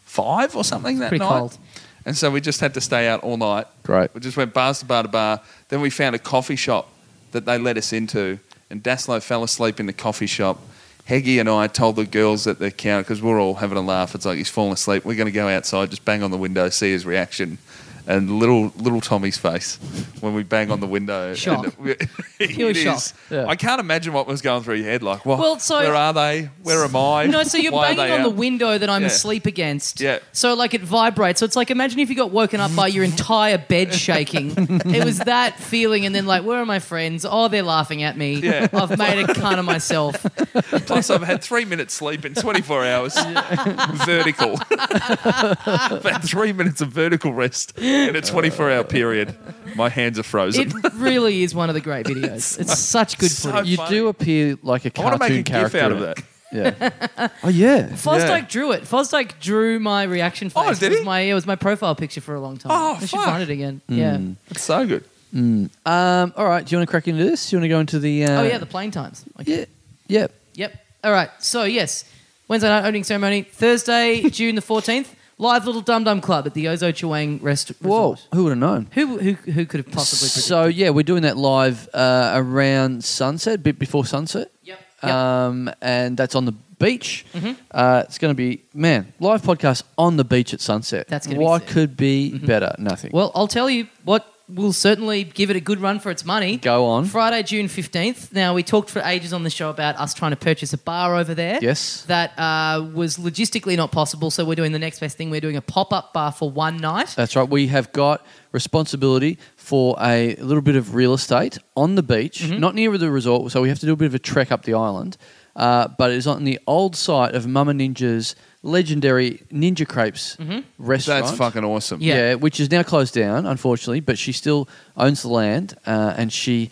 Speaker 6: five or something that
Speaker 1: pretty
Speaker 6: night.
Speaker 1: cold.
Speaker 6: And so we just had to stay out all night.
Speaker 2: Great.
Speaker 6: We just went bars to bar to bar. Then we found a coffee shop that they let us into, and Daslow fell asleep in the coffee shop. Heggie and I told the girls at the counter because we were all having a laugh. It's like he's fallen asleep. We're going to go outside, just bang on the window, see his reaction. and little little Tommy's face when we bang on the window.
Speaker 1: Shock.
Speaker 6: And we-
Speaker 1: Pure
Speaker 6: it
Speaker 1: shock.
Speaker 6: is-
Speaker 8: Yeah.
Speaker 6: I can't imagine what was going through your head. Like, what?
Speaker 1: Well, so-
Speaker 6: where are they? Where am I?
Speaker 1: No, so you're
Speaker 6: Why
Speaker 1: banging
Speaker 6: are they
Speaker 1: on the
Speaker 6: out?
Speaker 1: window that I'm
Speaker 6: Yeah.
Speaker 1: asleep against.
Speaker 6: Yeah.
Speaker 1: So like it vibrates. So it's like imagine if you got woken up by your entire bed shaking. it was that feeling, and then like, where are my friends? Oh, they're laughing at me.
Speaker 6: Yeah.
Speaker 1: I've made a cunt of myself.
Speaker 6: Plus, I've had three minutes sleep in 24 hours. vertical. I've had three minutes of vertical rest in a 24 hour period. My hands are frozen.
Speaker 1: It really is one of the great videos. It's such good
Speaker 6: So
Speaker 1: footage.
Speaker 2: You
Speaker 6: funny.
Speaker 2: do appear like a
Speaker 6: I
Speaker 2: cartoon
Speaker 6: want to make a
Speaker 2: character
Speaker 6: gif out of
Speaker 2: in it.
Speaker 6: that.
Speaker 2: Yeah. oh yeah.
Speaker 1: Fosdyke drew it. Fosdyke drew my reaction face.
Speaker 6: Oh, did
Speaker 1: it was
Speaker 6: he?
Speaker 1: my it was my profile picture for a long time.
Speaker 6: Oh,
Speaker 1: I should
Speaker 6: fuck.
Speaker 1: find it again. Yeah.
Speaker 6: It's so good.
Speaker 2: Um, all right. Do you want to crack into this? Do you want to go into the? Uh,
Speaker 1: Oh yeah, the plane times. Okay.
Speaker 2: yeah. Yeah.
Speaker 1: Yep. All right. So yes, Wednesday night opening ceremony. Thursday, June the fourteenth. Live little Dum Dum Club at the Ozo Chuang Rest
Speaker 2: Whoa.
Speaker 1: Resort.
Speaker 2: Who would have known?
Speaker 1: Who who who could have possibly? Predicted?
Speaker 2: So yeah, we're doing that live uh, around sunset, bit before sunset.
Speaker 1: Yep. Mm-hmm.
Speaker 2: Um, and that's on the beach. Uh, it's going to be man live podcast on the beach at sunset.
Speaker 1: That's gonna be
Speaker 2: what
Speaker 1: sick. Mm-hmm.
Speaker 2: could be better? Nothing.
Speaker 1: well, I'll tell you what. We'll certainly give it a good run for its money.
Speaker 2: go on.
Speaker 1: Friday, June 15th. Now, we talked for ages on the show about us trying to purchase a bar over there.
Speaker 2: Yes.
Speaker 1: That uh, was logistically not possible. So, we're doing the next best thing. We're doing a pop up bar for one night.
Speaker 2: That's right. We have got responsibility for a little bit of real estate on the beach,
Speaker 1: Mm-hmm.
Speaker 2: not near the resort, so we have to do a bit of a trek up the island. Uh, but it is on the old site of Mama Ninja's legendary Ninja Crepes
Speaker 1: Mm-hmm.
Speaker 2: restaurant.
Speaker 6: That's fucking awesome.
Speaker 1: Yeah.
Speaker 2: yeah. which is now closed down, unfortunately, but she still owns the land uh, and she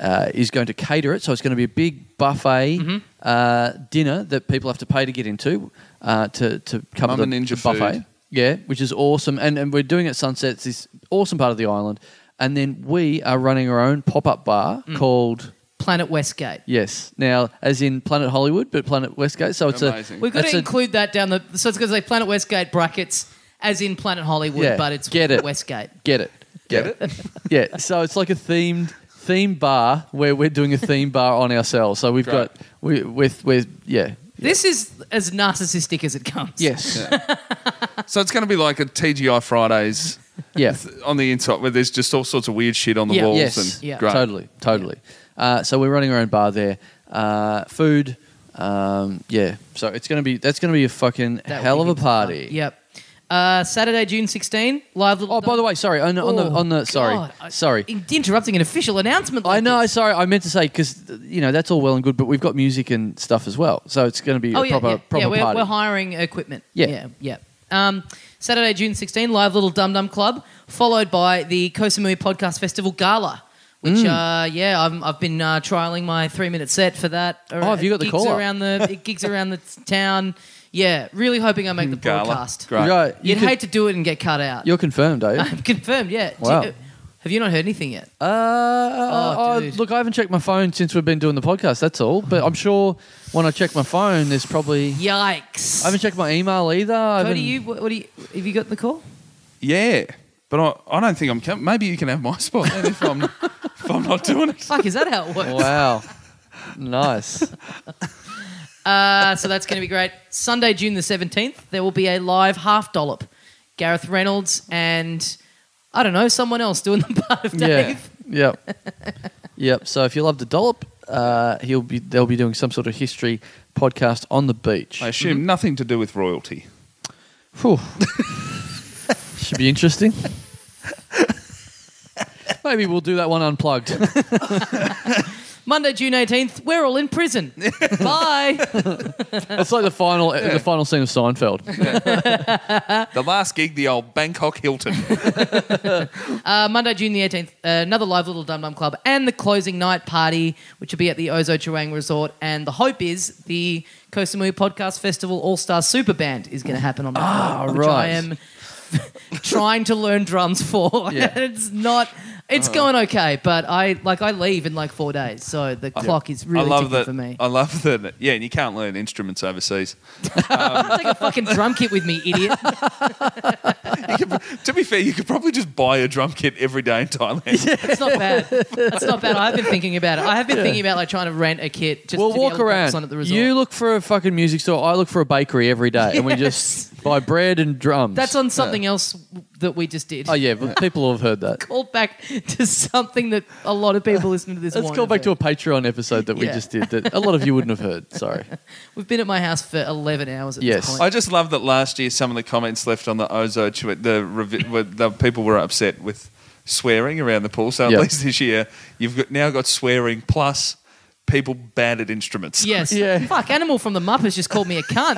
Speaker 2: uh, is going to cater it. So it's going to be a big buffet
Speaker 1: Mm-hmm.
Speaker 2: uh, dinner that people have to pay to get into uh, to, to come
Speaker 6: Mum
Speaker 2: to
Speaker 6: and
Speaker 2: the,
Speaker 6: Ninja
Speaker 2: the buffet.
Speaker 6: food.
Speaker 2: Yeah, which is awesome. And, and we're doing it at Sunset, it's this awesome part of the island. And then we are running our own pop up bar
Speaker 1: Mm.
Speaker 2: called.
Speaker 1: Planet Westgate.
Speaker 2: Yes. Now, as in Planet Hollywood, but Planet Westgate. So it's
Speaker 6: Amazing.
Speaker 2: a
Speaker 1: We've got
Speaker 2: it's
Speaker 1: to
Speaker 2: a-
Speaker 1: include that down the. So, it's going to say Planet Westgate brackets, as in Planet Hollywood,
Speaker 2: Yeah,
Speaker 1: but it's
Speaker 2: get it.
Speaker 1: Westgate.
Speaker 2: Get it.
Speaker 6: Get it?
Speaker 2: yeah, so it's like a themed theme bar where we're doing a theme bar on ourselves. So we've
Speaker 6: Great.
Speaker 2: got we with with yeah.
Speaker 1: This is as narcissistic as it comes.
Speaker 2: Yes. Yeah.
Speaker 6: So it's going to be like a TGI Fridays on the inside where there's just all sorts of weird shit on the
Speaker 1: Yeah.
Speaker 6: walls.
Speaker 2: Yes.
Speaker 6: And
Speaker 1: Yeah.
Speaker 6: Great.
Speaker 2: Totally. Totally. Uh, so we're running our own bar there. Uh, food. Um, yeah. So it's gonna be that's gonna be a fucking
Speaker 1: That
Speaker 2: hell of a
Speaker 1: would be fun.
Speaker 2: party.
Speaker 1: Yep. Uh, Saturday, June 16, live little.
Speaker 2: Oh, by the way, sorry. On, the on the
Speaker 1: Oh,
Speaker 2: on the sorry
Speaker 1: God, I-
Speaker 2: sorry.
Speaker 1: in- interrupting an official announcement. Like
Speaker 2: I know.
Speaker 1: this.
Speaker 2: Sorry, I meant to say because you know that's all well and good, but we've got music and stuff as well. So it's going to be
Speaker 1: Oh
Speaker 2: a
Speaker 1: yeah,
Speaker 2: proper
Speaker 1: yeah,
Speaker 2: proper
Speaker 1: yeah. We're,
Speaker 2: party.
Speaker 1: we're hiring equipment.
Speaker 2: Yeah.
Speaker 1: yeah, yeah. Um, Saturday, June 16, live little Dum Dum Club, followed by the Kosamui Podcast Festival Gala. Which,
Speaker 2: Mm.
Speaker 1: uh, yeah, I'm, I've been uh, trialing my three minute set for that.
Speaker 2: Oh, have you got the
Speaker 1: gigs
Speaker 2: call-up?
Speaker 1: around the gigs around the town? Yeah, really hoping I make the
Speaker 6: Gala.
Speaker 1: broadcast.
Speaker 6: Great.
Speaker 2: Right, Uh, you
Speaker 1: You'd
Speaker 2: could-
Speaker 1: hate to do it and get cut out.
Speaker 2: You're confirmed, are you? Oh,
Speaker 1: I'm confirmed. Yeah. Do
Speaker 2: Wow.
Speaker 1: you- have you not heard anything yet?
Speaker 2: Uh,
Speaker 1: Oh,
Speaker 2: oh,
Speaker 1: dude.
Speaker 2: look, I haven't checked my phone since we've been doing the podcast. That's all. But I'm sure when I check my phone, there's probably
Speaker 1: Yikes!
Speaker 2: I haven't checked my email either. I
Speaker 1: Cody,
Speaker 2: haven't-
Speaker 1: you what, what do you have you got the call?
Speaker 6: Yeah. But I, I don't think I'm. com- Maybe you can have my spot then if I'm, if I'm not doing it.
Speaker 1: Fuck, is that how it works?
Speaker 2: Wow, nice.
Speaker 1: Uh, so that's going to be great. Sunday, June the 17th, there will be a live half dollop. Gareth Reynolds and I don't know, someone else doing the part of
Speaker 2: Yeah,
Speaker 1: Dave.
Speaker 2: yep, yep. So if you love the dollop, uh, he'll be they'll be doing some sort of history podcast on the beach.
Speaker 6: I assume nothing to do with royalty.
Speaker 2: Phew. Should be interesting. Maybe we'll do that one unplugged.
Speaker 1: Monday, June 18th, we're all in prison. Bye.
Speaker 2: It's like the final the final scene of Seinfeld.
Speaker 6: The last gig, the old Bangkok Hilton.
Speaker 1: Uh, Monday, June the 18th, uh, another live Little Dum Dum Club and the closing night party, which will be at the Ozo Chuang Resort. And the hope is the Kosamui Podcast Festival All Star Super Band is going to happen on that night, which I
Speaker 2: right.
Speaker 1: am trying to learn drums for.
Speaker 2: Yeah.
Speaker 1: it's not. It's going okay, but I like I leave in like four days, so the clock is really
Speaker 6: I love
Speaker 1: ticking
Speaker 6: that.
Speaker 1: for me.
Speaker 6: I love that. Yeah, and you can't learn instruments overseas.
Speaker 1: I'll take a fucking drum kit with me, idiot.
Speaker 6: to be fair, you could probably just buy a drum kit every day in Thailand.
Speaker 1: It's not bad. It's not bad. I've been thinking about it. I have been thinking about like trying to rent a kit. Just
Speaker 2: we'll
Speaker 1: to be
Speaker 2: walk
Speaker 1: able to practice
Speaker 2: around.
Speaker 1: on at the resort.
Speaker 2: you look for a fucking music store. I look for a bakery every day, and we just by bread and drums.
Speaker 1: That's on something else that we just did.
Speaker 2: Oh yeah, but people have heard that.
Speaker 1: Call back to something that a lot of people listening to this.
Speaker 2: Let's
Speaker 1: won't
Speaker 2: go
Speaker 1: have
Speaker 2: back to a
Speaker 1: heard.
Speaker 2: Patreon episode that we
Speaker 1: Yeah.
Speaker 2: just did that a lot of you wouldn't have heard. Sorry.
Speaker 1: We've been at my house for eleven hours. At
Speaker 2: Yes.
Speaker 1: This
Speaker 6: I
Speaker 1: point.
Speaker 6: just love that last year some of the comments left on the Ozo tweet, the, revi- were- the people were upset with swearing around the pool. So at
Speaker 2: Yeah.
Speaker 6: least this year you've got, now got swearing plus people bad at instruments.
Speaker 1: yes.
Speaker 2: Yeah.
Speaker 1: Fuck. Animal from the Muppets just called me a cunt.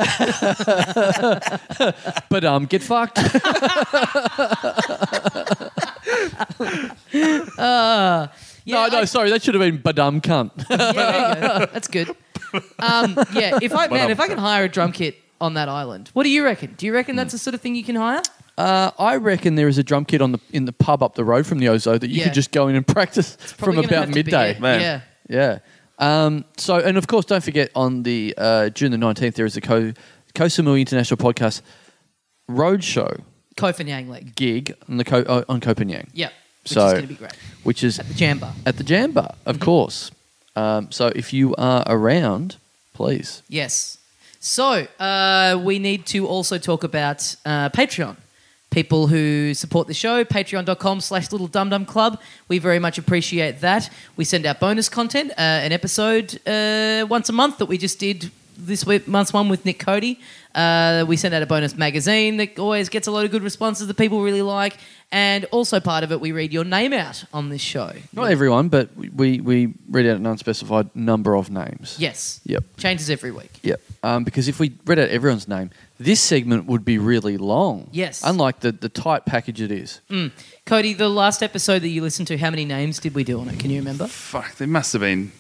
Speaker 2: But um, get fucked.
Speaker 1: Yeah,
Speaker 2: no, no,
Speaker 1: I-
Speaker 2: sorry, that should have been badum cunt.
Speaker 1: yeah, there you go. That's good. Um, yeah. If I man, if I can hire a drum kit on that island, what do you reckon? Do you reckon
Speaker 2: Hmm.
Speaker 1: that's the sort of thing you can hire?
Speaker 2: Uh, I reckon there is a drum kit on the in the pub up the road from the Ozo that you
Speaker 1: Yeah.
Speaker 2: could just go in and practice
Speaker 1: Probably
Speaker 2: from
Speaker 1: gonna
Speaker 2: about
Speaker 1: have to be
Speaker 2: midday.
Speaker 1: it.
Speaker 6: man.
Speaker 1: Yeah.
Speaker 2: Yeah. Um, so, and of course, don't forget on the uh, June the nineteenth there is a Ko Kosamui International Podcast Roadshow
Speaker 1: Kofanyang League.
Speaker 2: gig on the Ko- uh, on Copenhagen,
Speaker 1: Yeah. Which
Speaker 2: So-
Speaker 1: is going to be great.
Speaker 2: which is
Speaker 1: At the Jam Bar.
Speaker 2: at the Jam Bar, of course. Um, so, if you are around, please.
Speaker 1: Yes. So uh, we need to also talk about uh, Patreon. People who support the show, patreon.com slash little dum dum club. We very much appreciate that. We send out bonus content, uh, an episode uh, once a month that we just did this week, month's one with Nick Cody. Uh, we send out a bonus magazine that always gets a lot of good responses that people really like. And also part of it, we read your name out on this show.
Speaker 2: Not everyone, but we- we, we read out an unspecified number of names.
Speaker 1: Yes.
Speaker 2: Yep.
Speaker 1: Changes every week.
Speaker 2: Yep. Um, because if we read out everyone's name, this segment would be really long.
Speaker 1: Yes.
Speaker 2: Unlike the, the tight package it is.
Speaker 1: Cody, the last episode that you listened to, how many names did we do on it? Can you remember?
Speaker 6: Fuck, there must have been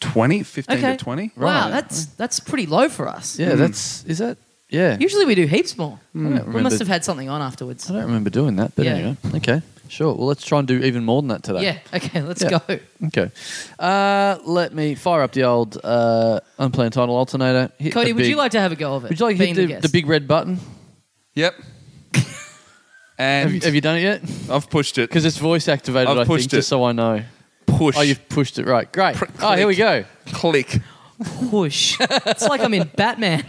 Speaker 6: 20, 15
Speaker 1: Okay.
Speaker 6: to 20.
Speaker 1: Wow, that's that's pretty low for us.
Speaker 2: Yeah, that's. Is that. Yeah.
Speaker 1: Usually we do heaps more. We
Speaker 2: remember.
Speaker 1: must have had something on afterwards.
Speaker 2: I don't remember doing that, but
Speaker 1: Yeah.
Speaker 2: anyway. Okay. Sure. Well, let's try and do even more than that today.
Speaker 1: Yeah. Okay. Let's
Speaker 2: Yeah.
Speaker 1: go.
Speaker 2: Okay. Uh, let me fire up the old uh, unplanned title alternator. hit
Speaker 1: Cody,
Speaker 2: the
Speaker 1: would you
Speaker 2: big-
Speaker 1: like to have a go of it?
Speaker 2: Would you like to
Speaker 1: being
Speaker 2: hit the, the
Speaker 1: guest?
Speaker 2: big red button?
Speaker 6: Yep. and
Speaker 2: Have you, have you done it yet?
Speaker 6: I've pushed it.
Speaker 2: Because it's voice activated,
Speaker 6: I've
Speaker 2: I think,
Speaker 6: pushed it.
Speaker 2: just so I know.
Speaker 6: Push.
Speaker 2: Oh, you've pushed it right. Great.
Speaker 6: Pr-
Speaker 2: oh, here we go.
Speaker 6: Click.
Speaker 1: push? it's like I'm in Batman.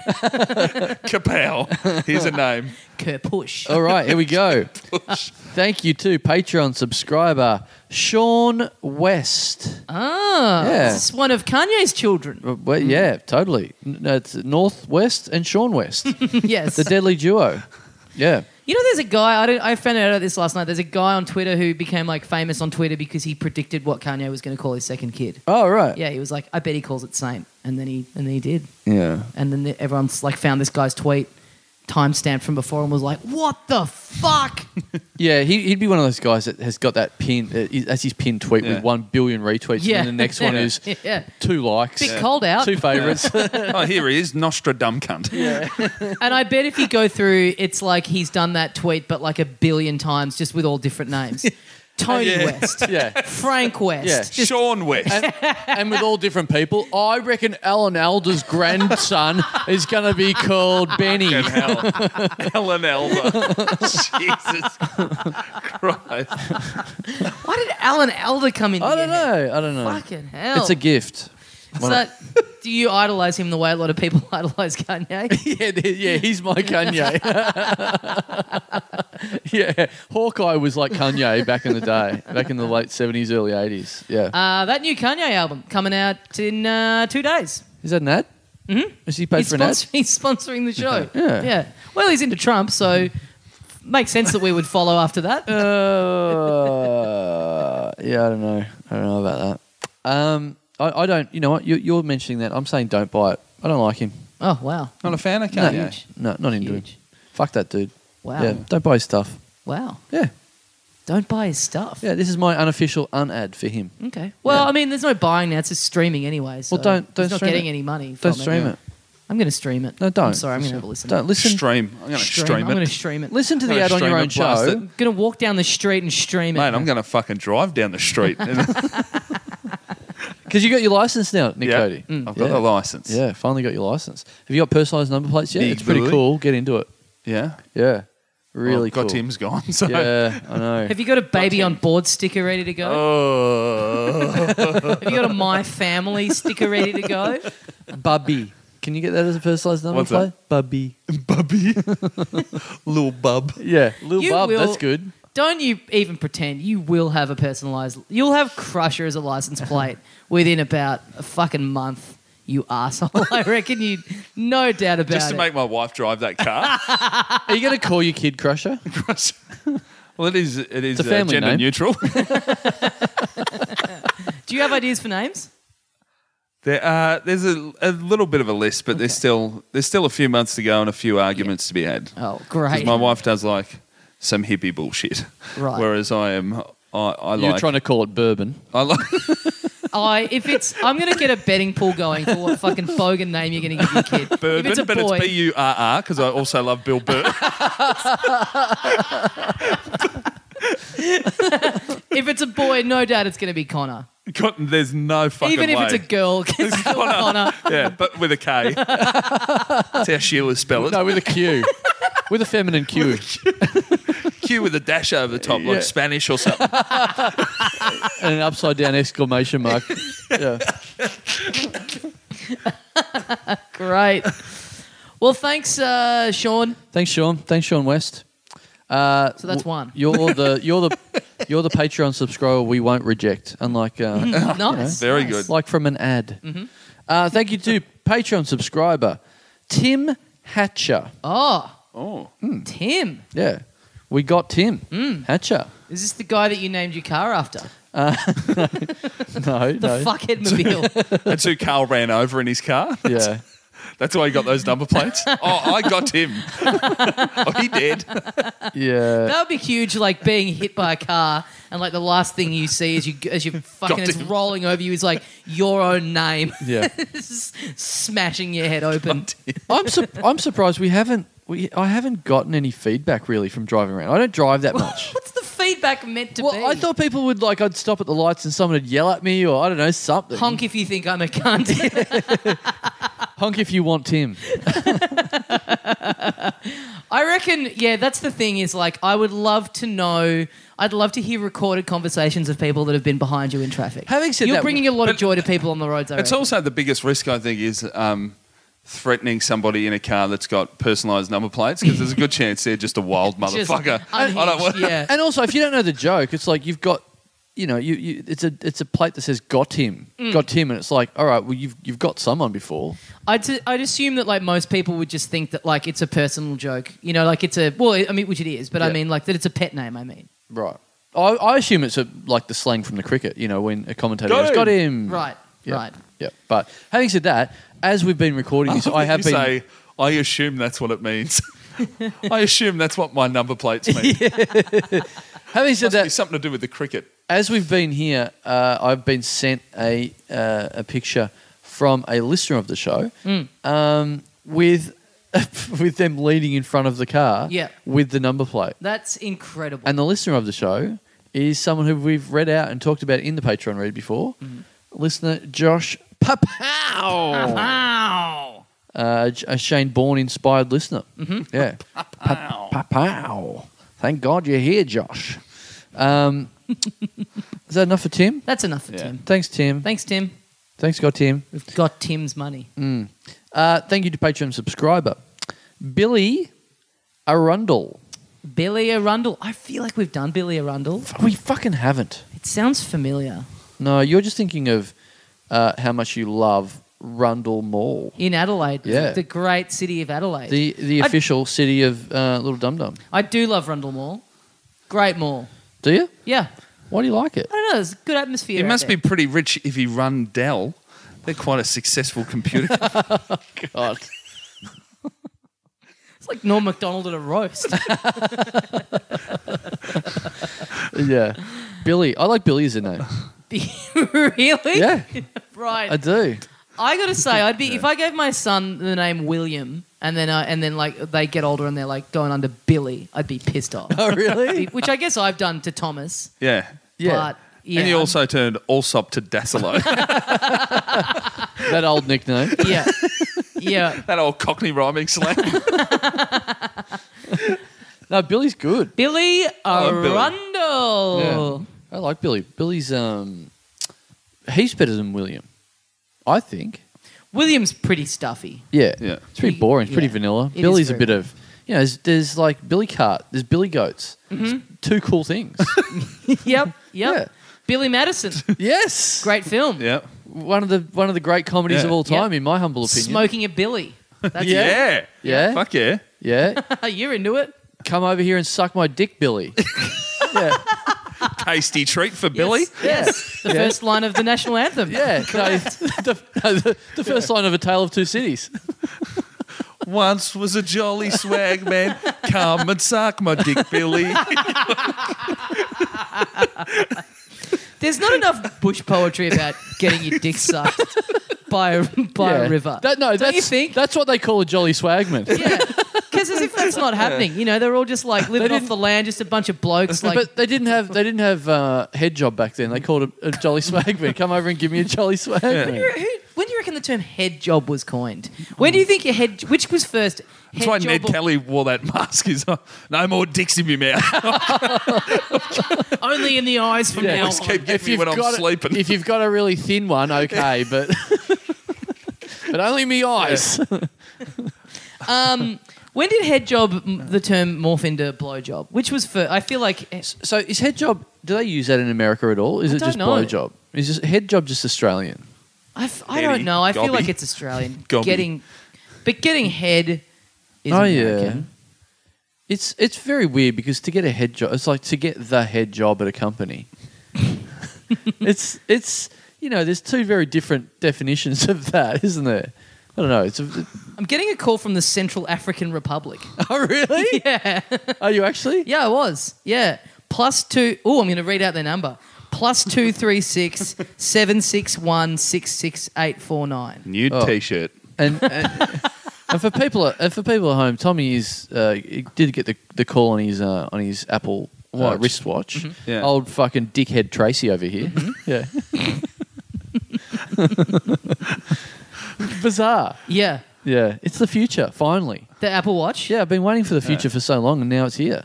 Speaker 6: Kapow. Here's a name.
Speaker 1: Ker push.
Speaker 2: All right, here we go.
Speaker 6: Push.
Speaker 2: Thank you to Patreon subscriber Sean West.
Speaker 1: Ah,
Speaker 2: Yeah.
Speaker 1: this is one of Kanye's children.
Speaker 2: Uh, Well, yeah, totally. N- no, It's Northwest and Sean West,
Speaker 1: yes.
Speaker 2: the deadly duo. Yeah.
Speaker 1: You know, there's a guy. I, don't, I found out about this last night. There's a guy on Twitter who became like famous on Twitter because he predicted what Kanye was going to call his second kid.
Speaker 2: Oh, right.
Speaker 1: Yeah, he was like, I bet he calls it Saint, and then he and then he did.
Speaker 2: Yeah.
Speaker 1: and then the- everyone's like found this guy's tweet timestamp from before and was like, "What the fuck?"
Speaker 2: Yeah, he, he'd be one of those guys that has got that pin. Uh, he- that's his pin tweet
Speaker 6: Yeah.
Speaker 2: with one billion retweets, and then the next one is
Speaker 1: yeah,
Speaker 2: two likes,
Speaker 1: bit cold out.
Speaker 2: two favorites.
Speaker 6: Oh, here he is. Nostra dumb cunt.
Speaker 1: And I bet if you go through, it's like he's done that tweet, but like a billion times, just with all different names. Tony
Speaker 6: Yeah.
Speaker 1: West,
Speaker 2: yeah,
Speaker 1: Frank West.
Speaker 2: Yeah.
Speaker 1: Just,
Speaker 6: Sean West.
Speaker 2: and with all different people. I reckon Alan Alda's grandson is going to be called Benny.
Speaker 6: Fucking hell. Alan Elba. Jesus Christ.
Speaker 1: why did Alan Elder come in?
Speaker 2: I
Speaker 1: here?
Speaker 2: don't know. I don't know.
Speaker 1: Fucking hell!
Speaker 2: It's a gift.
Speaker 1: Is that- do you idolize him the way a lot of people idolize Kanye?
Speaker 2: yeah, th- yeah, he's my Kanye. yeah, Hawkeye was like Kanye back in the day, back in the late seventies, early eighties. Yeah,
Speaker 1: Uh, that new Kanye album coming out in uh, two days.
Speaker 2: is that an ad? Mm-hmm. Is he paid
Speaker 1: he's,
Speaker 2: for an ad?
Speaker 1: sponsor- he's sponsoring the show.
Speaker 2: Yeah.
Speaker 1: yeah. Well, he's into Trump, so makes sense that we would follow after that.
Speaker 2: Uh, yeah, I don't know. I don't know about that. Um, I, I don't. You know what? You, you're mentioning that. I'm saying don't buy it. I don't like him.
Speaker 1: oh wow,
Speaker 6: Not a fan of
Speaker 2: No,
Speaker 6: Kanye.
Speaker 2: no, not into him.
Speaker 1: Huge.
Speaker 2: Fuck that dude.
Speaker 1: wow,
Speaker 2: Yeah, don't buy his stuff.
Speaker 1: wow.
Speaker 2: Yeah,
Speaker 1: Don't buy his stuff.
Speaker 2: yeah. This is my unofficial unad for him.
Speaker 1: Okay. Well,
Speaker 2: Yeah.
Speaker 1: I mean, there's no buying now. It's just streaming anyway. So
Speaker 2: Well, don't- don't
Speaker 1: he's not
Speaker 2: stream
Speaker 1: getting
Speaker 2: it.
Speaker 1: any money. From
Speaker 2: Don't stream
Speaker 1: it.
Speaker 2: it.
Speaker 1: I'm going to stream it.
Speaker 2: No, don't.
Speaker 1: I'm sorry. I'm going to have a listen.
Speaker 2: Don't listen.
Speaker 6: Stream. I'm going to
Speaker 1: Stream.
Speaker 6: stream,
Speaker 1: I'm
Speaker 6: it.
Speaker 1: going to stream it.
Speaker 2: Listen to the
Speaker 6: Gotta
Speaker 2: ad on
Speaker 6: stream
Speaker 2: your
Speaker 6: it,
Speaker 2: own
Speaker 6: blast
Speaker 2: show.
Speaker 6: it.
Speaker 1: I'm going to walk down the street and stream it.
Speaker 6: Mate, I'm going to fucking drive down the street. And-
Speaker 2: Because you got your license now, Nick
Speaker 6: Yeah. Mm.
Speaker 2: Cody.
Speaker 6: I've
Speaker 2: yeah.
Speaker 6: got a license.
Speaker 2: Yeah, finally got your license. Have you got personalised number plates yet?
Speaker 6: Big
Speaker 2: it's pretty
Speaker 6: boy.
Speaker 2: cool. Get into it.
Speaker 6: Yeah.
Speaker 2: Yeah, really
Speaker 6: Well, got
Speaker 2: cool.
Speaker 6: Tim's gone. So.
Speaker 2: Yeah, I know.
Speaker 1: Have you got a baby on board sticker ready to go?
Speaker 6: Oh.
Speaker 2: Oh.
Speaker 1: Have you got a my family sticker ready to go?
Speaker 2: Bubby. Can you get that as a personalised number
Speaker 6: What's
Speaker 2: play?
Speaker 6: that?
Speaker 2: Bubby.
Speaker 6: Bubby. Little bub.
Speaker 2: Yeah, Lil
Speaker 1: You
Speaker 2: Bub.
Speaker 1: will-
Speaker 2: That's good.
Speaker 1: Don't you even pretend you will have a personalized. You'll have Crusher as a license plate within about a fucking month. You asshole! I reckon you, no doubt about
Speaker 6: Just to
Speaker 1: it.
Speaker 6: make my wife drive that car.
Speaker 2: Are you going to call your kid Crusher?
Speaker 6: well, it is. It is
Speaker 2: It's a
Speaker 6: uh,
Speaker 2: family
Speaker 6: gender
Speaker 2: name.
Speaker 6: neutral.
Speaker 1: Do you have ideas for names?
Speaker 6: there are. There's a, a little bit of a list, but there's still there's still a few months to go and a few arguments to be had.
Speaker 1: Oh,
Speaker 6: 'Cause
Speaker 1: great!
Speaker 6: my wife does like some hippie bullshit,
Speaker 1: Right.
Speaker 6: whereas I am. I, I
Speaker 2: You're
Speaker 6: like.
Speaker 2: trying to call it bourbon.
Speaker 6: I like.
Speaker 1: I if it's I'm gonna get a betting pool going for what fucking bogan name you're gonna give your kid.
Speaker 6: Bourbon,
Speaker 1: if it's a
Speaker 6: but
Speaker 1: boy,
Speaker 6: it's B U R R because I also love Bill Burr.
Speaker 1: if it's a boy, no doubt it's gonna be Connor.
Speaker 6: God, There's no fucking
Speaker 1: Even if
Speaker 6: way.
Speaker 1: it's a girl, it's still Connor.
Speaker 6: yeah, but with a K. That's how Sheila spell it.
Speaker 2: Oh, No, with a Q. with a feminine Q.
Speaker 6: Q with a dash over the top,
Speaker 2: Yeah.
Speaker 6: like Spanish or something.
Speaker 2: and an upside down exclamation mark. Yeah.
Speaker 1: Great. Well, thanks, uh, Sean.
Speaker 2: Thanks, Sean. Thanks, Sean West. Uh,
Speaker 1: So that's
Speaker 2: w-
Speaker 1: one.
Speaker 2: You're the you're the you're the Patreon subscriber we won't reject, unlike uh,
Speaker 1: Mm-hmm. Nice.
Speaker 6: Very
Speaker 1: nice.
Speaker 6: good.
Speaker 2: like from an ad.
Speaker 1: Mm-hmm.
Speaker 2: Uh, thank you to Patreon subscriber Tim Hatcher.
Speaker 1: Oh,
Speaker 6: Oh,
Speaker 1: Tim.
Speaker 2: Yeah, we got Tim
Speaker 1: Mm.
Speaker 2: Hatcher.
Speaker 1: Is this the guy that you named your car after?
Speaker 2: No,
Speaker 1: The
Speaker 2: no.
Speaker 1: fuckhead mobile.
Speaker 6: that's who Carl ran over in his car.
Speaker 2: Yeah,
Speaker 6: That's why he got those number plates. oh, I got him. oh, he did.
Speaker 2: yeah.
Speaker 1: that would be huge. Like being hit by a car, and like the last thing you see as you as you fucking
Speaker 6: Got
Speaker 1: it's
Speaker 6: him.
Speaker 1: rolling over you is like your own name,
Speaker 2: Yeah,
Speaker 1: Just smashing your head open.
Speaker 2: I'm su- I'm surprised we haven't we I haven't gotten any feedback really from driving around. I don't drive that much.
Speaker 1: What's the feedback meant to
Speaker 2: well,
Speaker 1: be?
Speaker 2: I thought people would like I'd stop at the lights and someone would yell at me or I don't know something.
Speaker 1: honk if you think I'm a cunt.
Speaker 2: honk if you want Tim.
Speaker 1: I reckon, yeah, that's the thing is like, I would love to know, I'd love to hear recorded conversations of people that have been behind you in traffic.
Speaker 2: Having said
Speaker 1: You're
Speaker 2: that-
Speaker 1: bringing a lot of
Speaker 6: but-
Speaker 1: joy to people on the roads, I
Speaker 6: It's
Speaker 1: reckon.
Speaker 6: also the biggest risk, I think, is um, threatening somebody in a car that's got personalised number plates because there's a good chance they're just a wild
Speaker 1: Just
Speaker 6: motherfucker. I I don't
Speaker 1: unhinged,
Speaker 6: want.
Speaker 1: yeah.
Speaker 2: And also, if you don't know the joke, it's like you've got, you know, you, you it's a it's a plate that says "Got him,
Speaker 1: Mm.
Speaker 2: got him," and it's like, all right, well you've you've got someone before.
Speaker 1: I'd, s- I'd assume that like most people would just think that like it's a personal joke, you know, like it's a well, I mean, which it is, but I
Speaker 2: Yeah.
Speaker 1: mean, like that it's a pet name. I mean,
Speaker 2: Right. I, I assume it's a, like the slang from the cricket, you know, when a commentator
Speaker 6: Got
Speaker 2: goes,
Speaker 6: him.
Speaker 2: "Got him."
Speaker 1: right,
Speaker 2: Mm. Yeah.
Speaker 1: right.
Speaker 2: Yeah. But having said that, as we've been recording this, I have
Speaker 6: you
Speaker 2: been.
Speaker 6: say. I assume that's what it means. I assume that's what my number plates mean.
Speaker 2: having said
Speaker 6: Must be
Speaker 2: that,
Speaker 6: something to do with the cricket.
Speaker 2: as we've been here, uh, I've been sent a uh, a picture from a listener of the show
Speaker 6: Mm.
Speaker 2: um, with with them leaning in front of the car
Speaker 1: Yeah.
Speaker 2: with the number plate.
Speaker 1: That's incredible.
Speaker 2: And the listener of the show is someone who we've read out and talked about in the Patreon read before. Listener Josh Papow.
Speaker 1: wow.
Speaker 2: Uh, J- a Shane Bourne inspired listener. Mm-hmm. Yeah. Pa- Papow. Thank God you're here, Josh. Um, is that enough for Tim?
Speaker 1: That's enough for Tim.
Speaker 2: Thanks, Tim.
Speaker 1: Thanks, Tim.
Speaker 2: Thanks, God, Tim.
Speaker 1: We've got Tim's money.
Speaker 2: Uh, thank you to Patreon subscriber Billy Arundel.
Speaker 1: Billy Arundel. I feel like we've done Billy Arundel.
Speaker 2: We fucking haven't.
Speaker 1: It sounds familiar.
Speaker 2: No, you're just thinking of uh, how much you love Rundle Mall,
Speaker 1: In Adelaide,
Speaker 2: Yeah.
Speaker 1: the great city of Adelaide.
Speaker 2: the the
Speaker 1: I-
Speaker 2: official city of uh, Little Dum Dum.
Speaker 1: I do love Rundle Mall. Great mall.
Speaker 2: Do you?
Speaker 1: Yeah.
Speaker 2: Why do you like it?
Speaker 1: I don't know. It's a good atmosphere.
Speaker 6: It
Speaker 1: out
Speaker 6: must
Speaker 1: there.
Speaker 6: be pretty rich if you run Dell. They're quite a successful computer.
Speaker 2: God.
Speaker 1: It's like Norm MacDonald at a roast.
Speaker 2: yeah, Billy. I like Billy as a name.
Speaker 1: really?
Speaker 2: Yeah,
Speaker 1: Right.
Speaker 2: I do.
Speaker 1: I gotta say, I'd be if I gave my son the name William, and then uh, and then like they get older and they're like going under Billy, I'd be pissed off.
Speaker 2: Oh, really?
Speaker 1: Which I guess I've done to Thomas.
Speaker 6: yeah.
Speaker 2: Yeah,
Speaker 1: But yeah,
Speaker 6: and you
Speaker 1: I'm-
Speaker 6: also turned Allsop to Dasilo.
Speaker 2: that old nickname.
Speaker 1: yeah, yeah.
Speaker 6: that old Cockney rhyming slang.
Speaker 2: No, Billy's good.
Speaker 1: Billy
Speaker 6: love Billy.
Speaker 1: Arundel.
Speaker 2: I like Billy. Billy's um, he's better than William, I think.
Speaker 1: William's pretty stuffy.
Speaker 2: Yeah.
Speaker 6: Yeah.
Speaker 2: It's pretty boring. It's pretty
Speaker 1: Yeah.
Speaker 2: vanilla.
Speaker 1: It is
Speaker 2: Billy's a
Speaker 1: very
Speaker 2: bit of, you know, there's, there's like Billy Cart, there's Billy Goats. It's Two cool things.
Speaker 1: yep, yep.
Speaker 2: Yeah.
Speaker 1: Billy Madison,
Speaker 2: yes.
Speaker 1: great film.
Speaker 6: Yeah.
Speaker 2: One of the one of the great comedies
Speaker 6: Yeah.
Speaker 2: of all
Speaker 1: Yep.
Speaker 2: time, in my humble opinion.
Speaker 1: Smoking a Billy. That's it.
Speaker 6: yeah.
Speaker 2: Yeah.
Speaker 6: Fuck yeah.
Speaker 2: Yeah.
Speaker 1: You're into it.
Speaker 2: Come over here and suck my dick, Billy. yeah.
Speaker 6: Tasty treat for Billy.
Speaker 1: Yes. yes. The
Speaker 2: Yeah.
Speaker 1: first line of the national anthem.
Speaker 2: Yeah. No, the, no, the, the first line of A Tale of Two Cities.
Speaker 6: Once was a jolly swag man. Come and suck my dick, Billy.
Speaker 1: There's not enough bush poetry about getting your dick sucked by a, by
Speaker 2: Yeah.
Speaker 1: a river.
Speaker 2: That, no,
Speaker 1: Don't
Speaker 2: that's,
Speaker 1: you think?
Speaker 2: that's what they call a jolly swagman.
Speaker 1: yeah. Because as if that's not happening, you know, they're all just like living off the land, just a bunch of blokes. Like,
Speaker 2: but they didn't have they didn't have uh, head job back then. They called it a jolly swagman. Come over and give me a jolly swagman.
Speaker 1: Who- who- when do you reckon the term head job was coined? When do you think your head, which was first?
Speaker 6: That's
Speaker 1: head
Speaker 6: why
Speaker 1: job
Speaker 6: Ned
Speaker 1: or-
Speaker 6: Kelly wore that mask. He's like, no more dicks in my mouth.
Speaker 1: Only in the eyes from now
Speaker 6: Just
Speaker 1: on.
Speaker 6: keep getting me when I'm
Speaker 2: got a-
Speaker 6: sleeping.
Speaker 2: if you've got a really thin one, okay, but but only me eyes.
Speaker 1: Um, When did head job, m- the term morph into blow job? Which was for, I feel like,
Speaker 2: So is head job? Do they use that in America at all? Is
Speaker 1: I
Speaker 2: it
Speaker 1: don't
Speaker 2: just
Speaker 1: know.
Speaker 2: blow job? Is just head job just Australian?
Speaker 1: I, f- I
Speaker 6: Heady,
Speaker 1: don't know. I feel
Speaker 6: gobby.
Speaker 1: like it's Australian.
Speaker 6: Gobby.
Speaker 1: Getting, but getting head is
Speaker 2: oh
Speaker 1: American.
Speaker 2: yeah. It's it's very weird because to get a head job, it's like to get the head job at a company. it's it's you know there's two very different definitions of that, isn't there? I don't know. It's a,
Speaker 1: I'm getting a call from the Central African Republic.
Speaker 2: oh really?
Speaker 1: yeah.
Speaker 2: Are you actually?
Speaker 1: Yeah, I was. Yeah. Plus two. Oh, I'm going to read out their number. Plus two three six seven six one six six eight four nine.
Speaker 6: Nude
Speaker 2: Oh.
Speaker 6: t-shirt.
Speaker 2: and and, and for people at, and for people at home, Tommy is uh, he did get the, the call on his uh, on his Apple uh,
Speaker 6: Watch.
Speaker 2: wristwatch.
Speaker 1: Mm-hmm.
Speaker 6: Yeah.
Speaker 2: Old fucking dickhead Tracy over here. Yeah. Bizarre.
Speaker 1: Yeah.
Speaker 2: Yeah, it's the future. Finally.
Speaker 1: The Apple Watch.
Speaker 2: Yeah, I've been waiting for the future for so long, and now it's here.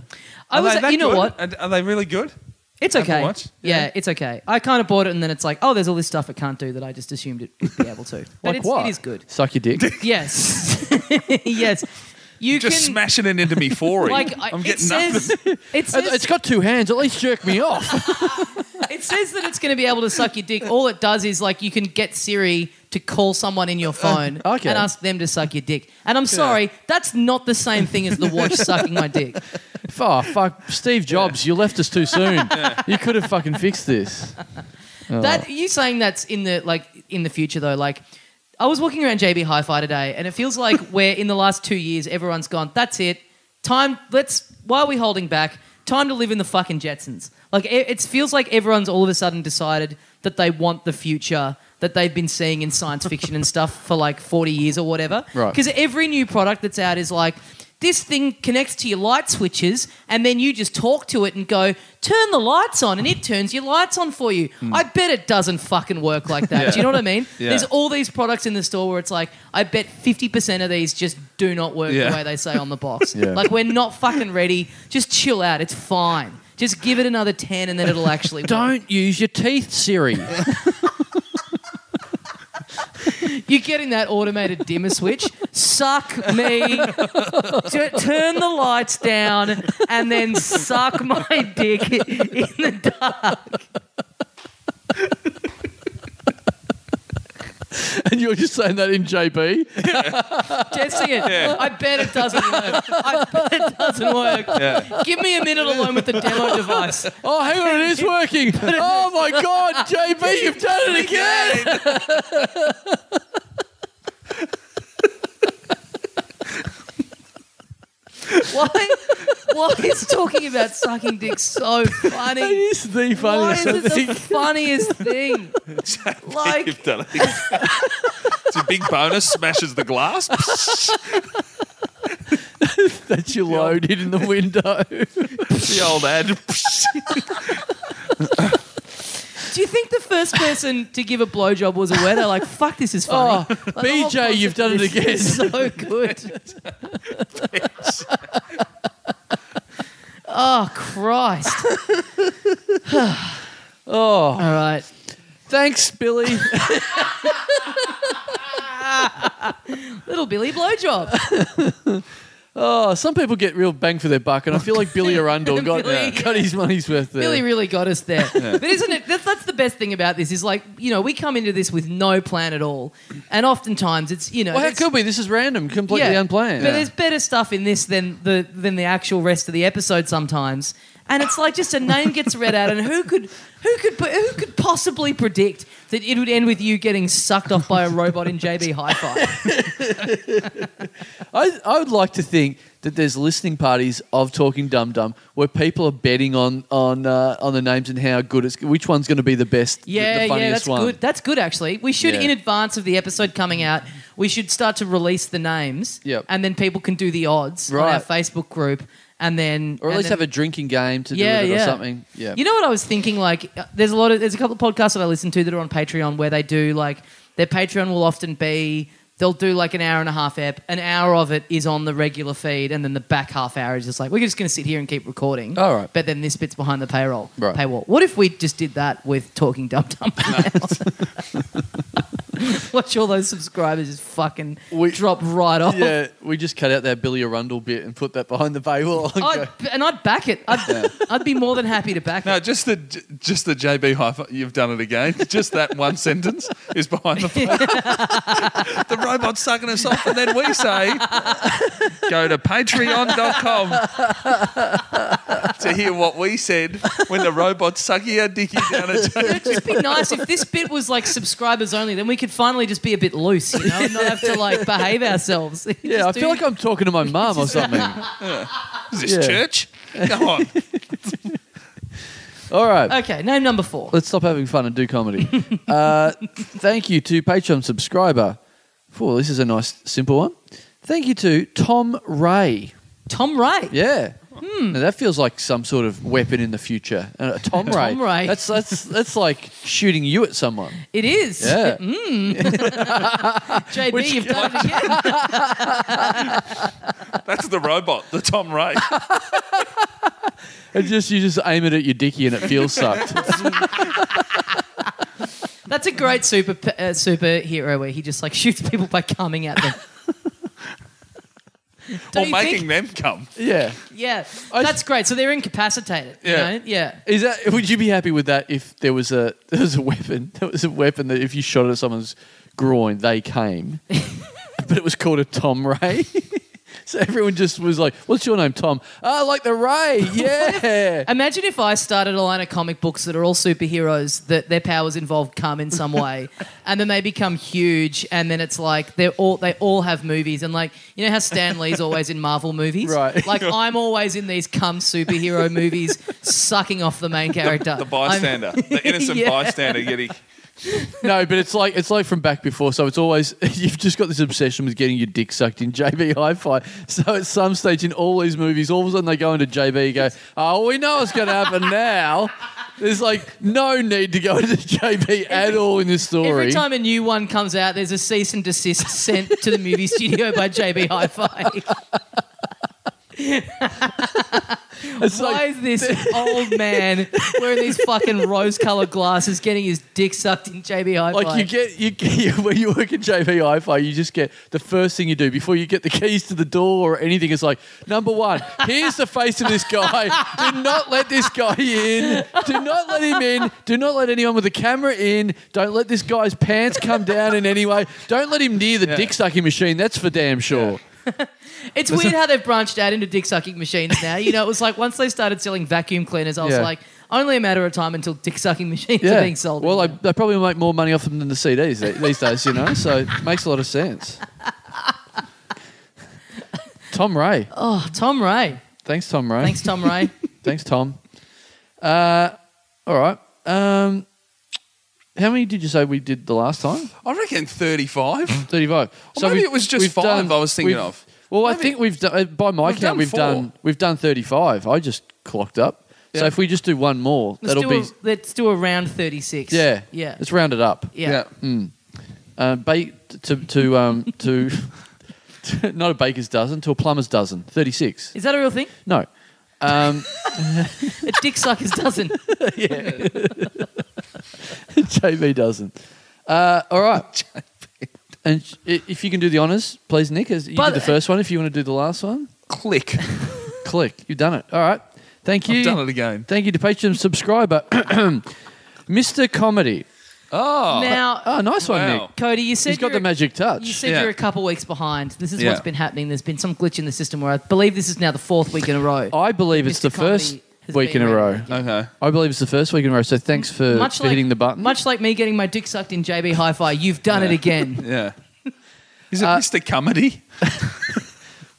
Speaker 1: I
Speaker 6: Are
Speaker 1: was.
Speaker 6: they that
Speaker 1: You know
Speaker 6: good?
Speaker 1: what?
Speaker 6: Are, are they really good?
Speaker 1: It's
Speaker 6: Apple
Speaker 1: okay.
Speaker 6: Watch?
Speaker 1: Yeah. it's okay. I kind of bought it, and then it's like, oh, there's all this stuff it can't do that I just assumed it would be able to. but
Speaker 2: Like
Speaker 1: it's,
Speaker 2: what?
Speaker 1: It is good.
Speaker 2: Suck your dick.
Speaker 1: Yes. yes. You
Speaker 6: Just
Speaker 1: can.
Speaker 6: smashing it into me forey.
Speaker 1: like I-
Speaker 6: I'm
Speaker 1: it
Speaker 6: getting
Speaker 1: says,
Speaker 6: nothing.
Speaker 1: it says
Speaker 2: it's got two hands. At least jerk me off.
Speaker 1: It says that it's going to be able to suck your dick. All it does is like you can get Siri to call someone in your phone
Speaker 2: Uh, okay.
Speaker 1: and ask them to suck your dick. And I'm sorry, that's not the same thing as the watch sucking my dick.
Speaker 2: oh fuck, Steve Jobs, you left us too soon. You could have fucking fixed this.
Speaker 1: That you saying that's in the like in the future though, like I was walking around JB Hi-Fi today and it feels like where in the last 2 years everyone's gone, that's it. Time let's why are we holding back? Time to live in the fucking Jetsons. Like e, it, it feels like everyone's all of a sudden decided that they want the future that they've been seeing in science fiction and stuff for like 40 years or whatever.
Speaker 2: Right.
Speaker 1: Because every new product that's out is like, this thing connects to your light switches, and then you just talk to it and go, turn the lights on, and it turns your lights on for you. I bet it doesn't fucking work like that. Do you know what I mean?
Speaker 6: Hmm. Yeah.
Speaker 1: There's all these products in the store where it's like, I bet 50% of these just do not work
Speaker 6: Yeah.
Speaker 1: the way they say on the box.
Speaker 2: Yeah.
Speaker 1: Like, we're not fucking ready. Just chill out. It's fine. Just give it another 10 and then it'll actually work.
Speaker 2: Don't use your teeth, Siri.
Speaker 1: You're getting that automated dimmer switch. Suck me. T- turn the lights down and then suck my dick in the dark.
Speaker 2: and you're just saying that in JB.
Speaker 1: Testing it. I bet it doesn't work. I bet it doesn't work. Give me a minute alone with the demo device.
Speaker 2: Oh, hang on, it is working. Oh my God, JB, you've done it again.
Speaker 1: Why? Why is talking about sucking dick so
Speaker 2: It
Speaker 1: funny?
Speaker 2: is
Speaker 1: Why
Speaker 2: the funniest
Speaker 1: is it
Speaker 2: thing.
Speaker 1: the funniest thing? Like,
Speaker 6: You've done it. it's a big bonus. Smashes the glass.
Speaker 2: that you loaded in the window.
Speaker 6: the old ad.
Speaker 1: do you think the first person to give a blowjob was aware? They're like, "Fuck, this is funny."
Speaker 2: Oh, BJ, you've done it again.
Speaker 1: It's so good. oh Christ!
Speaker 2: Oh,
Speaker 1: All right.
Speaker 2: thanks, Billy.
Speaker 1: Little Billy blowjob.
Speaker 2: Oh, some people get real bang for their buck, and I feel like Billy Arundel got,
Speaker 1: Billy-
Speaker 2: got his money's worth there.
Speaker 1: Billy really got us there. But isn't it? That's, that's the best thing about this is like you know we come into this with no plan at all, and oftentimes it's you know
Speaker 2: well, how
Speaker 1: it's-
Speaker 2: could we? This is random, completely unplanned.
Speaker 1: But there's better stuff in this than the than the actual rest of the episode sometimes. And it's like just a name gets read out, and who could who could put- who could possibly predict that it would end with you getting sucked off by a robot in JB Hi-Fi?
Speaker 2: I, I would like to think that there's listening parties of Talking Dum Dum where people are betting on on uh, on the names and how good it's which one's going to be the best, the-
Speaker 1: Yeah,
Speaker 2: the funniest
Speaker 1: yeah, that's
Speaker 2: one.
Speaker 1: good. That's good actually. We should,
Speaker 2: Yeah.
Speaker 1: in advance of the episode coming out, we should start to release the names,
Speaker 2: Yep.
Speaker 1: and then people can do the odds on our
Speaker 2: Right.
Speaker 1: Facebook group, and then
Speaker 2: Or at
Speaker 1: and
Speaker 2: least
Speaker 1: then-
Speaker 2: have a drinking game to do with it or something. Yeah,
Speaker 1: You know what I was thinking? Like, uh, there's a lot of there's a couple of podcasts that I listen to that are on Patreon where they do like their Patreon will often be they'll do like an hour and a half ep, an hour of it is on the regular feed, and then the back half hour is just like we're just going to sit here and keep recording.
Speaker 2: All right.
Speaker 1: But then this bit's behind the paywall.
Speaker 2: Right.
Speaker 1: Paywall. What if we just did that with Talking Dum Dum? Watch all those subscribers just fucking
Speaker 2: We-
Speaker 1: drop right off.
Speaker 2: yeah, we just cut out that Billy Arundel bit and put that behind the paywall. and
Speaker 1: I'd,
Speaker 2: go-
Speaker 1: and I'd back it. I'd, I'd be more than happy to back it.
Speaker 6: No, just the j- just the JB hyphen. You've done it again. Just that one sentence is behind the the robot's sucking us off, and then we say, "Go to Patreon.com to hear what we said when the robot's sucking our dicky down a
Speaker 1: It'd just be nice if this bit was like subscribers only. Then we could finally just be a bit loose, you know, and not have to like behave ourselves.
Speaker 2: yeah, I feel like I'm talking to my mum or something.
Speaker 6: Is this church? Come on.
Speaker 2: All right.
Speaker 1: Okay, name number four.
Speaker 2: Let's stop having fun and do comedy. uh, thank you to Patreon subscriber. Oh, this is a nice, simple one. Thank you to Tom Ray.
Speaker 1: Tom Ray.
Speaker 2: Yeah. Now that feels like some sort of weapon in the future. Uh, a Tom Ray.
Speaker 1: Tom Ray.
Speaker 2: That's that's that's like shooting you at someone.
Speaker 1: It is.
Speaker 2: Yeah.
Speaker 1: JB, you've done it again.
Speaker 6: That's the robot, the Tom Ray.
Speaker 2: It just you just aim it at your dicky and it feels sucked.
Speaker 1: That's a great super uh, superhero where he just like shoots people by coming at them. Don't
Speaker 6: or
Speaker 1: you think?
Speaker 6: making them come.
Speaker 2: yeah.
Speaker 1: Yeah, that's great. So they're incapacitated.
Speaker 6: Yeah.
Speaker 1: You know? Yeah.
Speaker 2: Is that would you be happy with that if there was a there was a weapon there was a weapon that if you shot it at someone's groin they came, but it was called a Tom Ray. so everyone just was like, "What's your name, Tom?" Ah, like the Ray. Yeah.
Speaker 1: Imagine if I started a line of comic books that are all superheroes that their powers involve cum in some way, and then they become huge, and then it's like they're all they all have movies, and like you know how Stan Lee's always in Marvel movies,
Speaker 2: Right.
Speaker 1: Like I'm always in these cum superhero movies, sucking off the main character,
Speaker 6: The bystander, the innocent
Speaker 1: Yeah.
Speaker 6: bystander getting.
Speaker 2: No, but it's like it's like from back before. So it's always you've just got this obsession with getting your dick sucked in JB Hi-Fi. So at some stage in all these movies, all of a sudden they go into JB and go, "Oh, we know what's going to happen now." There's like no need to go into JB at all in this story.
Speaker 1: Every time a new one comes out, there's a cease and desist sent to the movie studio by JB Hi-Fi.
Speaker 2: it's
Speaker 1: Why
Speaker 2: like
Speaker 1: is this old man wearing these fucking rose-colored glasses getting his dick sucked in JB Hi-Fi?
Speaker 2: like you get you get, when you work at JB Hi-Fi, you just get the first thing you do before you get the keys to the door or anything. It's like number one, here's the face of this guy. Do not let this guy in. Do not let him in. Do not let anyone with a camera in. Don't let this guy's pants come down in any way. Don't let him near the dick sucking machine. That's for damn sure.
Speaker 1: It's weird how they've branched out into dick sucking machines now. You know, it was like once they started selling vacuum cleaners, I was
Speaker 2: Yeah.
Speaker 1: like, only a matter of time until dick sucking machines are being sold.
Speaker 2: Well, they, they probably make more money off them than the CDs th- these days, you know. So it makes a lot of sense. Tom Ray,
Speaker 1: oh, Tom Ray.
Speaker 2: thanks, Tom Ray.
Speaker 1: Thanks, Tom Ray.
Speaker 2: Thanks, Tom. Uh, all right. Um, how many did you say we did the last time?
Speaker 6: I reckon 35.
Speaker 2: Thirty-five.
Speaker 6: maybe
Speaker 2: we've-
Speaker 6: it was just
Speaker 2: we've
Speaker 6: five I was thinking
Speaker 2: we've-
Speaker 6: of.
Speaker 2: Well, I think we've done. uh, By my
Speaker 6: We've
Speaker 2: count,
Speaker 6: done
Speaker 2: we've
Speaker 6: four.
Speaker 2: done we've done thirty-five. I just clocked up. So
Speaker 6: Yeah.
Speaker 2: if we just do one more,
Speaker 1: Let's,
Speaker 2: that'll
Speaker 1: do a,
Speaker 2: be
Speaker 1: let's do a round 36.
Speaker 2: yeah
Speaker 1: Yeah.
Speaker 2: Let's round it up.
Speaker 1: yeah.
Speaker 2: Uh, ba- to to um to not a baker's dozen to a plumber's dozen. Thirty-six.
Speaker 1: Is that a real thing?
Speaker 2: No. Um,
Speaker 1: A dick suckers doesn't.
Speaker 2: JB doesn't. Uh, all right. And sh- i- if you can do the honors, please, Nick. As you
Speaker 1: But-
Speaker 2: did the first one, if you want to do the last one,
Speaker 6: Click.
Speaker 2: click. You've done it. All right. Thank you.
Speaker 6: I've done it again.
Speaker 2: Thank you to Patreon subscriber, Mr. Comedy.
Speaker 6: Oh,
Speaker 1: now,
Speaker 2: Oh, nice one,
Speaker 6: Wow.
Speaker 2: Nick.
Speaker 1: Cody, you said
Speaker 2: He's got
Speaker 1: you're
Speaker 2: the
Speaker 1: a-
Speaker 2: magic touch.
Speaker 1: You said
Speaker 6: Yeah.
Speaker 1: you're a couple weeks behind. This is what's
Speaker 6: Yeah.
Speaker 1: been happening. There's been some glitch in the system where I believe this is now the fourth week in a row.
Speaker 2: I believe Oh, it's
Speaker 1: Mr.
Speaker 2: the
Speaker 1: Comedy
Speaker 2: first
Speaker 1: has
Speaker 2: week
Speaker 1: been
Speaker 2: in a row.
Speaker 1: rated.
Speaker 6: okay.
Speaker 2: I believe it's the first week in a row. So thanks for, for hitting the button.
Speaker 1: Much like me getting my dick sucked in JB Hi-Fi, you've done it again.
Speaker 6: Yeah. Is it
Speaker 1: Uh,
Speaker 6: Mr. Comedy?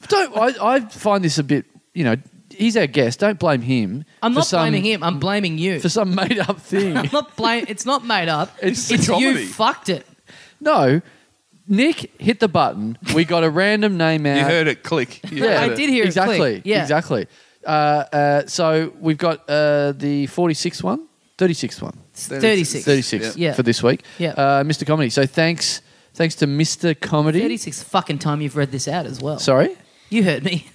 Speaker 2: Don't I, I find this a bit, you know, he's our guest. Don't blame him.
Speaker 1: I'm
Speaker 2: for
Speaker 1: not
Speaker 2: some-
Speaker 1: blaming him. I'm blaming you.
Speaker 2: for some made up thing.
Speaker 1: I'm not blame. It's not made up.
Speaker 6: It's the
Speaker 1: you
Speaker 6: comedy.
Speaker 1: fucked it.
Speaker 2: no, Nick hit the button. We got a random name out.
Speaker 6: You heard it. Click. You
Speaker 1: Yeah,
Speaker 6: heard
Speaker 1: I
Speaker 6: it.
Speaker 1: did hear it
Speaker 2: exactly.
Speaker 1: click. Yeah.
Speaker 2: Exactly. Uh, uh, so we've got uh, the 46th one, 36th one,
Speaker 1: It's 36.
Speaker 2: 36th
Speaker 1: Yeah.
Speaker 2: for this week.
Speaker 1: Yeah.
Speaker 2: Uh, Mr. Comedy. So thanks, thanks to Mr. Comedy.
Speaker 1: 36 fucking time you've read this out as well.
Speaker 2: Sorry.
Speaker 1: You heard me.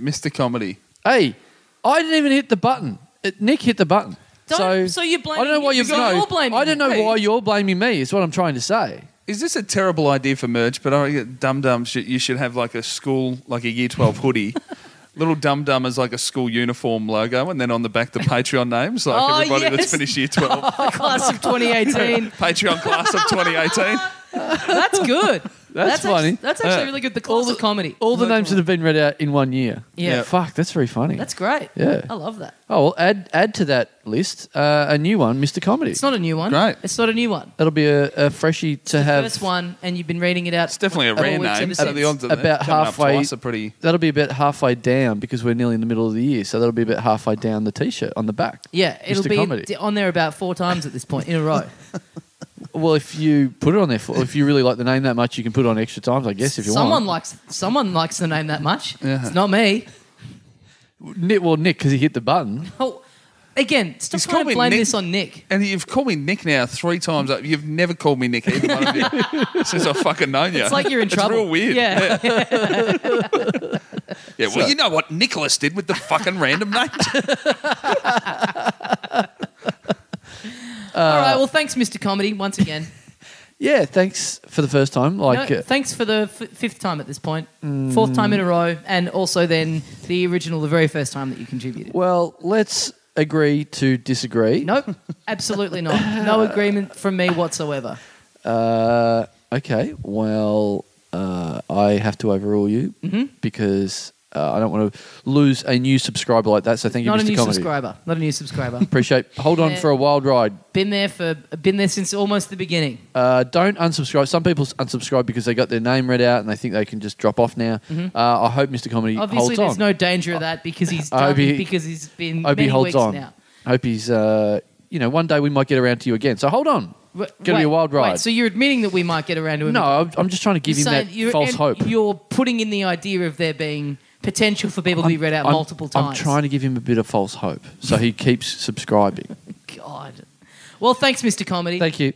Speaker 6: Mr. Comedy.
Speaker 2: Hey, I didn't even hit the button. It, Nick hit the button.
Speaker 1: Don't-
Speaker 2: so,
Speaker 1: so you're blaming-
Speaker 2: I don't know why
Speaker 1: you're
Speaker 2: you're, no,
Speaker 1: blaming
Speaker 2: I don't know
Speaker 6: him.
Speaker 2: why
Speaker 6: Hey.
Speaker 2: you're blaming me. Is what I'm trying to say.
Speaker 6: Is this a terrible idea for merch? But I get dum dum. You should have like a school, like a year twelve hoodie. Little dum dum is like a school uniform logo, and then on the back the Patreon names, like
Speaker 1: Oh,
Speaker 6: everybody
Speaker 1: yes.
Speaker 6: that's finished year twelve.
Speaker 1: The class of 2018.
Speaker 6: Patreon class of 2018.
Speaker 1: That's good.
Speaker 2: That's funny.
Speaker 1: Actually, that's actually really good. The class of comedy.
Speaker 2: All the names that have been read out in one year.
Speaker 1: Yeah. Yeah.
Speaker 2: Fuck, that's very funny.
Speaker 1: That's great.
Speaker 2: Yeah.
Speaker 1: I love that.
Speaker 2: oh well, add add to that list uh, a new one, Mr. Comedy.
Speaker 1: It's not a new one.
Speaker 6: Great.
Speaker 1: It's not a new one.
Speaker 2: That'll be a, a freshie to have.
Speaker 1: First one, and you've been reading it out.
Speaker 6: It's definitely a
Speaker 1: all
Speaker 6: rare
Speaker 1: weeks
Speaker 6: name.
Speaker 1: ever
Speaker 6: So the
Speaker 1: since.
Speaker 6: odds of that
Speaker 2: About
Speaker 6: coming up
Speaker 2: halfway-
Speaker 6: twice are pretty.
Speaker 2: That'll be about halfway down because we're nearly in the middle of the year, so that'll be about halfway down the T-shirt on the back.
Speaker 1: Yeah, it'll
Speaker 2: Mr.
Speaker 1: be
Speaker 2: Comedy.
Speaker 1: d- on there about four times at this point in a row.
Speaker 2: Well, if you put it on there, for, if you really like the name that much, you can put it on extra times, I guess, if you
Speaker 1: someone
Speaker 2: want.
Speaker 1: likes someone likes the name that much. It's not me.
Speaker 2: Nick, well, Nick, because he hit the button.
Speaker 1: Oh, again, stop
Speaker 6: He's
Speaker 1: trying
Speaker 6: called
Speaker 1: to
Speaker 6: me
Speaker 1: blame
Speaker 6: Nick.
Speaker 1: this on Nick.
Speaker 6: And you've called me Nick now three times. You've never called me Nick either one of you since I've fucking known you.
Speaker 1: It's like you're in trouble.
Speaker 6: It's real weird.
Speaker 1: Yeah,
Speaker 6: Yeah, well, you know what Nicholas did with the fucking random name.
Speaker 1: All right. Well, thanks, Mr. Comedy, once again.
Speaker 2: Yeah, thanks for the first time. Like,
Speaker 1: No,
Speaker 2: uh,
Speaker 1: thanks for the f- fifth time at this point, fourth time in a row, and also then the original, the very first time that you contributed.
Speaker 2: well, let's agree to disagree.
Speaker 1: Nope, absolutely not. No agreement from me whatsoever.
Speaker 2: Uh, okay. Well, uh, I have to overrule you
Speaker 1: Mm-hmm.
Speaker 2: because uh, I don't want to lose a new subscriber like that. So thank you,
Speaker 1: Not a
Speaker 2: Mr.
Speaker 1: new
Speaker 2: Comedy.
Speaker 1: subscriber. Not a new subscriber.
Speaker 2: Appreciate. Hold on
Speaker 1: Yeah.
Speaker 2: for a wild ride.
Speaker 1: been there for been there since almost the beginning.
Speaker 2: Uh, don't unsubscribe. Some people unsubscribe because they got their name read out and they think they can just drop off now. Uh, I hope Mr. Comedy
Speaker 1: Mm-hmm. Obviously,
Speaker 2: holds on.
Speaker 1: there's no danger of that because he's
Speaker 2: I
Speaker 1: done,
Speaker 2: hope he-
Speaker 1: because he's been
Speaker 2: I hope he
Speaker 1: many
Speaker 2: holds
Speaker 1: weeks
Speaker 2: on.
Speaker 1: now.
Speaker 2: I hope he's. Uh, you know, one day we might get around to you again. So hold on.
Speaker 1: W-
Speaker 2: Gonna be a wild
Speaker 1: wait,
Speaker 2: ride.
Speaker 1: so you're admitting that we might get around to him?
Speaker 2: No, I'm- I'm just trying to
Speaker 1: you're
Speaker 2: give him
Speaker 1: saying-
Speaker 2: that
Speaker 1: you're-
Speaker 2: false
Speaker 1: and
Speaker 2: hope.
Speaker 1: You're putting in the idea of there being potential for people to be read out
Speaker 2: I'm-
Speaker 1: multiple times.
Speaker 2: I'm trying to give him a bit of false hope, so he keeps subscribing.
Speaker 1: God. Well, thanks, Mr. Comedy.
Speaker 2: Thank you.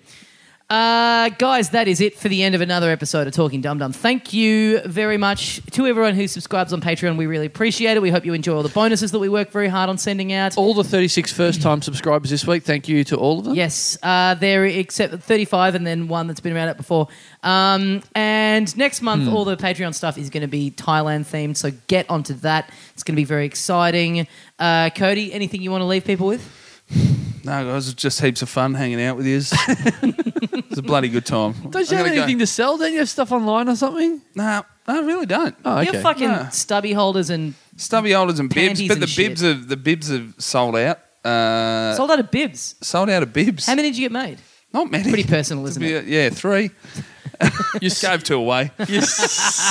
Speaker 1: Uh, guys, that is it for the end of another episode of Talking Dum Dum. Thank you very much to everyone who subscribes on Patreon. We really appreciate it. We hope you enjoy all the bonuses that we work very hard on sending out.
Speaker 2: all the 36 first time subscribers this week. Thank you to all of them.
Speaker 1: Yes, uh, there except 35 and then one that's been around it before. Um, and next month, all the Patreon stuff is going to be Thailand themed, so get onto that. It's going to be very exciting. Uh, Cody, anything you want to leave people with?
Speaker 6: No, guys, it's just heaps of fun hanging out with you. it's a bloody good time.
Speaker 2: Don't you have anything to sell? Don't you have stuff online or something?
Speaker 6: No, I really don't.
Speaker 2: Oh, okay.
Speaker 1: You're fucking
Speaker 6: Nah.
Speaker 1: stubby holders and
Speaker 6: Stubby holders and bibs,
Speaker 1: Panties
Speaker 6: but
Speaker 1: and
Speaker 6: the
Speaker 1: shit.
Speaker 6: bibs have the bibs have sold out. Uh, sold,
Speaker 1: sold out of bibs.
Speaker 6: out of bibs.
Speaker 1: How many did you get made?
Speaker 6: Not many.
Speaker 1: Pretty personal,
Speaker 6: To
Speaker 1: isn't
Speaker 6: be
Speaker 1: it?
Speaker 6: a- yeah, three.
Speaker 2: you,
Speaker 6: Gave two away.
Speaker 2: you,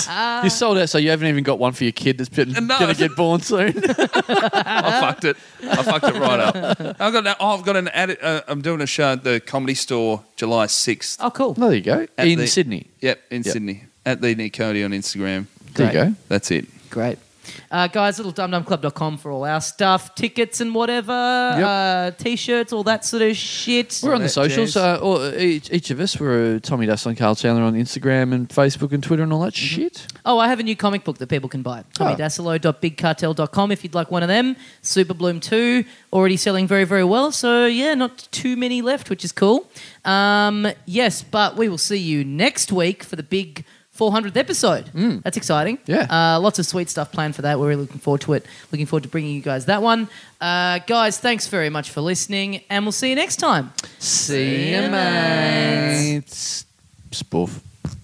Speaker 1: Uh,
Speaker 2: you sold out, so you haven't even got one for your kid that's been,
Speaker 6: No.
Speaker 2: going to get born soon.
Speaker 6: I fucked it. I fucked it right up. I've got. oh, I've got an. Ad, uh, I'm doing a show at the Comedy Store July sixth.
Speaker 1: Oh, cool.
Speaker 2: no, there you go.
Speaker 6: At
Speaker 2: In
Speaker 6: the-
Speaker 2: Sydney.
Speaker 6: Yep, in
Speaker 2: Yep.
Speaker 6: Sydney at the Nick Cody on Instagram.
Speaker 2: There you
Speaker 1: Great.
Speaker 2: go.
Speaker 6: That's it.
Speaker 1: Great. Uh, guys, littledumdumclub.com for all our stuff, tickets and whatever, uh, t-shirts, all that sort of shit.
Speaker 2: We're on the
Speaker 6: that
Speaker 2: socials.
Speaker 6: jazz.
Speaker 2: Uh, or each, each of us. We're uh, Tommy Dust on Carl Chandler on Instagram and Facebook and Twitter and all that
Speaker 6: Mm-hmm.
Speaker 2: shit.
Speaker 1: Oh, I have a new comic book that people can buy. TommyDassolo.bigcartel.com if you'd like one of them. Super Bloom 2, already selling very, very well. So, yeah, not too many left, which is cool. Um, yes, but we will see you next week for the big 400th episode. That's exciting.
Speaker 2: Yeah.
Speaker 1: Uh, lots of sweet stuff planned for that. We're really looking forward to it. Looking forward to bringing you guys that one. Uh, guys, thanks very much for listening, and we'll see you next time.
Speaker 2: See you, mates. Spoof.